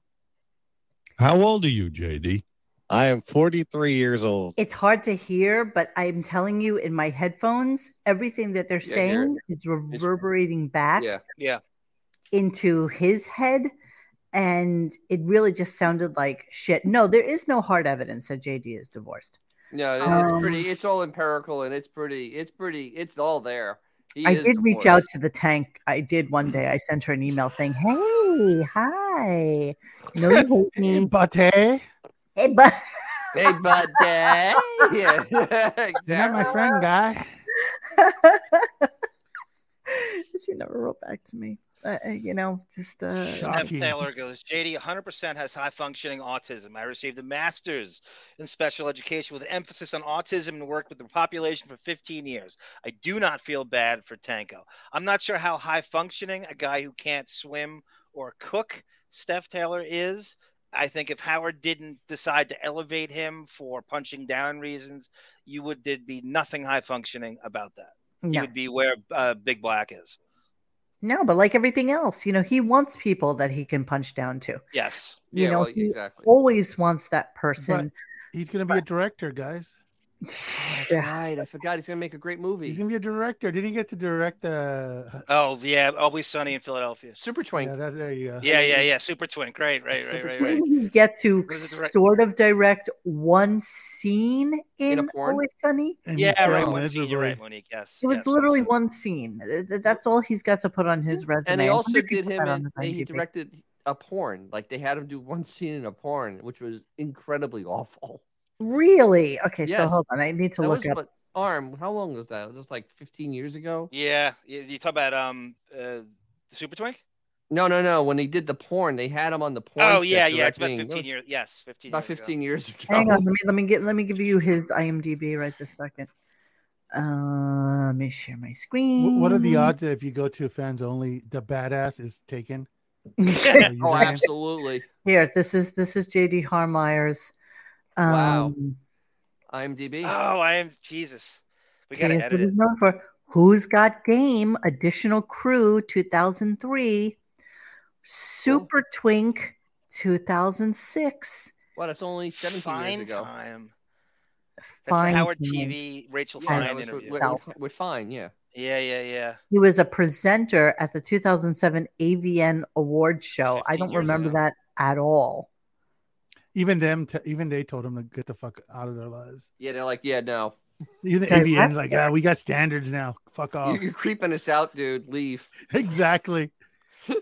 [SPEAKER 5] How old are you, JD?
[SPEAKER 11] I am 43 years old.
[SPEAKER 1] It's hard to hear, but I'm telling you, in my headphones, everything that they're
[SPEAKER 2] Yeah, I hear
[SPEAKER 1] saying is reverberating back
[SPEAKER 4] Yeah.
[SPEAKER 2] Yeah.
[SPEAKER 1] into his head. And it really just sounded like shit. No, there is no hard evidence that JD is divorced. Um,
[SPEAKER 4] No, it- it's pretty. It's all empirical, and it's pretty. It's pretty. It's all there. He
[SPEAKER 1] I
[SPEAKER 4] is
[SPEAKER 1] did reach
[SPEAKER 4] divorced.
[SPEAKER 1] out to the tank. I did one day. I sent her an email saying, "Hey, hi, no, you hate me,
[SPEAKER 3] but hey,
[SPEAKER 1] hey, but
[SPEAKER 4] Hey, bud. Yeah. exactly.
[SPEAKER 3] not my friend, guy.
[SPEAKER 1] she never wrote back to me. Uh, uh, you know, just uh,
[SPEAKER 2] Steph Taylor goes, JD 100% has high functioning autism. I received a master's in special education with emphasis on autism and worked with the population for 15 years. I do not feel bad for Tanko. I'm not sure how high functioning a guy who can't swim or cook Steph Taylor is. I think if Howard didn't decide to elevate him for punching down reasons, you would there'd be nothing high functioning about that. You
[SPEAKER 1] No.
[SPEAKER 2] would be where uh, Big Black is.
[SPEAKER 1] no, but like everything else, you know, he wants people that he can punch down to.
[SPEAKER 2] Yes.
[SPEAKER 1] You
[SPEAKER 3] Yeah,
[SPEAKER 1] know,
[SPEAKER 3] well,
[SPEAKER 1] he Oh,
[SPEAKER 3] exactly.
[SPEAKER 1] always wants that person.
[SPEAKER 3] He's gonna be a director, guys.
[SPEAKER 4] Right, I forgot he's gonna make a great movie.
[SPEAKER 3] He's gonna be a director. Didn't he get to direct? Uh,
[SPEAKER 2] Oh yeah, always sunny in Philadelphia.
[SPEAKER 4] Super Twink.
[SPEAKER 3] Yeah, that's, there you go.
[SPEAKER 2] Oh, Yeah, yeah, yeah. Super Twink. Right, right, right, right, right.
[SPEAKER 1] You get to
[SPEAKER 2] There's a direct-
[SPEAKER 1] sort of direct one scene in,
[SPEAKER 2] porn?
[SPEAKER 1] Always Sunny.
[SPEAKER 2] Yeah, right. One scene, you're right, Monique. Yes.
[SPEAKER 1] It was literally one scene. Th- th- That's all he's got to put on his resume.
[SPEAKER 4] and
[SPEAKER 1] I
[SPEAKER 4] they
[SPEAKER 1] wonder
[SPEAKER 4] also
[SPEAKER 1] if he
[SPEAKER 4] did
[SPEAKER 1] put
[SPEAKER 4] him
[SPEAKER 1] that on
[SPEAKER 4] in,
[SPEAKER 1] his
[SPEAKER 4] he
[SPEAKER 1] IMDb.
[SPEAKER 4] directed a porn. Like they had him do one scene in a porn, which was incredibly awful.
[SPEAKER 1] Really? Okay, so
[SPEAKER 4] Yes.
[SPEAKER 1] hold on. I need to
[SPEAKER 4] That
[SPEAKER 1] look
[SPEAKER 4] was
[SPEAKER 1] up.
[SPEAKER 4] what- Arm, how long was that? It was like 15 years ago.
[SPEAKER 2] Yeah. You, you talk about um uh, the Super Twink?
[SPEAKER 4] No, no, no. When they did the porn, they had him on the porn.
[SPEAKER 2] Oh
[SPEAKER 4] set
[SPEAKER 2] yeah, yeah. It's about
[SPEAKER 4] directing.
[SPEAKER 2] 15 years. Yes, 15.
[SPEAKER 4] About
[SPEAKER 2] years ago.
[SPEAKER 4] 15 years ago.
[SPEAKER 1] Hang on, let me let me get let me give you his IMDb right this second. Uh, let me share my
[SPEAKER 3] Wh-
[SPEAKER 1] screen.
[SPEAKER 3] What are the odds that if you go to fans only, the badass is taken?
[SPEAKER 4] oh, absolutely.
[SPEAKER 1] Here, this is this is JD Harmeyer's. Um,
[SPEAKER 4] Wow. IMDb.
[SPEAKER 2] Oh, I am Jesus. We
[SPEAKER 1] here's
[SPEAKER 2] gotta
[SPEAKER 1] what
[SPEAKER 2] edit
[SPEAKER 1] he's
[SPEAKER 2] it.
[SPEAKER 1] known for. Who's Got Game? Additional Crew, two thousand three. Super Twink, two thousand six.
[SPEAKER 4] What? It's only 17 years
[SPEAKER 2] Fine
[SPEAKER 4] ago.
[SPEAKER 2] Time. That's the
[SPEAKER 1] Fine
[SPEAKER 2] Howard
[SPEAKER 1] Time.
[SPEAKER 2] TV Rachel
[SPEAKER 4] Yeah, that
[SPEAKER 2] Fine
[SPEAKER 4] was with,
[SPEAKER 2] interview.
[SPEAKER 4] with, with Fine. Yeah.
[SPEAKER 2] Yeah, yeah, yeah.
[SPEAKER 1] He was a presenter at the 2007 AVN Awards show. I don't
[SPEAKER 3] years
[SPEAKER 1] remember
[SPEAKER 3] ago.
[SPEAKER 1] that at all.
[SPEAKER 3] Even them, t- even they told him to get the fuck out of their lives.
[SPEAKER 4] Yeah, they're like, yeah, no.
[SPEAKER 3] Even the
[SPEAKER 4] Director.
[SPEAKER 3] AVN, like, yeah, we got standards now. Fuck off.
[SPEAKER 4] You- You're creeping us out, dude. Leave.
[SPEAKER 3] exactly.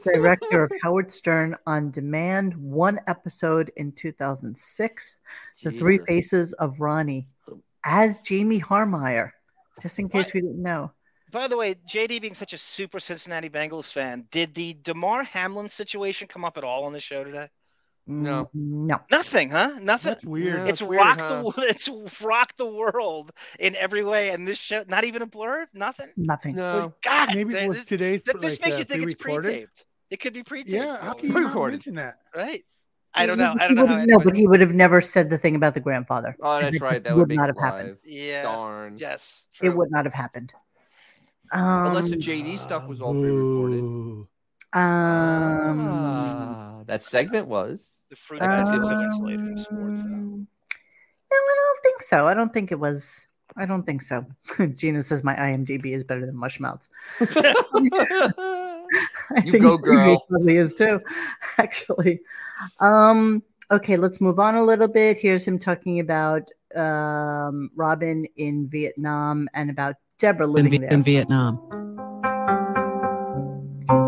[SPEAKER 1] Director of Howard Stern on Demand, one episode in 2006. The Three
[SPEAKER 4] Jesus.
[SPEAKER 1] Faces of Ronnie as Jamie Harmeyer, just in case we didn't know.
[SPEAKER 2] By the way, JD being such a super Cincinnati Bengals fan, did the Demar Hamlin situation come up at all on the show today?
[SPEAKER 1] No. Mm, No.
[SPEAKER 2] Nothing, huh? Nothing.
[SPEAKER 3] That's Oh, weird.
[SPEAKER 2] it's rocked the it's rocked the world in every way, and this show not even a blur, nothing.
[SPEAKER 1] Nothing.
[SPEAKER 4] No.
[SPEAKER 2] God,
[SPEAKER 3] Maybe
[SPEAKER 2] damn,
[SPEAKER 3] it was
[SPEAKER 2] this-
[SPEAKER 3] today's.
[SPEAKER 2] th- this
[SPEAKER 3] like,
[SPEAKER 2] makes
[SPEAKER 3] uh,
[SPEAKER 2] you think it's
[SPEAKER 3] pre-recorded.
[SPEAKER 2] pre-taped. It could be pre-taped.
[SPEAKER 3] Yeah, how
[SPEAKER 2] you
[SPEAKER 3] can
[SPEAKER 2] know?
[SPEAKER 3] you not mention that?
[SPEAKER 2] Right? I don't
[SPEAKER 1] He-
[SPEAKER 2] know.
[SPEAKER 1] he
[SPEAKER 2] I don't know how.
[SPEAKER 1] would've- No,
[SPEAKER 2] anybody-
[SPEAKER 1] but he would have never said the thing about the grandfather.
[SPEAKER 4] Oh,
[SPEAKER 1] And
[SPEAKER 4] that's
[SPEAKER 1] that
[SPEAKER 4] right.
[SPEAKER 1] just
[SPEAKER 4] That would, make
[SPEAKER 1] not
[SPEAKER 4] not
[SPEAKER 1] have happened.
[SPEAKER 2] Yeah.
[SPEAKER 4] Darn.
[SPEAKER 2] Yes.
[SPEAKER 1] It would not have happened.
[SPEAKER 4] Unless the
[SPEAKER 1] Um,
[SPEAKER 4] JD
[SPEAKER 3] Ah,
[SPEAKER 4] stuff was all pre-recorded.
[SPEAKER 1] Um,
[SPEAKER 4] Ah, that segment was.
[SPEAKER 2] The fruit baskets of insulated
[SPEAKER 1] from sports. um, No, I don't think so. I don't think it was. I don't think so. Gina says my IMDb is better than Mushmouth's. I
[SPEAKER 4] You go,
[SPEAKER 1] IMDb
[SPEAKER 4] girl.
[SPEAKER 1] Probably is too, actually. Um, okay, let's move on a little bit. Here's him talking about um, Robin in Vietnam and about Deborah
[SPEAKER 6] in,
[SPEAKER 1] living
[SPEAKER 6] Vi-
[SPEAKER 1] there.
[SPEAKER 6] in Vietnam.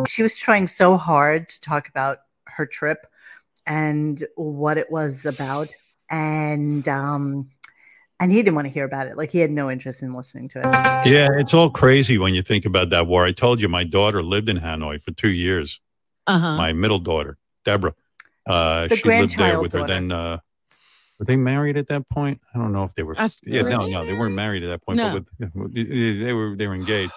[SPEAKER 1] she was trying so hard to talk about her trip and what it was about and um and he didn't want to hear about it like he had no interest in listening to it
[SPEAKER 5] Yeah, it's all crazy when you think about that war. I told you my daughter lived in Hanoi for two years.
[SPEAKER 6] Uh-huh.
[SPEAKER 5] My middle daughter, Deborah, uh,
[SPEAKER 6] The
[SPEAKER 5] she lived there
[SPEAKER 6] grandchild
[SPEAKER 5] with her.
[SPEAKER 6] daughter.
[SPEAKER 5] Then uh, were they married at that point? I don't know if they were.
[SPEAKER 6] I-
[SPEAKER 5] yeah,
[SPEAKER 6] were
[SPEAKER 5] no,
[SPEAKER 6] they
[SPEAKER 5] no, they weren't married at that point.
[SPEAKER 6] Uh, No.
[SPEAKER 5] But with, they were they were engaged.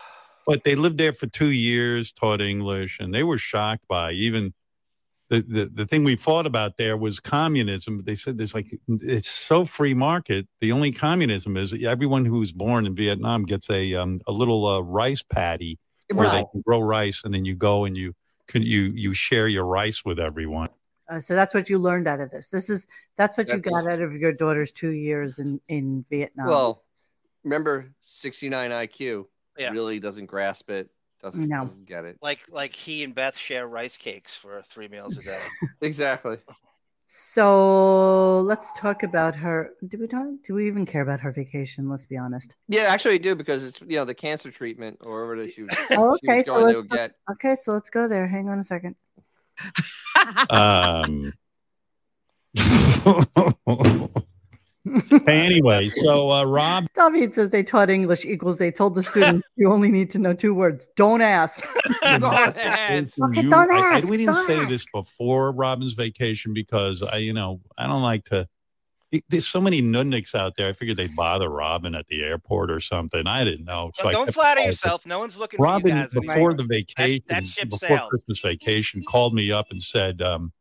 [SPEAKER 5] But they lived there for two years, taught English, and they were shocked by even the, the, the thing we fought about there was communism. They said this like it's so free market. The only communism is everyone who's born in Vietnam gets a um, a little uh, rice paddy where they
[SPEAKER 6] Right.
[SPEAKER 5] can grow rice, and then you go and you can you you share your rice with everyone.
[SPEAKER 1] uh, so that's what you learned out of this this is that's what you
[SPEAKER 4] That's-
[SPEAKER 1] got out of your daughter's two years in in vietnam
[SPEAKER 4] Well, remember 69 IQ
[SPEAKER 2] Yeah.
[SPEAKER 4] really doesn't grasp it, doesn't,
[SPEAKER 1] No.
[SPEAKER 4] doesn't get it.
[SPEAKER 2] Like like he and Beth share rice cakes for three meals a day.
[SPEAKER 4] Exactly.
[SPEAKER 1] So let's talk about her. Do we talk? Do we even care about her vacation? Let's be honest.
[SPEAKER 4] Yeah, actually, I do because it's you know the cancer treatment or whatever that she was,
[SPEAKER 1] Oh,
[SPEAKER 4] she was
[SPEAKER 1] okay. So
[SPEAKER 4] going
[SPEAKER 1] let's,
[SPEAKER 4] to get.
[SPEAKER 1] okay, so let's go there. Hang on a second.
[SPEAKER 5] um, Hey, anyway, so uh, Rob,
[SPEAKER 1] David says they taught English equals they told the students you only need to know two words. Don't ask. Okay,
[SPEAKER 5] you-
[SPEAKER 1] don't
[SPEAKER 5] I- I-
[SPEAKER 1] ask,
[SPEAKER 5] we didn't
[SPEAKER 1] don't
[SPEAKER 5] say this before Robin's vacation because I, you know, I don't like to. it- There's so many nudniks out there. I figured they'd bother Robin at the airport or something. I didn't know. So I
[SPEAKER 2] don't
[SPEAKER 5] kept
[SPEAKER 2] flatter
[SPEAKER 5] quiet.
[SPEAKER 2] yourself. No one's looking for you,
[SPEAKER 5] Robin,
[SPEAKER 2] Jasmine.
[SPEAKER 5] before
[SPEAKER 2] Right.
[SPEAKER 5] the vacation,
[SPEAKER 2] that ship
[SPEAKER 5] before
[SPEAKER 2] sailed.
[SPEAKER 5] Christmas vacation, called me up and said, um,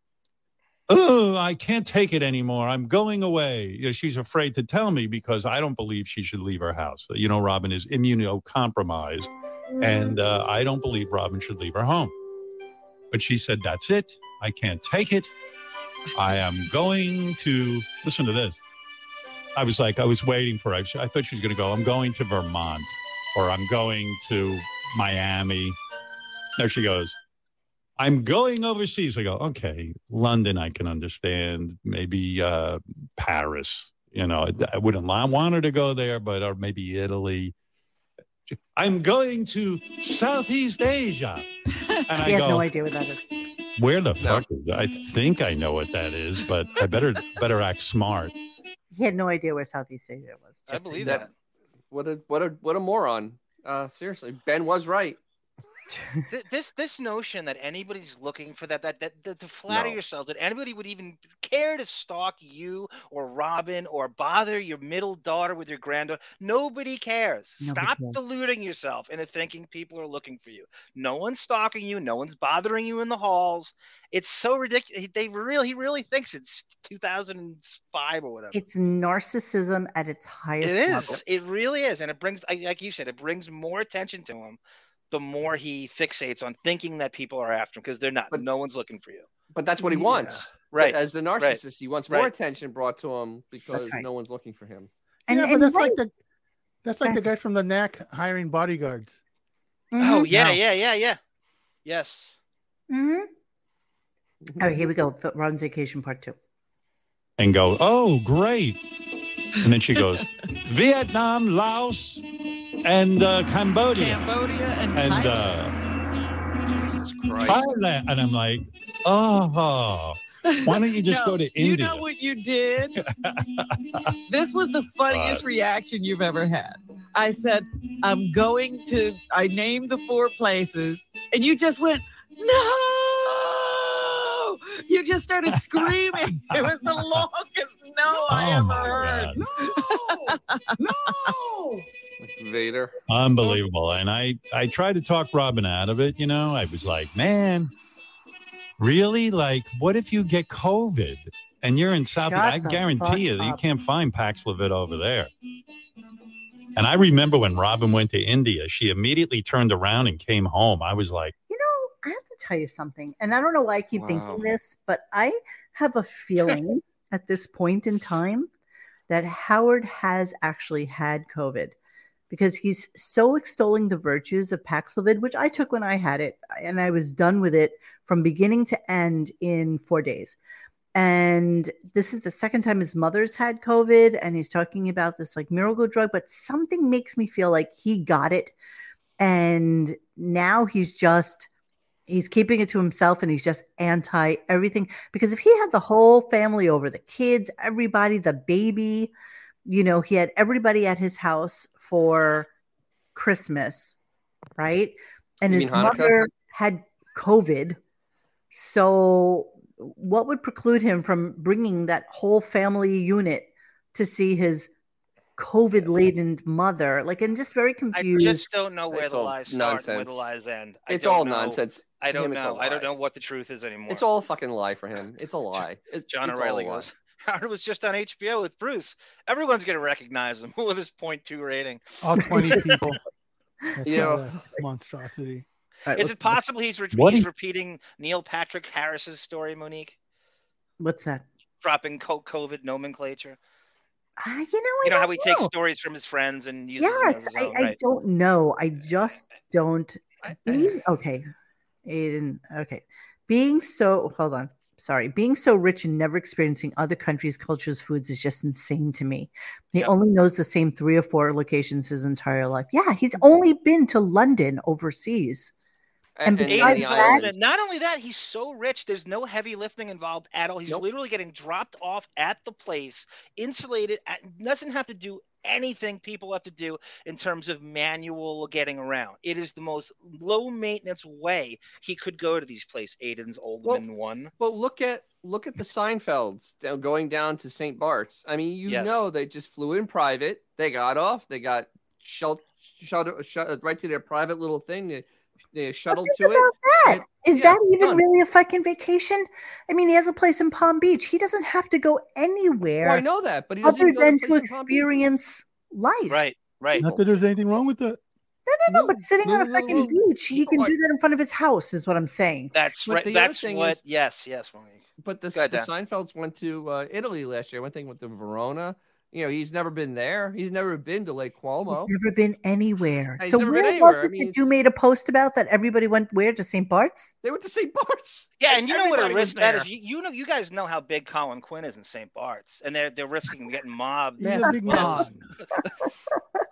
[SPEAKER 5] "Oh, I can't take it anymore. I'm going away." You know, she's afraid to tell me because I don't believe she should leave her house. You know, Robin is immunocompromised, and uh, I don't believe Robin should leave her home. But she said, "That's it. I can't take it. I am going to listen to this." I was like, I was waiting for her. I thought she was going to go, I'm going to Vermont or I'm going to Miami. There she goes, I'm going overseas. I go, okay, London, I can understand. Maybe uh, Paris. You know, I, I wouldn't li- want her to go there, but or maybe Italy. I'm going to Southeast Asia. And I
[SPEAKER 1] he has
[SPEAKER 5] go,
[SPEAKER 1] no idea what that is.
[SPEAKER 5] where the fuck is that? I think I know what that is, but I better better act smart.
[SPEAKER 1] He had no idea where Southeast Asia was.
[SPEAKER 4] I believe that. What a what a what a moron. Uh, seriously, Ben was right.
[SPEAKER 2] Th- this this notion that anybody's looking for that that that, that to flatter yourself that anybody would even care to stalk you or Robin or bother your middle daughter with your granddaughter nobody cares stop deluding yourself into thinking people are looking for you no one's stalking you no one's bothering you in the halls it's so ridiculous they really he really thinks it's 2005 or whatever
[SPEAKER 1] It's narcissism at its highest
[SPEAKER 2] it is.
[SPEAKER 1] level.
[SPEAKER 2] It really is, and it brings, I- like you said, it brings more attention to him. The more he fixates on thinking that people are after him because they're not. no one's looking for you.
[SPEAKER 4] But that's what he
[SPEAKER 2] Yeah.
[SPEAKER 4] wants.
[SPEAKER 2] Right.
[SPEAKER 4] As the narcissist,
[SPEAKER 2] Right.
[SPEAKER 4] he wants more
[SPEAKER 2] Right.
[SPEAKER 4] attention brought to him because
[SPEAKER 1] right.
[SPEAKER 4] no one's looking for him.
[SPEAKER 1] And-
[SPEAKER 3] yeah, but
[SPEAKER 1] and
[SPEAKER 3] that's like
[SPEAKER 1] right.
[SPEAKER 3] the that's like the guy from the knack hiring bodyguards.
[SPEAKER 1] mm-hmm,
[SPEAKER 2] Oh yeah,
[SPEAKER 3] No.
[SPEAKER 2] yeah, yeah, yeah. Yes.
[SPEAKER 1] Mhm. All right, mm-hmm. Oh, here we go. Th- Ron's vacation part two.
[SPEAKER 5] and go, oh, great. And then she goes, Vietnam, Laos, and uh, Cambodia.
[SPEAKER 6] Cambodia and,
[SPEAKER 5] and
[SPEAKER 6] Thailand.
[SPEAKER 5] uh,
[SPEAKER 4] Jesus Christ.
[SPEAKER 5] Thailand. And I'm like, oh, why don't you just
[SPEAKER 6] No,
[SPEAKER 5] go to
[SPEAKER 6] You
[SPEAKER 5] India?
[SPEAKER 6] know what you did? this was the funniest
[SPEAKER 5] God.
[SPEAKER 6] reaction you've ever had. I said, I'm going to, I named the four places, and you just went, no! You just started screaming. it was the longest no I
[SPEAKER 5] Oh,
[SPEAKER 6] ever
[SPEAKER 5] my
[SPEAKER 6] heard.
[SPEAKER 5] God.
[SPEAKER 4] Vader.
[SPEAKER 5] Unbelievable. And I, I tried to talk Robin out of it. You know, I was like, man, really? Like, what if you get COVID and you're in South?
[SPEAKER 1] Shut
[SPEAKER 5] I
[SPEAKER 1] the fuck
[SPEAKER 5] guarantee you, you
[SPEAKER 1] up.
[SPEAKER 5] can't find Paxlovid over there. And I remember when Robin went to India, she immediately turned around and came home. I was like,
[SPEAKER 1] You know, I have to tell you something, and I don't know why I keep
[SPEAKER 5] Wow.
[SPEAKER 1] thinking this, but I have a feeling at this point in time that Howard has actually had COVID because he's so extolling the virtues of Paxlovid, which I took when I had it, and I was done with it from beginning to end in four days. And this is the second time his mother's had COVID, and he's talking about this like miracle drug, but something makes me feel like he got it. And now he's just he's keeping it to himself and he's just anti everything because if he had the whole family over the kids everybody the baby you know he had everybody at his house for christmas right and
[SPEAKER 4] You
[SPEAKER 1] his
[SPEAKER 4] mean Hanukkah?
[SPEAKER 1] mother had covid so what would preclude him from bringing that whole family unit to see his covid laden mother like i'm just very
[SPEAKER 2] I
[SPEAKER 1] confused
[SPEAKER 2] just don't know where
[SPEAKER 4] It's
[SPEAKER 2] the
[SPEAKER 4] all
[SPEAKER 2] lies start and where the
[SPEAKER 4] nonsense.
[SPEAKER 2] lies end. I
[SPEAKER 4] It's
[SPEAKER 2] don't
[SPEAKER 4] all
[SPEAKER 2] know.
[SPEAKER 4] nonsense.
[SPEAKER 2] I
[SPEAKER 4] To
[SPEAKER 2] don't
[SPEAKER 4] him, it's a
[SPEAKER 2] know. I don't
[SPEAKER 4] lie.
[SPEAKER 2] know what the truth is anymore.
[SPEAKER 4] It's all a fucking lie for him. It's a lie. It-
[SPEAKER 2] John
[SPEAKER 4] it's all a
[SPEAKER 2] O'Reilly
[SPEAKER 4] lie.
[SPEAKER 2] goes. Howard was just on HBO with Bruce. Everyone's gonna recognize him with his 0.2 rating.
[SPEAKER 3] All twenty people. That's
[SPEAKER 4] You
[SPEAKER 3] all
[SPEAKER 4] know.
[SPEAKER 3] a monstrosity.
[SPEAKER 2] Is it possible he's, re-
[SPEAKER 3] What
[SPEAKER 2] he's
[SPEAKER 3] if-
[SPEAKER 2] repeating Neil Patrick Harris's story, Monique,
[SPEAKER 1] what's that
[SPEAKER 2] dropping co- COVID nomenclature?
[SPEAKER 1] I, you know, I
[SPEAKER 2] You know
[SPEAKER 1] don't
[SPEAKER 2] how he takes
[SPEAKER 1] know.
[SPEAKER 2] stories from his friends and uses them
[SPEAKER 1] Oh,
[SPEAKER 2] as
[SPEAKER 1] Yes,
[SPEAKER 2] his
[SPEAKER 1] I,
[SPEAKER 2] own,
[SPEAKER 1] I
[SPEAKER 2] right?
[SPEAKER 1] don't know. I just don't. Being, okay, Aiden. Okay, being so. Hold on. sorry, being so rich and never experiencing other countries' cultures, foods is just insane to me. He only knows the same three or four locations his entire life. Yeah, he's only been to London overseas. And, besides that,
[SPEAKER 2] And not only that, he's so rich. There's no heavy lifting involved at all. He's literally getting dropped off at the place, insulated. At, doesn't have to do anything people have to do in terms of manual getting around. It is the most low maintenance way he could go to these places. Aiden's Oldman one.
[SPEAKER 4] Well, look at look at the Seinfelds down- going down to St. Bart's. I mean, you
[SPEAKER 2] Yes.
[SPEAKER 4] know they just flew in private. They got off. They got shut shut, shut right to their private little thing. They, they shuttled to
[SPEAKER 1] Think
[SPEAKER 4] it.
[SPEAKER 1] about that. Is
[SPEAKER 4] yeah,
[SPEAKER 1] that even
[SPEAKER 4] done.
[SPEAKER 1] really a fucking vacation? I mean, he has a place in Palm Beach. He doesn't have to go anywhere.
[SPEAKER 4] Well, I know that, but he doesn't
[SPEAKER 1] other
[SPEAKER 4] go to
[SPEAKER 1] than
[SPEAKER 4] place
[SPEAKER 1] to
[SPEAKER 4] in Palm Beach.
[SPEAKER 1] experience life.
[SPEAKER 2] Right, right.
[SPEAKER 3] Not that there's anything wrong with that.
[SPEAKER 1] No, no, no. But sitting
[SPEAKER 3] no,
[SPEAKER 1] on a
[SPEAKER 3] no, no,
[SPEAKER 1] fucking
[SPEAKER 3] no.
[SPEAKER 1] beach, he can
[SPEAKER 4] Right.
[SPEAKER 1] do that in front of his house. Is what I'm saying.
[SPEAKER 2] That's
[SPEAKER 4] But
[SPEAKER 2] right.
[SPEAKER 4] the other
[SPEAKER 2] That's
[SPEAKER 4] thing
[SPEAKER 2] what.
[SPEAKER 4] is-
[SPEAKER 2] yes, yes, Monique.
[SPEAKER 4] But the,
[SPEAKER 2] Go ahead,
[SPEAKER 4] the
[SPEAKER 2] Dan.
[SPEAKER 4] Seinfelds went to uh, Italy last year. One thing went to Verona. You know, he's never been there. He's never been to Lake
[SPEAKER 1] He's
[SPEAKER 4] Cuomo.
[SPEAKER 1] never been anywhere.
[SPEAKER 4] Oh, He's
[SPEAKER 1] so
[SPEAKER 4] never
[SPEAKER 1] where
[SPEAKER 4] been anywhere.
[SPEAKER 1] was
[SPEAKER 4] I
[SPEAKER 1] it
[SPEAKER 4] mean,
[SPEAKER 1] that you made a post about that everybody went where to St. Bart's?
[SPEAKER 4] They went to St. Bart's.
[SPEAKER 2] Yeah, and you know what a
[SPEAKER 4] Everybody was
[SPEAKER 2] risk that
[SPEAKER 4] there.
[SPEAKER 2] is. You, you know, you guys know how big Colin Quinn is in St. Bart's, and they're they're risking getting mobbed.
[SPEAKER 3] He's a big man.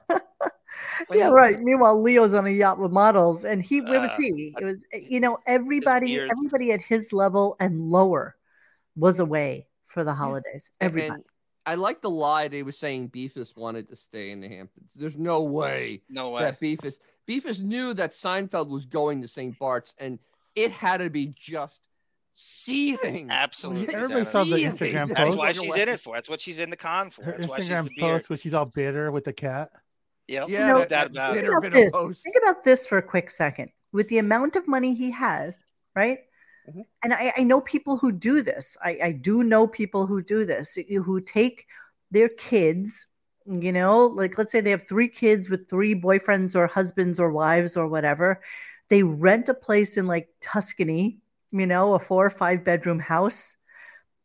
[SPEAKER 1] yeah, right. Meanwhile, Leo's on a yacht with models, and he where was
[SPEAKER 2] Uh,
[SPEAKER 1] he? It was you know everybody,
[SPEAKER 2] weird.
[SPEAKER 1] everybody at his level and lower was away for the holidays. Everybody.
[SPEAKER 4] And I like the lie they were saying Beefus wanted to stay in the Hamptons. There's no way.
[SPEAKER 2] No way.
[SPEAKER 4] That Beefus Beefus knew that Seinfeld was going to St. Bart's and it had to be just seething.
[SPEAKER 2] Absolutely.
[SPEAKER 3] Everybody saw the
[SPEAKER 4] Seething.
[SPEAKER 3] Instagram
[SPEAKER 2] That's
[SPEAKER 3] post.
[SPEAKER 2] why she's in it for. That's what she's in the con for.
[SPEAKER 3] Her
[SPEAKER 2] That's why she's
[SPEAKER 3] Instagram
[SPEAKER 2] the beard.
[SPEAKER 3] post where she's all bitter with the cat.
[SPEAKER 2] Yep.
[SPEAKER 4] Yeah,
[SPEAKER 2] no doubt
[SPEAKER 4] that- that
[SPEAKER 2] about it.
[SPEAKER 4] bitter-
[SPEAKER 1] Think about,
[SPEAKER 4] been a
[SPEAKER 1] this.
[SPEAKER 4] post.
[SPEAKER 1] Think about this for a quick second. With the amount of money he has, right? And I, I know people who do this. I, I do know people who do this, who take their kids, you know, like let's say they have three kids with three boyfriends or husbands or wives or whatever. They rent a place in like Tuscany, you know, a four or five bedroom house,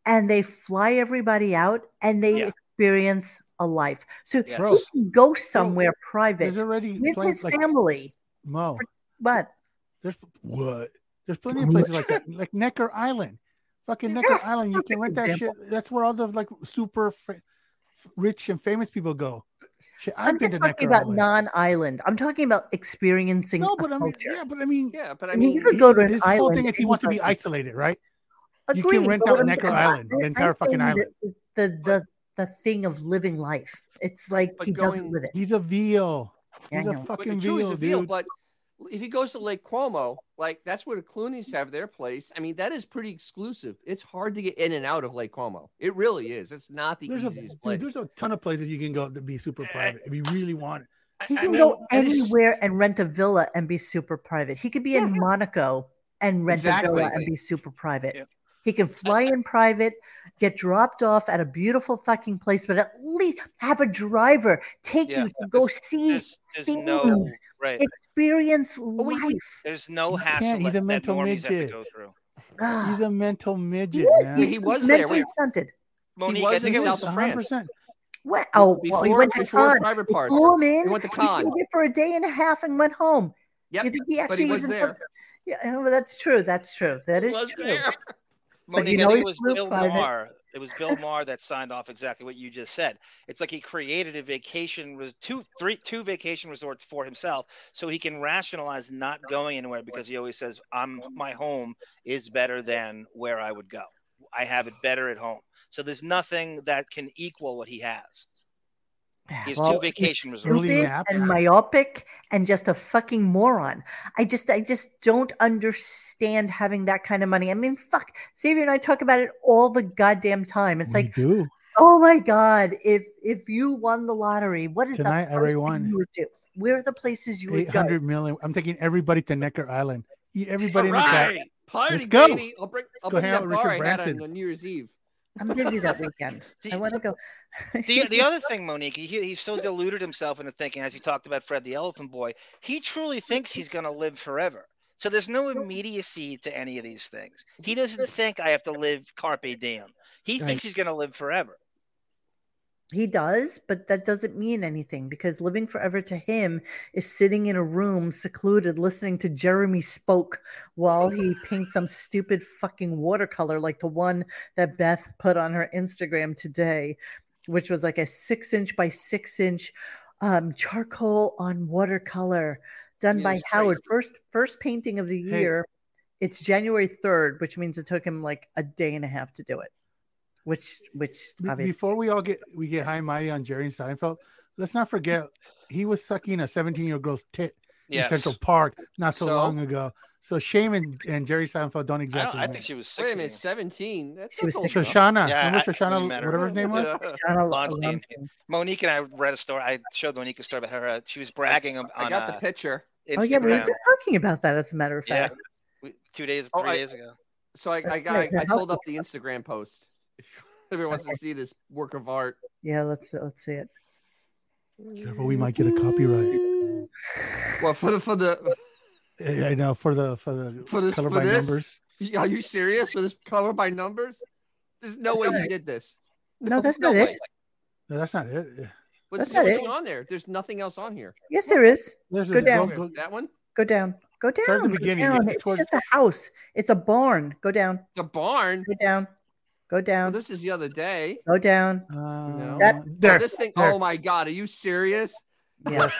[SPEAKER 1] and they fly everybody out and they experience a life. So
[SPEAKER 3] Yes.
[SPEAKER 1] he
[SPEAKER 3] Bro.
[SPEAKER 1] can go somewhere private
[SPEAKER 3] There's already
[SPEAKER 1] with
[SPEAKER 3] places
[SPEAKER 1] his
[SPEAKER 3] like-
[SPEAKER 1] family.
[SPEAKER 3] Mo,
[SPEAKER 1] But
[SPEAKER 3] there's what? There's plenty of places like that, like Necker Island, fucking Necker
[SPEAKER 1] Yes,
[SPEAKER 3] Island. You can rent that
[SPEAKER 1] example.
[SPEAKER 3] shit. That's where all the like super fr- rich and famous people go. Shit, I've
[SPEAKER 1] I'm
[SPEAKER 3] been
[SPEAKER 1] just
[SPEAKER 3] to
[SPEAKER 1] talking
[SPEAKER 3] Necker
[SPEAKER 1] about
[SPEAKER 3] Island.
[SPEAKER 1] non-island. I'm talking about experiencing.
[SPEAKER 3] no,
[SPEAKER 1] a
[SPEAKER 3] but I mean,
[SPEAKER 1] culture.
[SPEAKER 3] yeah, but I mean,
[SPEAKER 4] Yeah, but
[SPEAKER 1] I mean, you could go to an
[SPEAKER 3] his whole
[SPEAKER 1] island
[SPEAKER 3] thing is he
[SPEAKER 1] and
[SPEAKER 3] wants to be
[SPEAKER 1] fucking-
[SPEAKER 3] isolated, right? You
[SPEAKER 1] Agreed,
[SPEAKER 3] can rent
[SPEAKER 1] but
[SPEAKER 3] out
[SPEAKER 1] I'm-
[SPEAKER 3] Necker
[SPEAKER 1] I'm-
[SPEAKER 3] Island, the
[SPEAKER 1] I'm
[SPEAKER 3] entire fucking
[SPEAKER 1] saying that
[SPEAKER 3] island.
[SPEAKER 1] The the the thing of living life. It's like he doesn't
[SPEAKER 4] going-
[SPEAKER 1] live it.
[SPEAKER 3] He's a veal.
[SPEAKER 1] Yeah,
[SPEAKER 3] He's
[SPEAKER 1] I
[SPEAKER 3] a
[SPEAKER 1] know.
[SPEAKER 4] But
[SPEAKER 3] fucking
[SPEAKER 4] true, he's
[SPEAKER 3] veal,
[SPEAKER 4] a veal,
[SPEAKER 3] dude.
[SPEAKER 4] but if he goes to Lake Cuomo, like that's where the Clooney's have their place. I mean, that is pretty exclusive. It's hard to get in and out of Lake Cuomo. It really is. It's not the
[SPEAKER 3] There's a
[SPEAKER 4] easiest place.
[SPEAKER 3] dude, there's a ton of places you can go to be super private if you really want it.
[SPEAKER 1] He
[SPEAKER 4] I
[SPEAKER 1] can
[SPEAKER 4] mean,
[SPEAKER 1] go
[SPEAKER 4] it is-
[SPEAKER 1] anywhere and rent a villa and be super private. He could be in Monaco and rent a villa and
[SPEAKER 4] Exactly.
[SPEAKER 1] be super private. He can fly in private, get dropped off at a beautiful fucking place, but at least have a driver take
[SPEAKER 2] Yeah,
[SPEAKER 1] you to go see
[SPEAKER 2] There's
[SPEAKER 1] things,
[SPEAKER 2] no right.
[SPEAKER 1] experience life.
[SPEAKER 2] There's no
[SPEAKER 3] He
[SPEAKER 2] hassle.
[SPEAKER 3] can't. He's
[SPEAKER 2] that-
[SPEAKER 3] a
[SPEAKER 2] that
[SPEAKER 3] mental
[SPEAKER 2] normies have to
[SPEAKER 3] midget.
[SPEAKER 2] go through.
[SPEAKER 1] Ah,
[SPEAKER 3] He's a mental midget,
[SPEAKER 1] is.
[SPEAKER 3] man.
[SPEAKER 1] He-
[SPEAKER 4] He
[SPEAKER 1] he's
[SPEAKER 4] was there.
[SPEAKER 1] mentally
[SPEAKER 4] Wait.
[SPEAKER 1] stunted.
[SPEAKER 2] Monique, I
[SPEAKER 4] was
[SPEAKER 2] think
[SPEAKER 4] in
[SPEAKER 2] it was
[SPEAKER 4] South of France.
[SPEAKER 3] 100%.
[SPEAKER 1] What? Oh, well, he
[SPEAKER 4] before-
[SPEAKER 1] went to
[SPEAKER 4] before
[SPEAKER 1] con.
[SPEAKER 4] private
[SPEAKER 1] They
[SPEAKER 4] parks.
[SPEAKER 1] flew him in.
[SPEAKER 4] He went to
[SPEAKER 1] stayed
[SPEAKER 4] con.
[SPEAKER 1] there for a day and a half and went home.
[SPEAKER 4] Yep.
[SPEAKER 1] You think he
[SPEAKER 4] but he
[SPEAKER 1] actually
[SPEAKER 4] was
[SPEAKER 1] even
[SPEAKER 4] there.
[SPEAKER 1] took- Yeah, I know, that's true. That's true. That
[SPEAKER 4] He
[SPEAKER 1] is
[SPEAKER 4] was
[SPEAKER 1] true.
[SPEAKER 4] there.
[SPEAKER 1] But
[SPEAKER 2] Monique,
[SPEAKER 1] you know
[SPEAKER 2] I think
[SPEAKER 1] he
[SPEAKER 2] it was
[SPEAKER 1] flew
[SPEAKER 2] Bill
[SPEAKER 1] private.
[SPEAKER 2] Maher. It was Bill Maher that signed off exactly what you just said. It's like he created a vacation res- two three two vacation resorts for himself so he can rationalize not going anywhere because he always says I'm my home is better than where I would go. I have it better at home. So there's nothing that can equal what he has. He has two
[SPEAKER 1] Well, he's
[SPEAKER 2] vacation resorts.
[SPEAKER 3] Early
[SPEAKER 1] stupid
[SPEAKER 3] naps.
[SPEAKER 1] and myopic and just a fucking moron. I just I just don't understand having that kind of money. I mean, fuck. Xavier and I talk about it all the goddamn time. It's
[SPEAKER 3] We
[SPEAKER 1] like,
[SPEAKER 3] do.
[SPEAKER 1] oh my god, if if you won the lottery, what is
[SPEAKER 3] Tonight, I
[SPEAKER 1] the
[SPEAKER 3] already
[SPEAKER 1] first
[SPEAKER 3] won.
[SPEAKER 1] thing you would do? Where are the places you would
[SPEAKER 3] Eight
[SPEAKER 1] go?
[SPEAKER 3] hundred million. I'm taking everybody to Necker Island. Eat everybody in the
[SPEAKER 4] Right.
[SPEAKER 3] cat.
[SPEAKER 4] Party,
[SPEAKER 3] Let's go.
[SPEAKER 4] baby. I'll bring, I'll
[SPEAKER 3] go
[SPEAKER 4] bring
[SPEAKER 3] hang
[SPEAKER 4] that
[SPEAKER 3] out with
[SPEAKER 4] bar
[SPEAKER 3] Richard
[SPEAKER 4] I had
[SPEAKER 3] Branson.
[SPEAKER 4] on New Year's Eve.
[SPEAKER 1] I'm busy that weekend. I want to go.
[SPEAKER 2] the, the other thing, Monique, he, he's so deluded himself into thinking, as he talked about Fred the Elephant Boy, he truly thinks he's going to live forever. So there's no immediacy to any of these things. He doesn't think I have to live carpe diem. He
[SPEAKER 3] Right.
[SPEAKER 2] thinks he's going to live forever.
[SPEAKER 1] He does, but that doesn't mean anything because living forever to him is sitting in a room secluded listening to Jeremy Spoke while he paints some stupid fucking watercolor like the one that Beth put on her Instagram today, which was like a six inch by six inch um, charcoal on watercolor done
[SPEAKER 9] Yeah,
[SPEAKER 1] by
[SPEAKER 9] it's
[SPEAKER 1] Howard.
[SPEAKER 9] crazy.
[SPEAKER 1] First first painting of the
[SPEAKER 9] Hey.
[SPEAKER 1] year. It's January 3rd, which means it took him like a day and a half to do it. Which which
[SPEAKER 3] Be-
[SPEAKER 1] obviously
[SPEAKER 3] Before we all get we get high and mighty on Jerry Seinfeld, let's not forget he was sucking a 17 year old girl's tit
[SPEAKER 2] Yes.
[SPEAKER 3] in Central Park not so,
[SPEAKER 4] So?
[SPEAKER 3] long ago. So Shame and, and Jerry Seinfeld don't
[SPEAKER 2] I, don't,
[SPEAKER 3] exactly.
[SPEAKER 2] I
[SPEAKER 3] match.
[SPEAKER 2] think she was
[SPEAKER 4] Wait a
[SPEAKER 2] 16.
[SPEAKER 4] minute, 17? That's,
[SPEAKER 3] She was
[SPEAKER 4] that's
[SPEAKER 3] thinking
[SPEAKER 4] old
[SPEAKER 3] Shoshana.
[SPEAKER 4] enough.
[SPEAKER 3] Yeah, Remember I- Shoshana, we met her. whatever her name was? Shoshana Lo-
[SPEAKER 2] Lonstein. Monique and I read a story. I showed Monique a story about her. Uh, she was bragging on. uh,
[SPEAKER 4] I got the picture.
[SPEAKER 1] Oh yeah, we were
[SPEAKER 2] Instagram.
[SPEAKER 1] just talking about that as a matter of
[SPEAKER 2] Yeah,
[SPEAKER 1] fact.
[SPEAKER 2] we- two days, three
[SPEAKER 4] Oh, I-
[SPEAKER 2] days ago.
[SPEAKER 4] So I, I got I, I pulled up the Instagram post. If everyone wants to see this work of art.
[SPEAKER 1] Yeah, let's let's see it.
[SPEAKER 3] Careful, we might get a copyright.
[SPEAKER 4] Well, for the for the
[SPEAKER 3] Eh, I know for the for the
[SPEAKER 4] for this
[SPEAKER 3] color
[SPEAKER 4] for
[SPEAKER 3] by
[SPEAKER 4] this.
[SPEAKER 3] numbers.
[SPEAKER 4] Y- Are you serious? For this color by numbers? There's no way you did this.
[SPEAKER 1] No, that's
[SPEAKER 4] no
[SPEAKER 1] not
[SPEAKER 4] way.
[SPEAKER 1] it.
[SPEAKER 3] No, that's not it.
[SPEAKER 4] What's
[SPEAKER 1] That's not
[SPEAKER 4] going
[SPEAKER 1] it.
[SPEAKER 4] on there? There's nothing else on here.
[SPEAKER 1] Yes, there is.
[SPEAKER 3] There's
[SPEAKER 1] go
[SPEAKER 3] a-
[SPEAKER 1] down.
[SPEAKER 3] go-
[SPEAKER 1] Go,
[SPEAKER 4] That one?
[SPEAKER 1] down. Go down.
[SPEAKER 3] Start at the
[SPEAKER 1] go
[SPEAKER 3] beginning.
[SPEAKER 1] down.
[SPEAKER 3] It's
[SPEAKER 1] It's
[SPEAKER 3] towards-
[SPEAKER 1] just a house. It's a barn. Go down.
[SPEAKER 4] It's a barn.
[SPEAKER 1] Go down. Go down.
[SPEAKER 4] This is the other day.
[SPEAKER 1] go down.
[SPEAKER 3] uh,
[SPEAKER 4] No.
[SPEAKER 1] That-
[SPEAKER 4] Oh,
[SPEAKER 1] there,
[SPEAKER 4] this thing.
[SPEAKER 1] there.
[SPEAKER 4] Oh my god, are you serious?
[SPEAKER 1] Yes.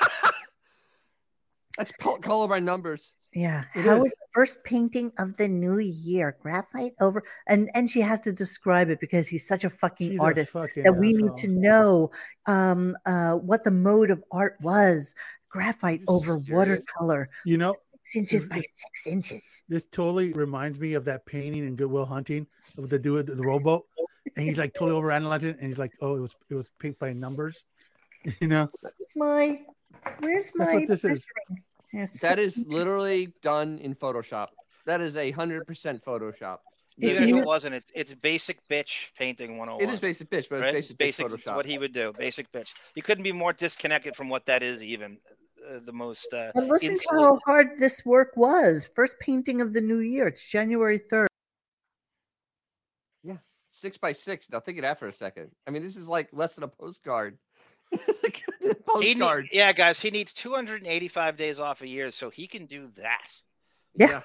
[SPEAKER 4] That's po- color by numbers.
[SPEAKER 1] Yeah.
[SPEAKER 4] It
[SPEAKER 1] How
[SPEAKER 4] is.
[SPEAKER 1] is the first painting of the new year? Graphite over and and she has to describe it because he's such a fucking
[SPEAKER 3] She's a
[SPEAKER 1] artist
[SPEAKER 3] fucking
[SPEAKER 1] that we need to
[SPEAKER 3] asshole.
[SPEAKER 1] know um uh what the mode of art was. Graphite over watercolor.
[SPEAKER 3] You know,
[SPEAKER 1] six inches by six inches.
[SPEAKER 3] This totally reminds me of that painting in Goodwill Hunting of the dude with the rowboat, and he's like totally overanalyzing it, and he's like, "Oh, it was it was paint by numbers," you know.
[SPEAKER 1] Where's my where's my
[SPEAKER 3] That's what this is.
[SPEAKER 1] measuring? Yes.
[SPEAKER 4] That is literally done in Photoshop. That is a hundred percent Photoshop.
[SPEAKER 1] Yeah,
[SPEAKER 2] Even if
[SPEAKER 1] you-
[SPEAKER 2] it wasn't, it's, it's basic bitch painting 101.
[SPEAKER 4] It is basic bitch, but it's basic bitch
[SPEAKER 2] it's
[SPEAKER 4] Photoshop.
[SPEAKER 2] what he would do. Basic bitch. He couldn't be more disconnected from what that is. Even uh, the most. Uh,
[SPEAKER 1] And listen to
[SPEAKER 2] insolent-
[SPEAKER 1] how hard this work was. First painting of the new year. It's January 3rd.
[SPEAKER 4] Yeah, six by six. Now think of that for a second. I mean, this is like less than a postcard. It's like a
[SPEAKER 2] He need-
[SPEAKER 4] postcard.
[SPEAKER 2] yeah, guys, he needs 285 days off a year, so he can do that.
[SPEAKER 1] Yeah.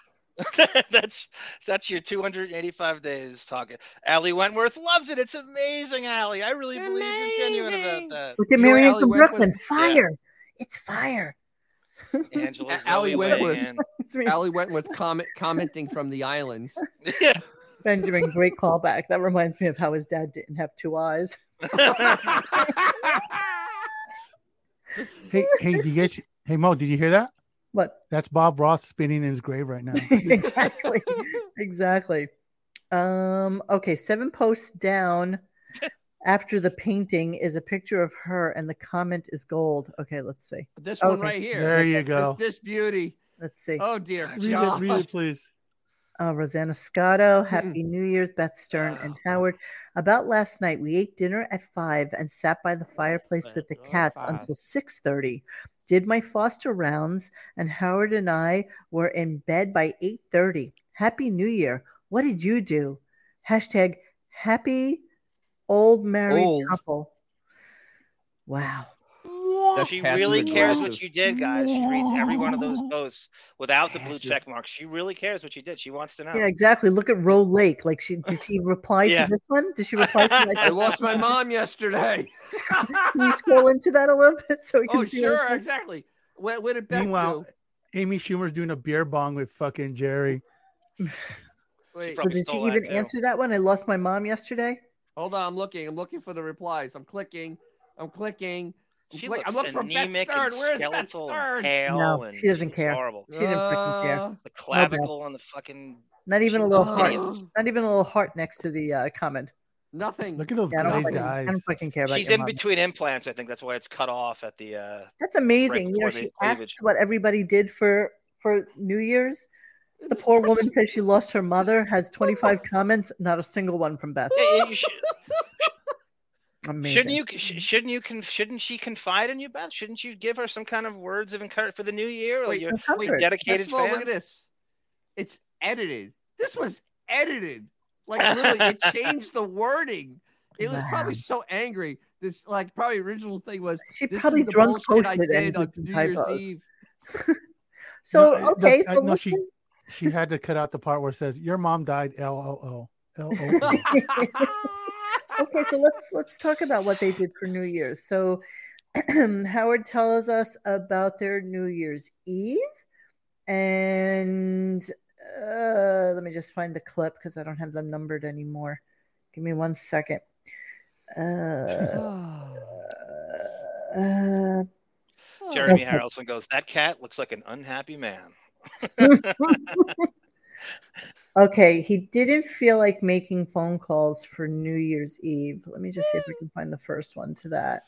[SPEAKER 2] that's that's your 285 days talking. Allie Wentworth loves it. It's amazing, Allie. I really believe you're genuine about that.
[SPEAKER 1] Look at
[SPEAKER 4] You know
[SPEAKER 1] Marianne
[SPEAKER 4] Ally
[SPEAKER 1] from
[SPEAKER 4] Wentworth?
[SPEAKER 1] Brooklyn.
[SPEAKER 4] Yeah.
[SPEAKER 1] Fire. It's fire.
[SPEAKER 2] Angela
[SPEAKER 4] Allie
[SPEAKER 2] Zoe weighing
[SPEAKER 4] Wentworth.
[SPEAKER 2] in.
[SPEAKER 4] Allie Wentworth comment commenting from the islands.
[SPEAKER 1] Benjamin, great callback. That reminds me of how his dad didn't have two eyes.
[SPEAKER 3] Hey, hey, do you guys? Hey, Mo, did you hear that?
[SPEAKER 1] What?
[SPEAKER 3] That's Bob Roth spinning in his grave right now.
[SPEAKER 1] exactly. Exactly. Um, okay, seven posts down after the painting is a picture of her and the comment is gold. Okay, let's see.
[SPEAKER 4] This
[SPEAKER 1] one
[SPEAKER 4] one right here.
[SPEAKER 3] There you
[SPEAKER 4] This-
[SPEAKER 3] go.
[SPEAKER 4] This beauty.
[SPEAKER 1] Let's see.
[SPEAKER 4] Oh dear.
[SPEAKER 3] Read it,
[SPEAKER 4] God.
[SPEAKER 3] read it, please.
[SPEAKER 1] Uh, Rosanna Scotto, Happy New Year's, Beth Stern, and Howard. About last night, we ate dinner at five and sat by the fireplace with the cats
[SPEAKER 9] five.
[SPEAKER 1] until six thirty. Did my foster rounds, and Howard and I were in bed by eight thirty. Happy New Year! What did you do? Hashtag Happy Old Married
[SPEAKER 4] Old.
[SPEAKER 1] Couple. Wow.
[SPEAKER 4] That's
[SPEAKER 2] she
[SPEAKER 4] passive
[SPEAKER 2] really cares what
[SPEAKER 4] aggressive.
[SPEAKER 2] you did, guys. She reads every one of those posts without the blue
[SPEAKER 1] Passive.
[SPEAKER 2] check mark. She really cares what you did. She wants to know.
[SPEAKER 1] Yeah, exactly. Look at Roe Lake. Like she did she reply
[SPEAKER 2] Yeah.
[SPEAKER 1] to this one? Did she reply to like
[SPEAKER 4] I lost my mom yesterday.
[SPEAKER 1] Can you scroll into that a little bit so we can
[SPEAKER 4] Oh
[SPEAKER 1] see? what
[SPEAKER 4] sure,
[SPEAKER 1] it says?
[SPEAKER 4] exactly. What, what did Beth
[SPEAKER 3] Meanwhile,
[SPEAKER 4] do?
[SPEAKER 3] Amy Schumer's doing a beer bong with fucking Jerry.
[SPEAKER 4] Wait,
[SPEAKER 1] Or did she even answer that one? I lost my mom yesterday.
[SPEAKER 4] Hold on, I'm looking. I'm looking for the replies. I'm clicking. I'm clicking. I'm,
[SPEAKER 2] She
[SPEAKER 4] click-
[SPEAKER 2] looks
[SPEAKER 4] I'm looking for
[SPEAKER 2] anemic
[SPEAKER 4] Beth
[SPEAKER 2] and
[SPEAKER 4] Stern. Where's Beth
[SPEAKER 2] skeletal and
[SPEAKER 4] Stern?
[SPEAKER 2] pale.
[SPEAKER 1] No,
[SPEAKER 2] and
[SPEAKER 1] she doesn't
[SPEAKER 2] it's
[SPEAKER 1] care.
[SPEAKER 2] horrible.
[SPEAKER 1] She didn't freaking care.
[SPEAKER 4] Uh,
[SPEAKER 1] No
[SPEAKER 2] The
[SPEAKER 1] bad.
[SPEAKER 2] clavicle on the fucking.
[SPEAKER 1] Not even a little heart.
[SPEAKER 2] hideous.
[SPEAKER 1] Not even a little heart next to the uh, comment.
[SPEAKER 4] Nothing.
[SPEAKER 3] Look at those
[SPEAKER 1] Yeah, I don't
[SPEAKER 3] glazed
[SPEAKER 1] fucking- I don't
[SPEAKER 3] eyes.
[SPEAKER 1] fucking care about
[SPEAKER 2] She's
[SPEAKER 1] your
[SPEAKER 2] in
[SPEAKER 1] mom.
[SPEAKER 2] between implants. I think that's why it's cut off at the. Uh,
[SPEAKER 1] That's
[SPEAKER 2] right
[SPEAKER 1] amazing. you know,
[SPEAKER 2] before the
[SPEAKER 1] she
[SPEAKER 2] cleavage.
[SPEAKER 1] asked what everybody did for for New Year's. The poor woman says she lost her mother. Has twenty five comments. Not a single one from Beth.
[SPEAKER 2] Yeah, yeah, you should-
[SPEAKER 1] Amazing.
[SPEAKER 2] shouldn't you? sh- Shouldn't you? Conf- shouldn't she confide in you, Beth? Shouldn't you give her some kind of words of encouragement for the new year? Like
[SPEAKER 4] Wait,
[SPEAKER 2] you're
[SPEAKER 4] that's covered.
[SPEAKER 2] dedicated
[SPEAKER 4] First of all,
[SPEAKER 2] fans.
[SPEAKER 4] look at this. It's edited. This was edited. Like literally, it changed the wording. It was probably so angry. This like probably original thing was
[SPEAKER 1] She
[SPEAKER 4] this is
[SPEAKER 1] probably
[SPEAKER 4] the
[SPEAKER 1] drunk
[SPEAKER 4] bullshit I
[SPEAKER 1] posted and
[SPEAKER 4] did on
[SPEAKER 1] did some
[SPEAKER 4] New Year's
[SPEAKER 1] typos.
[SPEAKER 4] Eve.
[SPEAKER 1] So
[SPEAKER 3] No,
[SPEAKER 1] okay,
[SPEAKER 3] I-
[SPEAKER 1] so
[SPEAKER 3] no, she
[SPEAKER 1] listen-
[SPEAKER 3] she had to cut out the part where it says your mom died. L O O L O. O."
[SPEAKER 1] okay, so let's let's talk about what they did for New Year's. So Howard tells us about their New Year's Eve, and uh, let me just find the clip because I don't have them numbered anymore. Give me one second. Uh, uh,
[SPEAKER 13] Jeremy Harrelson goes, That cat looks like an unhappy man.
[SPEAKER 1] Okay, he didn't feel like making phone calls for New Year's Eve. Let me just see if we can find the first one to that.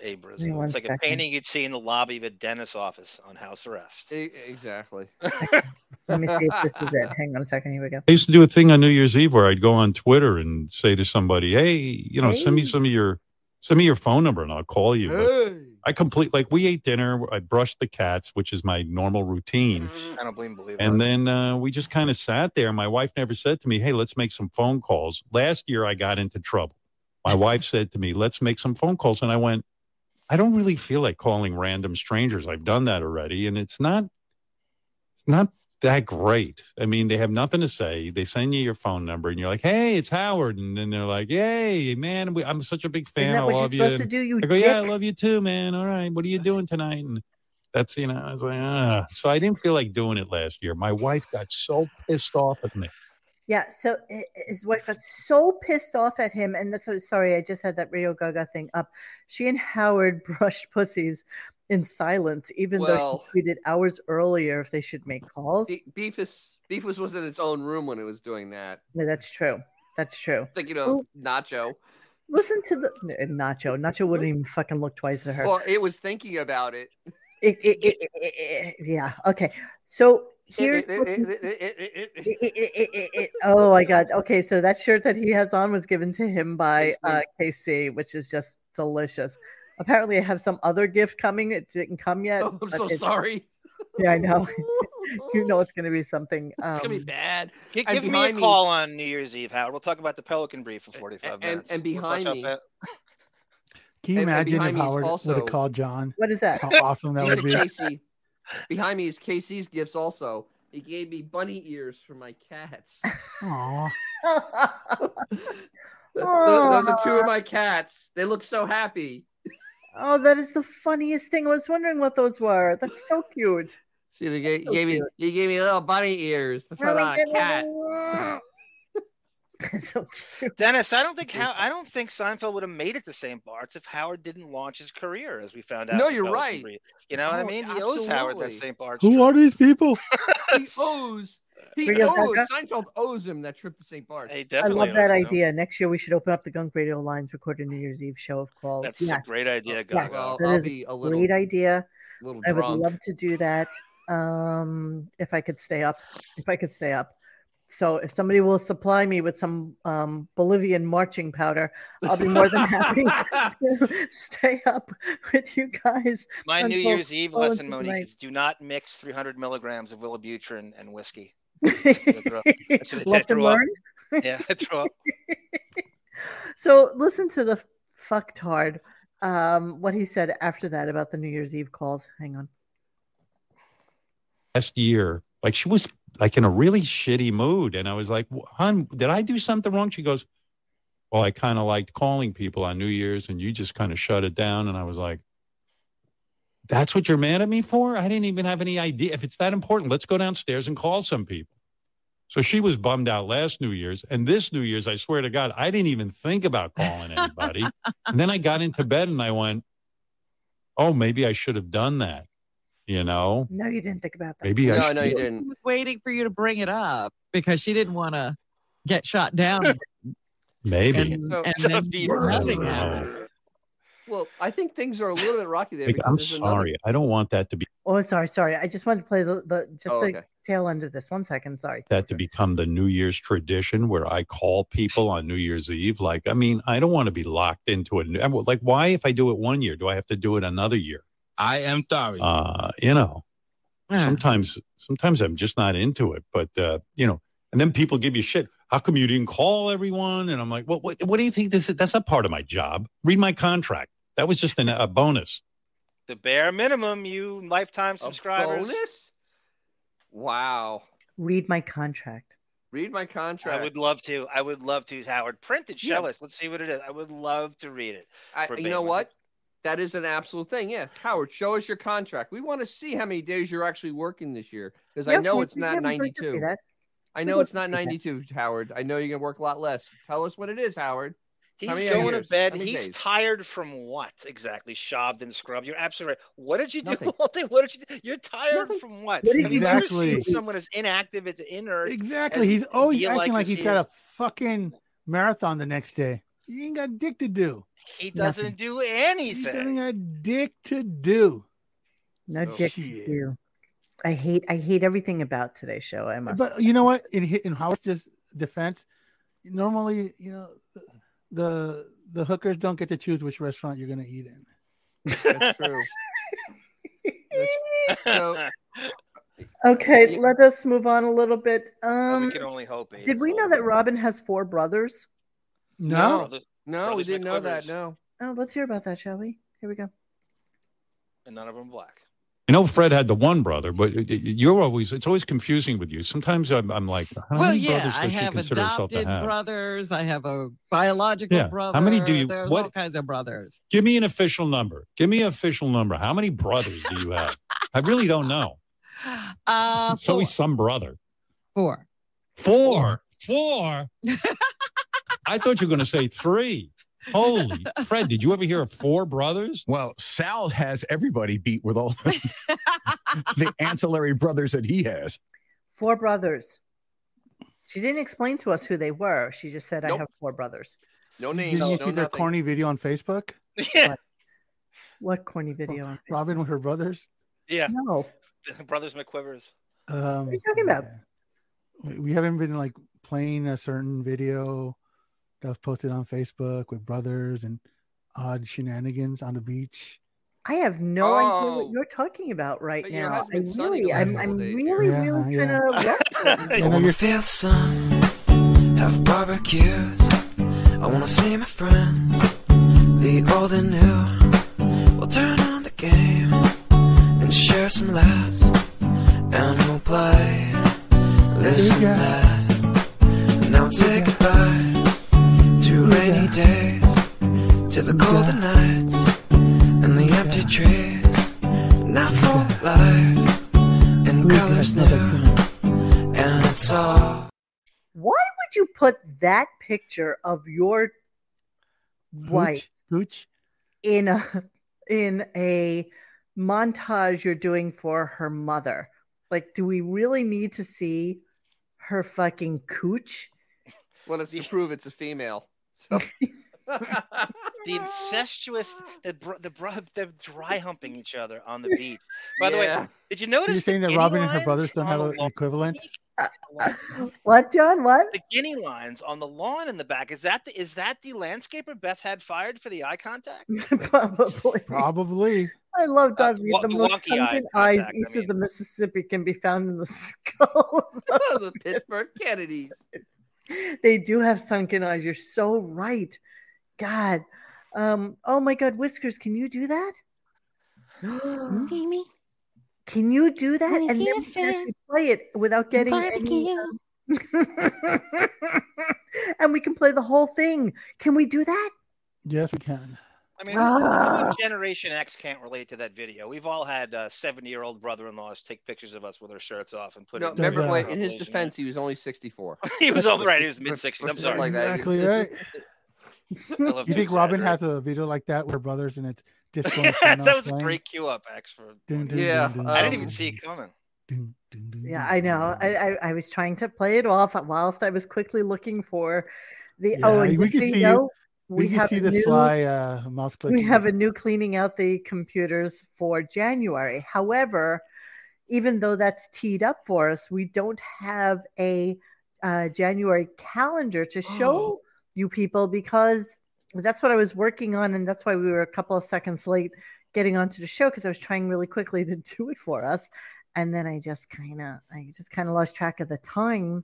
[SPEAKER 13] Hey,
[SPEAKER 1] Give me
[SPEAKER 13] Brazil.
[SPEAKER 1] one
[SPEAKER 13] It's like
[SPEAKER 1] second.
[SPEAKER 13] a painting you'd see in the lobby of a dentist's office on house arrest.
[SPEAKER 4] Exactly.
[SPEAKER 1] Let me see if this is it. Hang on a second. Here we go.
[SPEAKER 5] I used to do a thing on New Year's Eve where I'd go on Twitter and say to somebody, "Hey, you know, send me
[SPEAKER 1] Hey.
[SPEAKER 5] some of your send me your phone number and I'll call you." But
[SPEAKER 13] Hey.
[SPEAKER 5] I complete like we ate dinner, I brushed the cats, which is my normal routine,
[SPEAKER 1] Mm-hmm.
[SPEAKER 13] I don't blame believe
[SPEAKER 5] and then uh, we just kind of sat there. My wife never said to me, "Hey, let's make some phone calls." Last year I got into trouble. My wife said to me, "Let's make some phone calls," and I went, "I don't really feel like calling random strangers. I've done that already, and it's not it's not that great. I mean, they have nothing to say. They send you your phone number, and you're like, "Hey, it's Howard," and then they're like, "Yay, man! we- I'm such a big fan.
[SPEAKER 1] Isn't that
[SPEAKER 5] I
[SPEAKER 1] what you're
[SPEAKER 5] love you."
[SPEAKER 1] supposed to do, you
[SPEAKER 5] I go, "Yeah, I
[SPEAKER 1] dick?"
[SPEAKER 5] love you too, man. All right, what are you doing tonight?" And that's you know, I was like, ah. So I didn't feel like doing it last year. My wife got so pissed off at me.
[SPEAKER 1] Yeah, so i- his wife got so pissed off at him, and that's what, sorry, I just had that Radio Gaga thing up. She and Howard brushed pussies in silence, even though
[SPEAKER 4] Well-
[SPEAKER 1] she tweeted hours earlier if they should make calls.
[SPEAKER 4] Be- Beefus Beefus was in its own room when it was doing that.
[SPEAKER 1] Yeah, that's true. That's true.
[SPEAKER 4] Thinking of Nacho.
[SPEAKER 1] Listen to the n- Nacho. Nacho wouldn't even fucking look twice at her.
[SPEAKER 4] Well, it was thinking about it.
[SPEAKER 1] It- it- it- it- it- it- yeah. Okay. So here. Oh my god. Okay, so that shirt that he has on was given to him by uh, KC, which is just delicious. Apparently, I have some other gift coming. It didn't come yet.
[SPEAKER 4] Oh, I'm
[SPEAKER 1] but
[SPEAKER 4] so
[SPEAKER 1] it-
[SPEAKER 4] sorry.
[SPEAKER 1] Yeah, I know. you know it's going to be something. Um,
[SPEAKER 4] It's gonna be bad.
[SPEAKER 13] Gi-
[SPEAKER 4] And
[SPEAKER 13] Give me a
[SPEAKER 4] behind
[SPEAKER 13] call on New Year's Eve, Howard. We'll talk about the Pelican Brief for 45
[SPEAKER 4] and-
[SPEAKER 13] minutes.
[SPEAKER 4] and
[SPEAKER 13] Let's watch
[SPEAKER 4] behind
[SPEAKER 13] how
[SPEAKER 4] me-
[SPEAKER 13] fa-
[SPEAKER 3] Can you
[SPEAKER 4] And- and
[SPEAKER 3] imagine if
[SPEAKER 4] behind me is
[SPEAKER 3] Howard would
[SPEAKER 4] also-
[SPEAKER 3] have called John?
[SPEAKER 1] What is that?
[SPEAKER 3] How awesome that
[SPEAKER 4] These
[SPEAKER 3] would
[SPEAKER 4] are
[SPEAKER 3] be.
[SPEAKER 4] KC. Behind me is KC's gifts also. He gave me bunny ears for my cats.
[SPEAKER 3] Aw.
[SPEAKER 4] Th- Those are two of my cats. They look so happy.
[SPEAKER 1] Oh, that is the funniest thing. I was wondering what those were. That's so cute.
[SPEAKER 4] See, they gave,
[SPEAKER 1] so
[SPEAKER 4] gave me you gave me little bunny ears to put
[SPEAKER 1] Really
[SPEAKER 4] on a
[SPEAKER 1] good
[SPEAKER 4] cat.
[SPEAKER 13] Dennis, I don't think how I don't think Seinfeld would have made it to St. Bart's if Howard didn't launch his career, as we found out.
[SPEAKER 4] No,
[SPEAKER 13] in
[SPEAKER 4] you're
[SPEAKER 13] Pelican
[SPEAKER 4] right.
[SPEAKER 13] Brief. You know what I
[SPEAKER 4] No,
[SPEAKER 13] mean? He owes Howard that
[SPEAKER 4] absolutely.
[SPEAKER 13] St. Bart's.
[SPEAKER 11] Who are these people?
[SPEAKER 4] He owes. He
[SPEAKER 1] Real
[SPEAKER 4] owes.
[SPEAKER 1] Becca?
[SPEAKER 4] Seinfeld owes him that trip to St. Bart's.
[SPEAKER 1] I love that idea. Next year, we should open up the Gunk Radio lines, record a New Year's Eve show of calls.
[SPEAKER 13] That's
[SPEAKER 1] Yes.
[SPEAKER 13] a great idea,
[SPEAKER 1] Yes,
[SPEAKER 13] guys.
[SPEAKER 4] Oh, Well,
[SPEAKER 1] that
[SPEAKER 4] I'll
[SPEAKER 1] is
[SPEAKER 4] be
[SPEAKER 1] a
[SPEAKER 4] a little-
[SPEAKER 1] great idea.
[SPEAKER 4] little
[SPEAKER 1] I would
[SPEAKER 4] drunk.
[SPEAKER 1] love to do that um, if I could stay up. If I could stay up. So if somebody will supply me with some um, Bolivian marching powder, I'll be more than happy to stay up with you guys.
[SPEAKER 13] My New
[SPEAKER 1] until
[SPEAKER 13] Year's Eve
[SPEAKER 1] well
[SPEAKER 13] lesson,
[SPEAKER 1] into the
[SPEAKER 13] Monique,
[SPEAKER 1] night.
[SPEAKER 13] is do not mix 300 milligrams of Willibutrin and whiskey.
[SPEAKER 1] Lesson learned.
[SPEAKER 13] learned. Yeah, I threw up.
[SPEAKER 1] So listen to the fucktard, um, what he said after that about the New Year's Eve calls. Hang on.
[SPEAKER 5] last year. Like she was like in a really shitty mood. And I was like, "Wh- hon, did I do something wrong? She goes, Well, I kind of liked calling people on New Year's and you just kind of shut it down. And I was like, That's what you're mad at me for? I didn't even have any idea. If it's that important, let's go downstairs and call some people. So she was bummed out last New Year's. And this New Year's, I swear to God, I didn't even think about calling anybody. and then I got into bed and I went, Oh, maybe I should have done that. You know?
[SPEAKER 1] No, you didn't think about that.
[SPEAKER 5] Maybe I No, no, you should.
[SPEAKER 6] She was waiting for you to bring it up because she didn't want to get shot down.
[SPEAKER 5] Maybe. Uh,
[SPEAKER 6] and, and then nothing happened.
[SPEAKER 4] Well, I think things are a little bit rocky there.
[SPEAKER 5] Like,
[SPEAKER 4] because
[SPEAKER 5] I'm
[SPEAKER 4] there's another-
[SPEAKER 5] sorry. I don't want that to be
[SPEAKER 1] Oh, sorry, sorry. I just wanted to play the, the just
[SPEAKER 5] Oh,
[SPEAKER 1] the
[SPEAKER 5] okay.
[SPEAKER 1] tail end of this. One second, sorry.
[SPEAKER 5] that to become the New Year's tradition where I call people on New Year's Eve. Like, I mean, I don't want to be locked into it. I'm Like, why if I do it one year, do I have to do it another year?
[SPEAKER 14] I am sorry.
[SPEAKER 5] Uh, you know, sometimes sometimes I'm just not into it. But uh, you know, and then people give you shit. how come you didn't call everyone? And I'm like, well, what, what do you think this is? That's not part of my job. Read my contract. That was just an, a bonus.
[SPEAKER 2] The bare minimum, you lifetime subscribers.
[SPEAKER 4] bonus? Wow.
[SPEAKER 1] Read my contract.
[SPEAKER 4] Read my contract.
[SPEAKER 2] I would love to. I would love to, Howard. Print it. Show us. Let's see what it is. I would love to read it.
[SPEAKER 4] I, you know
[SPEAKER 2] verbatim.
[SPEAKER 4] what? That is an absolute thing. Yeah, Howard, show us your contract. We want to see how many days you're actually working this year because I
[SPEAKER 1] Yeah,
[SPEAKER 4] know
[SPEAKER 1] we-
[SPEAKER 4] it's
[SPEAKER 1] we
[SPEAKER 4] not
[SPEAKER 1] haven't heard to see
[SPEAKER 4] 92.
[SPEAKER 1] that.
[SPEAKER 4] I
[SPEAKER 1] We
[SPEAKER 4] know
[SPEAKER 1] would
[SPEAKER 4] it's not
[SPEAKER 1] see that.
[SPEAKER 4] 92, Howard. I know you're gonna work a lot less. Tell us what it is, Howard.
[SPEAKER 2] He's
[SPEAKER 4] How many
[SPEAKER 2] going
[SPEAKER 4] hours?
[SPEAKER 2] to bed.
[SPEAKER 4] How many
[SPEAKER 2] He's
[SPEAKER 4] days?
[SPEAKER 2] tired from what exactly? Shoved and scrubbed. You're absolutely right. What did you do
[SPEAKER 4] Nothing.
[SPEAKER 2] all day? What did you do? You're tired from what?
[SPEAKER 3] What did
[SPEAKER 2] Have
[SPEAKER 3] you
[SPEAKER 2] you ever
[SPEAKER 3] Exactly.
[SPEAKER 2] seen someone as inactive as inert?
[SPEAKER 3] Exactly.
[SPEAKER 2] as
[SPEAKER 3] He's always
[SPEAKER 2] feel
[SPEAKER 3] acting like,
[SPEAKER 2] this
[SPEAKER 3] he's
[SPEAKER 2] he
[SPEAKER 3] got
[SPEAKER 2] is?
[SPEAKER 3] a fucking marathon the next day. He ain't got dick to do.
[SPEAKER 2] He doesn't do anything.
[SPEAKER 3] He doesn't got dick to do.
[SPEAKER 1] No
[SPEAKER 3] So-
[SPEAKER 1] dick to
[SPEAKER 3] Shit.
[SPEAKER 1] do. I hate I hate everything about today's show. I must.
[SPEAKER 3] But you know what? In hi- in Howard's just defense, normally you know the the hookers don't get to choose which restaurant you're going to eat in.
[SPEAKER 4] That's true. That's- so,
[SPEAKER 1] okay, let us move on a little bit. Um,
[SPEAKER 2] Oh, we can only hope. Abe
[SPEAKER 1] Did we
[SPEAKER 2] is
[SPEAKER 1] know
[SPEAKER 2] all
[SPEAKER 1] that Robin has four brothers?
[SPEAKER 4] no,
[SPEAKER 2] Brothers-
[SPEAKER 4] no, we
[SPEAKER 2] brothers
[SPEAKER 4] didn't know that.
[SPEAKER 2] McQuivers.
[SPEAKER 4] No,
[SPEAKER 1] Oh, let's hear about that, shall we? Here we go.
[SPEAKER 2] and none of them black.
[SPEAKER 5] You know, Fred had the one brother, but y- y- you're always, it's always confusing with you. Sometimes I'm, I'm like, how
[SPEAKER 6] well,
[SPEAKER 5] many
[SPEAKER 6] yeah,
[SPEAKER 5] brothers
[SPEAKER 6] I
[SPEAKER 5] does she
[SPEAKER 6] have
[SPEAKER 5] consider herself to
[SPEAKER 6] adopted
[SPEAKER 5] have?
[SPEAKER 6] brothers. I have a biological
[SPEAKER 5] Yeah.
[SPEAKER 6] brother.
[SPEAKER 5] How many do you-
[SPEAKER 6] There's
[SPEAKER 5] what-
[SPEAKER 6] all kinds of brothers.
[SPEAKER 5] Give me an official number. Give me an official number. How many brothers do you have? I really don't know.
[SPEAKER 6] Uh,
[SPEAKER 5] It's always some brother.
[SPEAKER 6] Four.
[SPEAKER 5] Four. Four. I thought you were going to say three. Holy Fred, did you ever hear of four brothers?
[SPEAKER 10] Well, Sal has everybody beat with all the, the ancillary brothers that he has.
[SPEAKER 1] Four brothers. She didn't explain to us who they were. She just said, "I
[SPEAKER 3] Nope.
[SPEAKER 1] have four brothers."
[SPEAKER 4] no
[SPEAKER 3] Did
[SPEAKER 4] names.
[SPEAKER 3] you
[SPEAKER 4] no
[SPEAKER 3] see their
[SPEAKER 4] nothing.
[SPEAKER 3] corny video on Facebook?
[SPEAKER 1] What corny video? on
[SPEAKER 3] Robin with her brothers.
[SPEAKER 2] Yeah.
[SPEAKER 1] No.
[SPEAKER 2] Brothers McQuivers.
[SPEAKER 3] Um,
[SPEAKER 1] you talking about?
[SPEAKER 3] we- we haven't been like playing a certain video that was posted on Facebook with brothers and odd shenanigans on the beach.
[SPEAKER 1] I have no idea
[SPEAKER 4] Oh.
[SPEAKER 1] what you're talking about right
[SPEAKER 4] But your
[SPEAKER 1] now. I
[SPEAKER 4] husband's sunny
[SPEAKER 1] really,
[SPEAKER 4] the
[SPEAKER 1] I'm,
[SPEAKER 4] last
[SPEAKER 1] I'm
[SPEAKER 4] couple days
[SPEAKER 1] really,
[SPEAKER 3] here.
[SPEAKER 1] really
[SPEAKER 3] Yeah, yeah.
[SPEAKER 1] kind of.
[SPEAKER 7] I wanna feel the sun, have barbecues. I wanna see my friends, the old and new. We'll turn on the game and share some laughs, and we'll play this and that. Now say goodbye to rainy days, to the golden nights and the empty trees. Not for life
[SPEAKER 11] Oh
[SPEAKER 7] and colors new, and it's all.
[SPEAKER 1] Why would you put that picture of your wife
[SPEAKER 3] Gooch?
[SPEAKER 1] in a in a montage you're doing for her mother? Like, do we really need to see her fucking cooch?
[SPEAKER 4] Well, it's to prove it's a female.
[SPEAKER 2] Oh.
[SPEAKER 4] So
[SPEAKER 2] the incestuous, the br- the, br- the dry humping each other on the beach. By the way,
[SPEAKER 4] Yeah.
[SPEAKER 2] did you
[SPEAKER 3] Are
[SPEAKER 2] notice?
[SPEAKER 3] you
[SPEAKER 2] the
[SPEAKER 3] saying that
[SPEAKER 2] guinea
[SPEAKER 3] Robin and her
[SPEAKER 2] lines
[SPEAKER 3] brothers don't
[SPEAKER 2] on
[SPEAKER 3] have
[SPEAKER 2] the
[SPEAKER 3] an
[SPEAKER 2] lawn-
[SPEAKER 3] equivalent?
[SPEAKER 1] What, John? What?
[SPEAKER 2] The guinea lines on the lawn in the back. Is that the is that the landscaper Beth had fired for the eye contact?
[SPEAKER 1] Probably.
[SPEAKER 3] Probably.
[SPEAKER 1] I love Dodge.
[SPEAKER 2] wa-
[SPEAKER 1] the most
[SPEAKER 2] wonky uh, eye
[SPEAKER 1] sunken eyes
[SPEAKER 2] contact, I
[SPEAKER 1] east of the Mississippi can be found in the skulls.
[SPEAKER 4] the Pittsburgh Kennedys.
[SPEAKER 1] they do have sunken eyes. You're so right. God. Um, oh my god, Whiskers, can you do that? Can you do that? And then we can actually play it without getting any, um, and we can play the whole thing. Can we do that?
[SPEAKER 3] Yes, we can.
[SPEAKER 2] I mean, who- who
[SPEAKER 1] Ah.
[SPEAKER 2] in Generation X can't relate to that video. We've all had uh, seventy-year-old brother-in-laws take pictures of us with our shirts off and put
[SPEAKER 4] No,
[SPEAKER 2] it.
[SPEAKER 4] remember,
[SPEAKER 3] Does, uh,
[SPEAKER 4] wait, in his defense, he was only 64.
[SPEAKER 2] He was all right, he was
[SPEAKER 4] Something
[SPEAKER 2] mid-sixties, I'm sorry.
[SPEAKER 4] like that.
[SPEAKER 3] Exactly right.
[SPEAKER 2] I love
[SPEAKER 3] you
[SPEAKER 2] to
[SPEAKER 3] think Robin
[SPEAKER 2] exaggerate.
[SPEAKER 3] has a video like that with her brothers and it's just going
[SPEAKER 2] Yeah, that was a great cue up, X. For
[SPEAKER 3] Dun, dun,
[SPEAKER 4] Yeah,
[SPEAKER 3] dun, dun,
[SPEAKER 2] I didn't
[SPEAKER 3] dun.
[SPEAKER 2] even see it coming.
[SPEAKER 1] Yeah, I know. I, I, I was trying to play it off whilst I was quickly looking for the. oh,
[SPEAKER 3] Yeah,
[SPEAKER 1] and
[SPEAKER 3] we
[SPEAKER 1] did
[SPEAKER 3] can
[SPEAKER 1] you
[SPEAKER 3] see you-
[SPEAKER 1] know
[SPEAKER 3] We, can
[SPEAKER 1] have
[SPEAKER 3] see
[SPEAKER 1] a
[SPEAKER 3] the
[SPEAKER 1] new-
[SPEAKER 3] sly uh, mouse click.
[SPEAKER 1] We have a new cleaning out the computers for January. However, even though that's teed up for us, we don't have a uh, January calendar to show you people because that's what I was working on, and that's why we were a couple of seconds late getting onto the show because I was trying really quickly to do it for us, and then I just kind of I just kind of lost track of the time.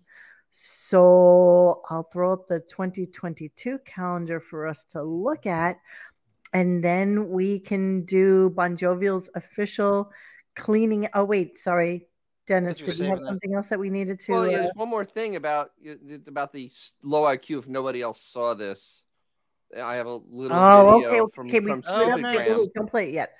[SPEAKER 1] So I'll throw up the 2022 calendar for us to look at. And then we can do Bon Jovial's official cleaning. Oh, wait, sorry. Dennis,
[SPEAKER 4] Thought you were
[SPEAKER 1] did we have
[SPEAKER 4] saving that.
[SPEAKER 1] something else that we needed to?
[SPEAKER 4] Well, yeah,
[SPEAKER 1] uh,
[SPEAKER 4] there's one more thing about about the low IQ. If nobody else saw this, I have a little
[SPEAKER 1] Oh,
[SPEAKER 4] video
[SPEAKER 1] okay.
[SPEAKER 4] from,
[SPEAKER 1] okay, we
[SPEAKER 4] from
[SPEAKER 1] split up
[SPEAKER 4] Stupid
[SPEAKER 1] the
[SPEAKER 4] Graham.
[SPEAKER 1] group. Don't play it yet.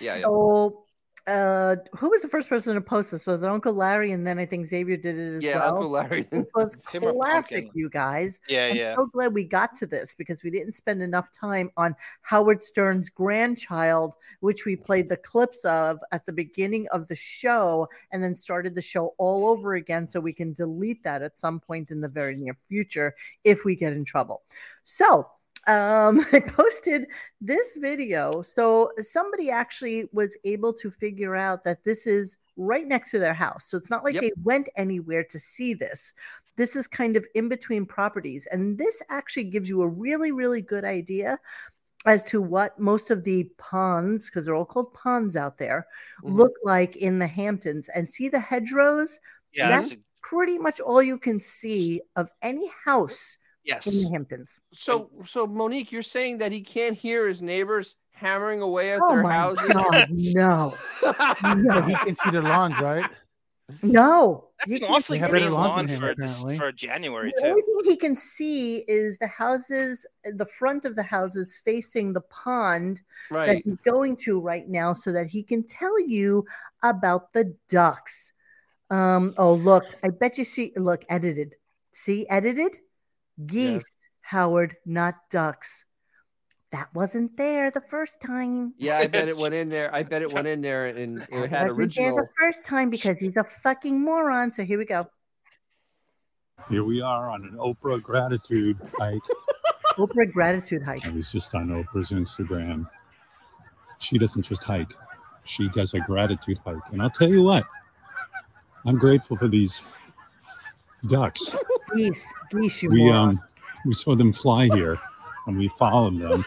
[SPEAKER 4] Yeah, yeah.
[SPEAKER 1] So, uh, who was the first person to post this? Was it Uncle Larry? And then I think Xavier did it as
[SPEAKER 4] Yeah,
[SPEAKER 1] well.
[SPEAKER 4] Uncle Larry.
[SPEAKER 1] This was
[SPEAKER 4] Him or
[SPEAKER 1] classic,
[SPEAKER 4] Pumpkin.
[SPEAKER 1] you guys.
[SPEAKER 4] Yeah,
[SPEAKER 1] I'm
[SPEAKER 4] yeah.
[SPEAKER 1] so glad we got to this because we didn't spend enough time on Howard Stern's grandchild, which we played the clips of at the beginning of the show and then started the show all over again. So we can delete that at some point in the very near future if we get in trouble. So um, I posted this video. So somebody actually was able to figure out that this is right next to their house. So it's not like they went anywhere to see this. This is kind of in between properties. And this actually gives you a really, really good idea as to what most of the ponds, because they're all called ponds out there,
[SPEAKER 4] Mm-hmm.
[SPEAKER 1] look like in the Hamptons. And see the hedgerows?
[SPEAKER 13] Yeah,
[SPEAKER 1] That's
[SPEAKER 13] that's-
[SPEAKER 1] pretty much all you can see of any house
[SPEAKER 13] Yes.
[SPEAKER 1] in the Hamptons.
[SPEAKER 4] So, so Monique, you're saying that he can't hear his neighbors hammering away at
[SPEAKER 1] Oh
[SPEAKER 4] their
[SPEAKER 1] my
[SPEAKER 4] houses?
[SPEAKER 1] God, no.
[SPEAKER 3] But he can see their lawns, right?
[SPEAKER 1] No.
[SPEAKER 3] That's
[SPEAKER 1] an
[SPEAKER 13] awfully
[SPEAKER 3] have
[SPEAKER 13] green
[SPEAKER 3] better lawns
[SPEAKER 13] lawn
[SPEAKER 3] than him,
[SPEAKER 13] for,
[SPEAKER 3] apparently.
[SPEAKER 13] for January
[SPEAKER 1] The only
[SPEAKER 13] too.
[SPEAKER 1] thing he can see is the houses, the front of the houses facing the pond that
[SPEAKER 13] Right.
[SPEAKER 1] he's going to right now, so that he can tell you about the ducks. Um, oh, look, I bet you see, look, edited. See, edited? Geese, Howard, not ducks. That wasn't there the first time.
[SPEAKER 4] yeah, I bet it went in there. I bet it went in there and it had
[SPEAKER 1] Wasn't there
[SPEAKER 4] original.
[SPEAKER 1] the first time because he's a fucking moron. So here we go.
[SPEAKER 5] Here we are on an Oprah gratitude hike.
[SPEAKER 1] Oprah gratitude hike.
[SPEAKER 5] I was just on Oprah's Instagram. She doesn't just hike, she does a gratitude hike. And I'll tell you what, I'm grateful for these ducks.
[SPEAKER 1] Geese, geese, you
[SPEAKER 5] We
[SPEAKER 1] moron.
[SPEAKER 5] um we saw them fly here and we followed them.
[SPEAKER 1] You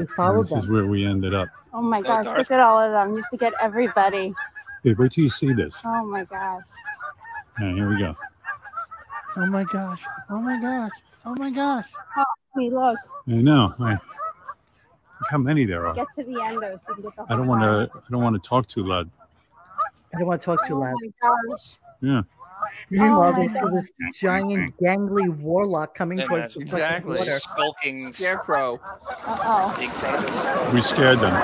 [SPEAKER 5] And
[SPEAKER 1] followed
[SPEAKER 5] this is
[SPEAKER 1] them.
[SPEAKER 5] where we ended up.
[SPEAKER 14] Oh my
[SPEAKER 5] Go,
[SPEAKER 14] gosh,
[SPEAKER 5] Darth.
[SPEAKER 14] look at all of them. You have to get everybody.
[SPEAKER 5] Hey, wait till you see this.
[SPEAKER 14] Oh my gosh.
[SPEAKER 5] Now, here we go.
[SPEAKER 3] Oh my gosh. Oh my gosh. Oh my gosh.
[SPEAKER 14] Oh, hey, look.
[SPEAKER 5] I know. I, look how many there are.
[SPEAKER 14] Get to the end though so you can get the whole
[SPEAKER 5] I don't want to. I don't want to talk too loud.
[SPEAKER 1] I don't want to talk too loud.
[SPEAKER 14] Oh my gosh.
[SPEAKER 5] Yeah.
[SPEAKER 1] Meanwhile,
[SPEAKER 14] Oh
[SPEAKER 1] they
[SPEAKER 14] my
[SPEAKER 1] see
[SPEAKER 14] God.
[SPEAKER 1] this giant, gangly warlock coming towards the fucking
[SPEAKER 4] Exactly.
[SPEAKER 1] water.
[SPEAKER 4] Skulking scarecrow.
[SPEAKER 14] Uh-oh.
[SPEAKER 5] We scared them.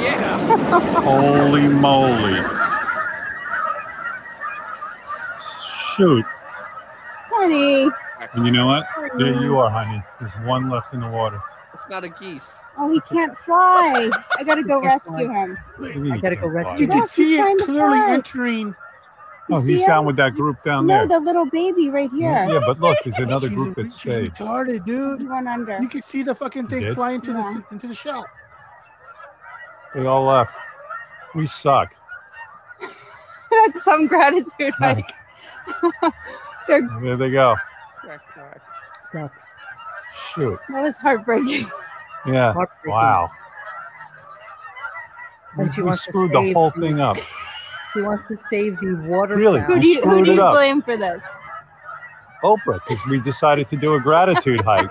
[SPEAKER 4] Yeah.
[SPEAKER 5] Holy moly! Shoot.
[SPEAKER 14] Honey.
[SPEAKER 5] And you know what? There you are, honey. There's one left in the water.
[SPEAKER 4] It's not a geese.
[SPEAKER 14] Oh, he can't fly. I gotta go
[SPEAKER 4] He can't
[SPEAKER 14] rescue
[SPEAKER 4] fly.
[SPEAKER 14] him.
[SPEAKER 5] I
[SPEAKER 1] gotta go rescue
[SPEAKER 14] You can Yes, see he's it trying to clearly fly.
[SPEAKER 3] entering.
[SPEAKER 5] Oh,
[SPEAKER 14] You
[SPEAKER 5] he's
[SPEAKER 14] see
[SPEAKER 5] down
[SPEAKER 14] him?
[SPEAKER 5] with that group down
[SPEAKER 14] No,
[SPEAKER 5] there.
[SPEAKER 14] the little baby right here.
[SPEAKER 5] Yeah, but look, there's another group that
[SPEAKER 3] She's
[SPEAKER 5] stayed.
[SPEAKER 3] retarded, dude.
[SPEAKER 14] He went under.
[SPEAKER 3] You can see the fucking thing
[SPEAKER 5] did?
[SPEAKER 3] fly into the into the shop.
[SPEAKER 5] They all left. We suck.
[SPEAKER 14] That's some gratitude. Like they're
[SPEAKER 5] There they go.
[SPEAKER 1] Ducks.
[SPEAKER 5] Shoot.
[SPEAKER 14] That was heartbreaking.
[SPEAKER 5] Yeah. Wow.
[SPEAKER 1] And she
[SPEAKER 5] we
[SPEAKER 1] wants to
[SPEAKER 5] screwed the
[SPEAKER 1] save
[SPEAKER 5] whole
[SPEAKER 1] the-
[SPEAKER 5] thing up.
[SPEAKER 1] He wants to save the water.
[SPEAKER 5] Really?
[SPEAKER 14] Who do you, who
[SPEAKER 5] Screwed
[SPEAKER 14] do
[SPEAKER 5] it
[SPEAKER 14] you
[SPEAKER 5] up.
[SPEAKER 14] blame for this?
[SPEAKER 5] Oprah because we decided to do a gratitude hike.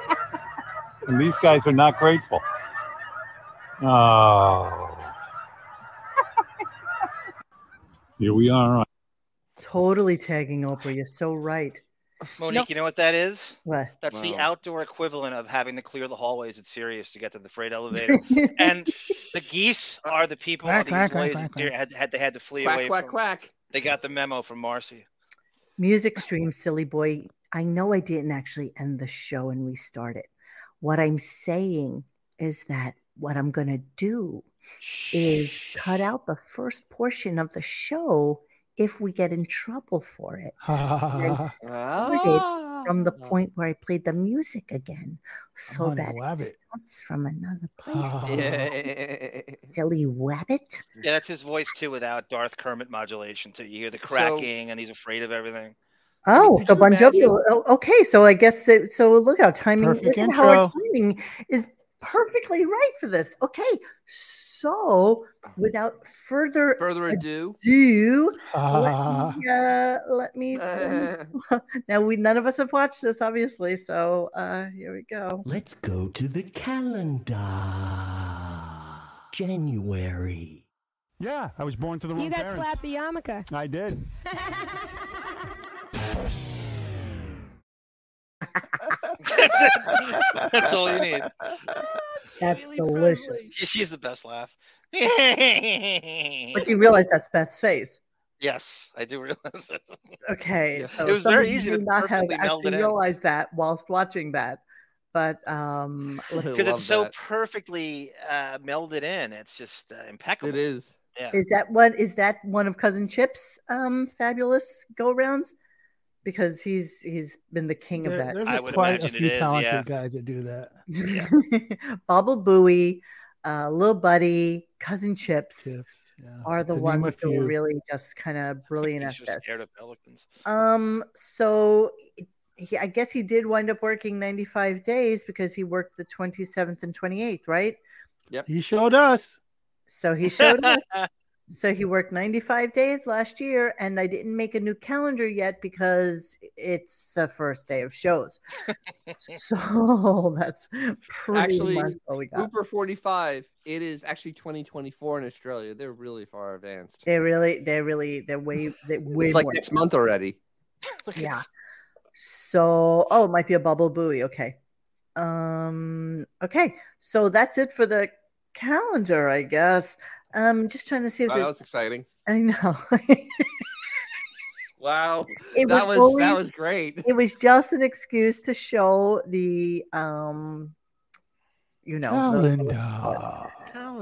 [SPEAKER 5] And these guys are not grateful. Oh. Here we are.
[SPEAKER 1] Totally tagging Oprah. You're so right.
[SPEAKER 13] Monique, you know what that is?
[SPEAKER 1] What?
[SPEAKER 13] That's the
[SPEAKER 1] Wow.
[SPEAKER 13] outdoor equivalent of having to clear the hallways at Sirius to get to the freight elevator. and the geese are the people,
[SPEAKER 1] Quack,
[SPEAKER 13] the
[SPEAKER 1] quack, quack,
[SPEAKER 13] employees
[SPEAKER 1] quack,
[SPEAKER 13] that had, had they had to flee
[SPEAKER 4] Quack,
[SPEAKER 13] away.
[SPEAKER 4] quack,
[SPEAKER 13] from,
[SPEAKER 4] quack.
[SPEAKER 13] They got the memo from Marcy.
[SPEAKER 1] Music stream, silly boy. I know I didn't actually end the show and restart it. What I'm saying is that what I'm going to do is cut out the first portion of the show if we get in trouble for it. and
[SPEAKER 5] Uh-huh.
[SPEAKER 1] start it from the
[SPEAKER 4] Ah.
[SPEAKER 1] point where I played the music again so
[SPEAKER 3] on a
[SPEAKER 1] that it
[SPEAKER 3] wabbit.
[SPEAKER 1] starts from another
[SPEAKER 5] Uh-huh.
[SPEAKER 1] place.
[SPEAKER 4] Yeah.
[SPEAKER 1] Silly wabbit.
[SPEAKER 13] Yeah, that's his voice too, without Darth Kermit modulation. Too, you hear the cracking, and he's afraid of everything.
[SPEAKER 1] Oh, so
[SPEAKER 13] you
[SPEAKER 1] Bon
[SPEAKER 13] imagine-
[SPEAKER 1] Jovi. oh, Okay, so I guess that. So look how timing.
[SPEAKER 13] Perfect
[SPEAKER 1] look at how our
[SPEAKER 13] intro.
[SPEAKER 1] timing is perfectly right for this. Okay, so without further
[SPEAKER 4] further ado,
[SPEAKER 1] ado
[SPEAKER 4] Ah.
[SPEAKER 1] let me. Uh, let me now we none of us have watched this, obviously. So uh, here we go.
[SPEAKER 9] Let's go to the calendar. January.
[SPEAKER 5] Yeah, I was born to the wrong
[SPEAKER 11] You got
[SPEAKER 5] parents.
[SPEAKER 11] slapped the yarmulke.
[SPEAKER 5] I did.
[SPEAKER 2] That's all you need.
[SPEAKER 1] That's delicious.
[SPEAKER 2] She's the best laugh.
[SPEAKER 1] But you realize that's Beth's face.
[SPEAKER 2] Yes, I do realize. That.
[SPEAKER 1] Okay, so
[SPEAKER 2] it was very
[SPEAKER 1] somebody
[SPEAKER 2] easy
[SPEAKER 1] may
[SPEAKER 2] to
[SPEAKER 1] not have
[SPEAKER 2] perfectly meld it
[SPEAKER 1] actually
[SPEAKER 2] in.
[SPEAKER 1] realized that whilst watching that, but um, let's-
[SPEAKER 2] because it's so perfectly uh, melded in. It's just uh, impeccable. It
[SPEAKER 4] is.
[SPEAKER 2] Yeah.
[SPEAKER 1] Is that one? Is that one of Cousin Chip's um, fabulous go rounds? Because he's he's been the king
[SPEAKER 3] There-
[SPEAKER 1] of that.
[SPEAKER 3] there's just quite a few talented guys that do that.
[SPEAKER 1] Bobble Bowie, uh, Lil Buddy, Cousin Chips, are the
[SPEAKER 3] To name a
[SPEAKER 1] ones who
[SPEAKER 3] few.
[SPEAKER 1] are really just kind of brilliant at
[SPEAKER 2] She's
[SPEAKER 1] this.
[SPEAKER 2] just scared of pelicans.
[SPEAKER 1] Um, so he, I guess he did wind up working 95 days because he worked the 27th and 28th, right?
[SPEAKER 4] Yep.
[SPEAKER 3] He showed us.
[SPEAKER 1] So he showed up. So he worked 95 days last year, and I didn't make a new calendar yet because it's the first day of shows. so that's pretty
[SPEAKER 4] actually
[SPEAKER 1] much what we got.
[SPEAKER 4] Uber 45. It is actually 2024 in Australia. They're really far advanced.
[SPEAKER 1] They really, they really, they're way, they way
[SPEAKER 4] it's like
[SPEAKER 1] more.
[SPEAKER 4] next month already.
[SPEAKER 1] yeah. So, oh, it might be a bubble buoy. Okay. Um. Okay. So that's it for the calendar, I guess. Um. Just trying to see if
[SPEAKER 4] Wow,
[SPEAKER 1] it-
[SPEAKER 4] that was exciting.
[SPEAKER 1] I know.
[SPEAKER 4] Wow,
[SPEAKER 1] It
[SPEAKER 4] that
[SPEAKER 1] was
[SPEAKER 4] was, that
[SPEAKER 1] only-
[SPEAKER 4] was great.
[SPEAKER 1] it was just an excuse to show the um. You know. the-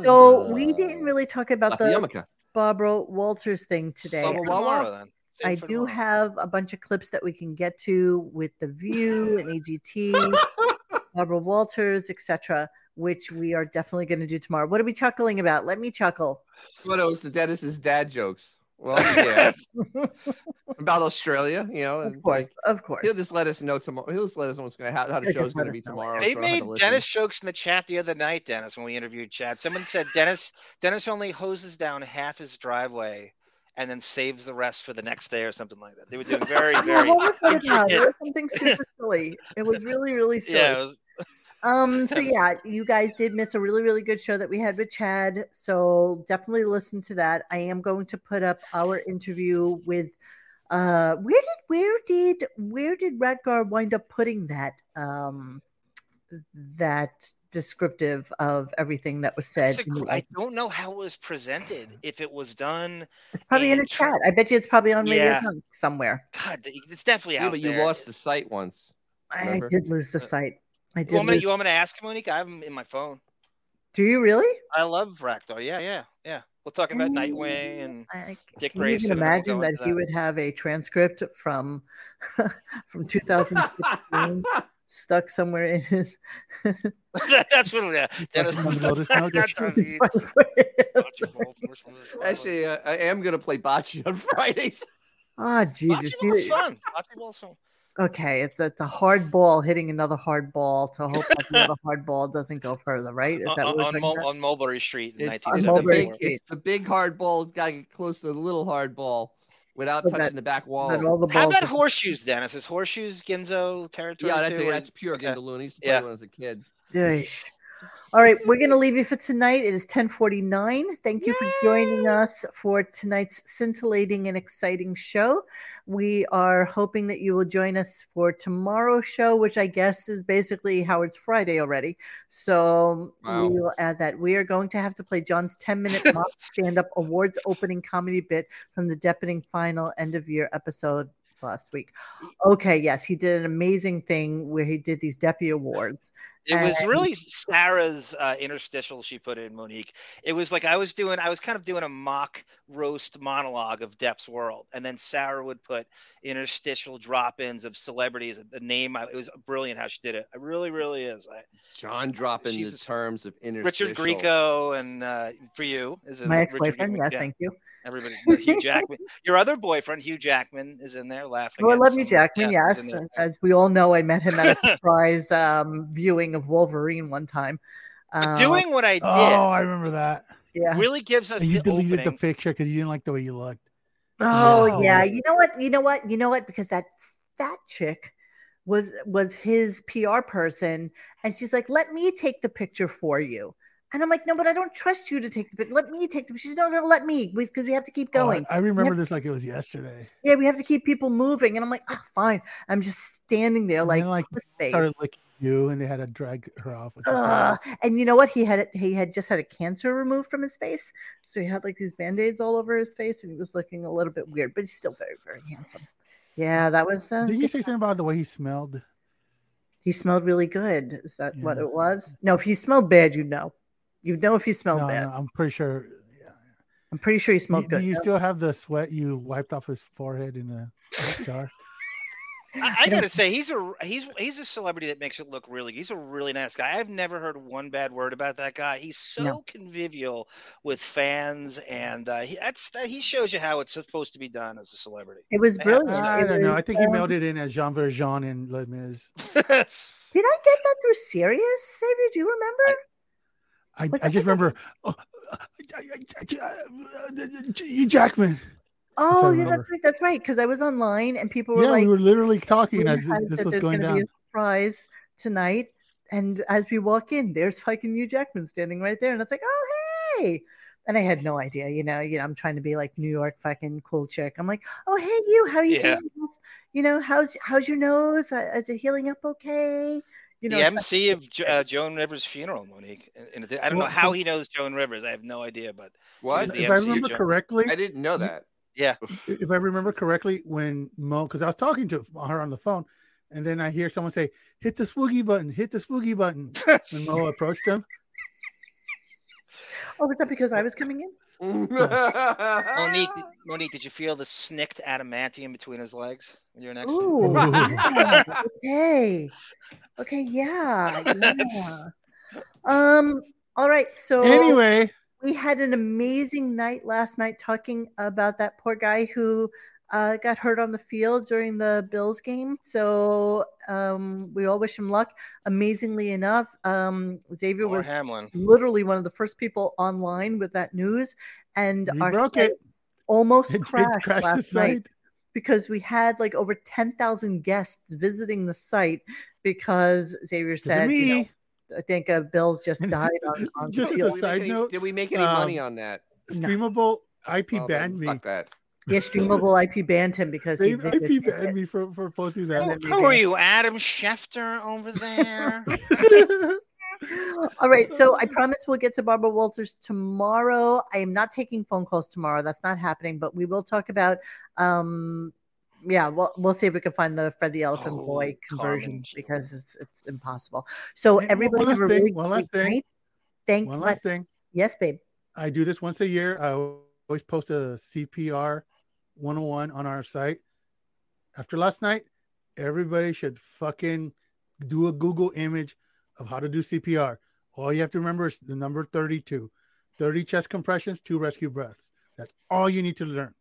[SPEAKER 1] So we didn't really talk about
[SPEAKER 4] Lucky
[SPEAKER 1] the
[SPEAKER 4] Yamaka.
[SPEAKER 1] Barbara Walters thing today.
[SPEAKER 2] Save for tomorrow, then.
[SPEAKER 1] I do have a bunch of clips that we can get to with the View and EGT, Barbara Walters, etc., which we are definitely going to do tomorrow. What are we chuckling about? Let me chuckle.
[SPEAKER 4] What else? The dentist is dad jokes. Well, yeah. about Australia, you know. Of
[SPEAKER 1] course, of course.
[SPEAKER 4] He'll just let us know tomorrow. He'll just let us know what's going to happen. How the
[SPEAKER 1] He'll just
[SPEAKER 4] show's going
[SPEAKER 1] let
[SPEAKER 4] to
[SPEAKER 1] us
[SPEAKER 4] be
[SPEAKER 1] know.
[SPEAKER 4] tomorrow.
[SPEAKER 2] They
[SPEAKER 4] so I don't have
[SPEAKER 2] made
[SPEAKER 4] to listen.
[SPEAKER 2] Dennis jokes in the chat the other night, Dennis, when we interviewed Chad. Someone said Dennis Dennis only hoses down half his driveway and then saves the rest for the next day or something like that. They were doing very,
[SPEAKER 1] Yeah,
[SPEAKER 2] very
[SPEAKER 1] what was that about? It
[SPEAKER 2] intricate.
[SPEAKER 1] was something super silly. It was really, really silly.
[SPEAKER 2] Yeah, it was
[SPEAKER 1] Um, so yeah, you guys did miss a really, really good show that we had with Chad. So definitely listen to that. I am going to put up our interview with uh where did where did where did Radgar wind up putting that um that descriptive of everything that was said?
[SPEAKER 2] It's a
[SPEAKER 1] in the
[SPEAKER 2] gr- I
[SPEAKER 1] article?
[SPEAKER 2] don't know how it was presented, if it was done.
[SPEAKER 1] It's probably in a chat. I bet you it's probably on Radio
[SPEAKER 2] Yeah.
[SPEAKER 1] Funk somewhere.
[SPEAKER 2] God, it's definitely
[SPEAKER 4] Yeah,
[SPEAKER 2] out
[SPEAKER 4] but you
[SPEAKER 2] there.
[SPEAKER 4] lost the site once.
[SPEAKER 1] I
[SPEAKER 4] remember?
[SPEAKER 1] did lose the site. I did.
[SPEAKER 2] Uh, You want, me,
[SPEAKER 1] lose-
[SPEAKER 2] you want me to ask him, Monique? I have him in my phone.
[SPEAKER 1] Do you really?
[SPEAKER 2] I love Vrakdor. Yeah, yeah, yeah. We'll talk about Nightwing and Dick
[SPEAKER 1] Can you even
[SPEAKER 2] Grayson. and we'll
[SPEAKER 1] imagine
[SPEAKER 2] go
[SPEAKER 1] that
[SPEAKER 2] into
[SPEAKER 1] he would have a transcript from from 2016 stuck somewhere in his
[SPEAKER 2] That's what. Yeah, Dennis. That's what I mean.
[SPEAKER 4] Actually, uh, I am going to play bocce on Fridays.
[SPEAKER 1] Ah, Jesus.
[SPEAKER 4] Bocce ball's
[SPEAKER 1] you-
[SPEAKER 4] fun.
[SPEAKER 2] Bocce ball's fun.
[SPEAKER 1] Okay, it's it's a hard ball hitting another hard ball to hope that the other hard ball doesn't go further, right? Is
[SPEAKER 2] On,
[SPEAKER 1] that what it's
[SPEAKER 2] on,
[SPEAKER 1] like
[SPEAKER 2] on, Mul-
[SPEAKER 1] that?
[SPEAKER 2] on Mulberry Street in
[SPEAKER 4] It's, it's the
[SPEAKER 2] 1974.
[SPEAKER 4] big, it's the big hard ball. It's got to get close to the little hard ball without
[SPEAKER 2] So
[SPEAKER 4] touching
[SPEAKER 2] that-
[SPEAKER 4] the back wall.
[SPEAKER 2] How about horseshoes, Dennis? Is horseshoes Ginzo territory?
[SPEAKER 4] Yeah, that's,
[SPEAKER 2] too,
[SPEAKER 4] a,
[SPEAKER 2] or-
[SPEAKER 4] that's pure Gindaloon. He used to play
[SPEAKER 2] Yeah.
[SPEAKER 4] when I was a kid.
[SPEAKER 1] Yeesh. All right, we're going to leave you for tonight. It is 10:49. Thank you for joining us for tonight's scintillating and exciting show. We are hoping that you will join us for tomorrow's show, which I guess is basically Howard's Friday already. So
[SPEAKER 15] Wow.
[SPEAKER 1] we will add that we are going to have to play John's 10-minute mock stand-up awards opening comedy bit from the deafening final end of year episode last week. Okay, yes, he did an amazing thing where he did these Deppy awards.
[SPEAKER 2] It was
[SPEAKER 1] And-
[SPEAKER 2] really Sarah's uh, interstitial she put in Monique. It was like I was doing, I was kind of doing a mock roast monologue of Depp's world, and then Sarah would put interstitial drop-ins of celebrities. The name, I, it was brilliant how she did it. It really, really is. I,
[SPEAKER 4] John dropping the terms of interstitial.
[SPEAKER 2] Richard Grieco and uh, for you is in
[SPEAKER 1] My
[SPEAKER 2] the-
[SPEAKER 1] ex-boyfriend,
[SPEAKER 2] Richard Grieco-
[SPEAKER 1] yes, thank you.
[SPEAKER 2] Everybody, Hugh Jackman. Your other boyfriend, Hugh Jackman, is in there laughing.
[SPEAKER 1] Oh, I
[SPEAKER 2] at
[SPEAKER 1] love you,
[SPEAKER 2] some-
[SPEAKER 1] Jackman.
[SPEAKER 2] yeah, he's
[SPEAKER 1] yes,
[SPEAKER 2] in there.
[SPEAKER 1] as we all know, I met him at a surprise um, viewing of Wolverine one time.
[SPEAKER 13] But doing what I did.
[SPEAKER 3] Oh, I remember that.
[SPEAKER 1] Yeah.
[SPEAKER 13] Really gives us
[SPEAKER 3] And Oh, you
[SPEAKER 13] the
[SPEAKER 3] deleted
[SPEAKER 13] opening.
[SPEAKER 3] the picture because you didn't like the way you looked.
[SPEAKER 1] Oh yeah, you know what? You know what? You know what? Because that fat chick was was his PR person, and she's like, "Let me take the picture for you." And I'm like, "No, but I don't trust you to take the picture. Let me take the." She's no, no, let me. We because we have to keep
[SPEAKER 3] Oh, I-
[SPEAKER 1] going.
[SPEAKER 3] I
[SPEAKER 1] We
[SPEAKER 3] remember
[SPEAKER 1] have-
[SPEAKER 3] this like it was yesterday.
[SPEAKER 1] Yeah, we have to keep people moving, and I'm like, "Oh, fine." I'm just standing there like,
[SPEAKER 3] like,
[SPEAKER 1] "What's face?"
[SPEAKER 3] Started like you, and they had to drag her off. which is-
[SPEAKER 1] Ugh. and you know what? He had he had just had a cancer removed from his face, so he had like these band aids all over his face, and he was looking a little bit weird, but he's still very very handsome. Yeah, that was. Uh,
[SPEAKER 3] Did you
[SPEAKER 1] good
[SPEAKER 3] say something about the way he smelled?
[SPEAKER 1] He smelled really good. Is that what it was? No, if he smelled bad, you'd know. You'd know if he smelled
[SPEAKER 3] No,
[SPEAKER 1] bad.
[SPEAKER 3] no, I'm pretty sure.
[SPEAKER 1] I'm pretty sure he smelled
[SPEAKER 3] Do
[SPEAKER 1] good,
[SPEAKER 3] you
[SPEAKER 1] no?
[SPEAKER 3] still have the sweat you wiped off his forehead in a jar?
[SPEAKER 13] I, I gotta say, he's a he's he's a celebrity that makes it look really. He's a really nice guy. I've never heard one bad word about that guy. He's so
[SPEAKER 1] No.
[SPEAKER 13] convivial with fans, and uh, he, that's that, he shows you how it's supposed to be done as a celebrity.
[SPEAKER 1] It was
[SPEAKER 13] I have to
[SPEAKER 1] brilliant.
[SPEAKER 13] say.
[SPEAKER 3] I don't know. I think he
[SPEAKER 1] Um,
[SPEAKER 3] mailed it in as Jean Valjean in Les Mis.
[SPEAKER 1] Did I get that through Sirius, Xavier? Do you remember?
[SPEAKER 3] I,
[SPEAKER 1] Was
[SPEAKER 3] I
[SPEAKER 1] that
[SPEAKER 3] just remember oh, uh, Hugh uh, Jackman. I
[SPEAKER 1] Oh, yeah,
[SPEAKER 3] remember.
[SPEAKER 1] that's right. That's right. Because I was online and people were
[SPEAKER 3] yeah,
[SPEAKER 1] like,
[SPEAKER 3] we were literally talking
[SPEAKER 1] "Rumor
[SPEAKER 3] as
[SPEAKER 1] has
[SPEAKER 3] this
[SPEAKER 1] it
[SPEAKER 3] was
[SPEAKER 1] there's
[SPEAKER 3] going
[SPEAKER 1] gonna be
[SPEAKER 3] down.
[SPEAKER 1] a surprise tonight." And as we walk in, there's fucking Hugh Jackman standing right there, and it's like, "Oh hey!" And I had no idea, you know. You know, I'm trying to be like New York fucking cool chick. I'm like, "Oh hey, you, how you
[SPEAKER 13] Yeah.
[SPEAKER 1] doing? You know, how's how's your nose? Uh, Is it healing up okay?" You know,
[SPEAKER 13] the
[SPEAKER 1] trying-
[SPEAKER 13] MC of Jo- uh, Joan Rivers' funeral, Monique. And I don't know
[SPEAKER 3] Well,
[SPEAKER 13] how
[SPEAKER 3] so-
[SPEAKER 13] he knows Joan Rivers. I have no idea, but he was the
[SPEAKER 3] If
[SPEAKER 13] MC
[SPEAKER 3] I
[SPEAKER 13] of
[SPEAKER 3] remember
[SPEAKER 13] Joan-
[SPEAKER 3] correctly,
[SPEAKER 4] I didn't know that.
[SPEAKER 13] Yeah.
[SPEAKER 3] if I remember correctly, when Mo, because I was talking to her on the phone, and then I hear someone say, "Hit the swoogie button! Hit the swoogie button!" when Mo approached him,
[SPEAKER 1] oh, was that because I was coming in?
[SPEAKER 13] Monique,
[SPEAKER 1] Ah!
[SPEAKER 13] did- Monique, did you feel the snicked adamantium between his legs when you were next? to him?
[SPEAKER 1] Ooh, yeah, okay. Okay, yeah. yeah. Um, all right, so
[SPEAKER 3] Anyway.
[SPEAKER 1] we had an amazing night last night talking about that poor guy who uh, got hurt on the field during the Bills game. So um, we all wish him luck. Amazingly enough, um, Xavier
[SPEAKER 13] Or
[SPEAKER 1] was
[SPEAKER 13] Hamlin.
[SPEAKER 1] literally one of the first people online with that news, and
[SPEAKER 3] You
[SPEAKER 1] our
[SPEAKER 3] broke
[SPEAKER 1] site
[SPEAKER 3] it.
[SPEAKER 1] almost
[SPEAKER 3] It did
[SPEAKER 1] crashed,
[SPEAKER 3] crash the
[SPEAKER 1] last night
[SPEAKER 3] site.
[SPEAKER 1] because we had like over 10,000 guests visiting the site because Xavier said, you know,
[SPEAKER 3] me.
[SPEAKER 1] I think uh, Bills just died on, on
[SPEAKER 3] just as
[SPEAKER 1] field.
[SPEAKER 3] a side note,
[SPEAKER 4] did we make any money on that?
[SPEAKER 3] Streamable IP
[SPEAKER 4] Well, then
[SPEAKER 3] banned me.
[SPEAKER 4] fuck that.
[SPEAKER 1] Yeah, streamable IP banned him because
[SPEAKER 3] They
[SPEAKER 1] he did it.
[SPEAKER 3] IP banned me for, for posting
[SPEAKER 13] Who,
[SPEAKER 3] that.
[SPEAKER 13] who are you, Adam Schefter over there?
[SPEAKER 1] All right, so I promise we'll get to Barbara Walters tomorrow. I am not taking phone calls tomorrow. That's not happening, but we will talk about um yeah, we'll, we'll see if we can find the Fred the Elephant Boy conversion because it's, it's impossible. So
[SPEAKER 3] Hey, one
[SPEAKER 1] everybody
[SPEAKER 3] last
[SPEAKER 1] have a
[SPEAKER 3] thing,
[SPEAKER 1] really
[SPEAKER 3] one last
[SPEAKER 1] great
[SPEAKER 3] thing.
[SPEAKER 1] night. Thank
[SPEAKER 3] One
[SPEAKER 1] let-
[SPEAKER 3] last thing.
[SPEAKER 1] Yes, babe.
[SPEAKER 3] I do this once a year. I always post a CPR 101 on our site. After last night, everybody should fucking do a Google image of how to do CPR. All you have to remember is the number 32 30 chest compressions, two rescue breaths. That's all you need to learn.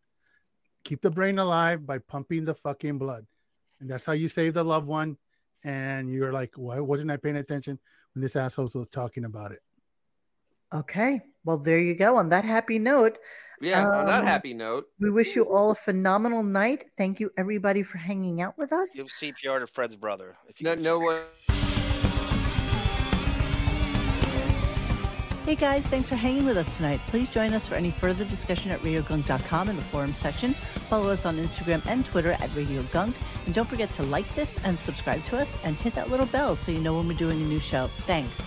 [SPEAKER 3] Keep the brain alive by pumping the fucking blood. And that's how you save the loved one. And you're like, why wasn't I paying attention when this asshole was talking about it?
[SPEAKER 1] Okay. Well, there you go. On that happy note.
[SPEAKER 4] Yeah, on that
[SPEAKER 1] um,
[SPEAKER 4] happy note,
[SPEAKER 1] We wish you all a phenomenal night. Thank you, everybody, for hanging out with us.
[SPEAKER 13] Give CPR to Fred's brother. If you
[SPEAKER 4] no, no one.
[SPEAKER 8] Hey guys, thanks for hanging with us tonight. Please join us for any further discussion at RadioGunk.com in the forum section. Follow us on Instagram and Twitter at Radio Gunk. And don't forget to like this and subscribe to us and hit that little bell so you know when we're doing a new show. Thanks.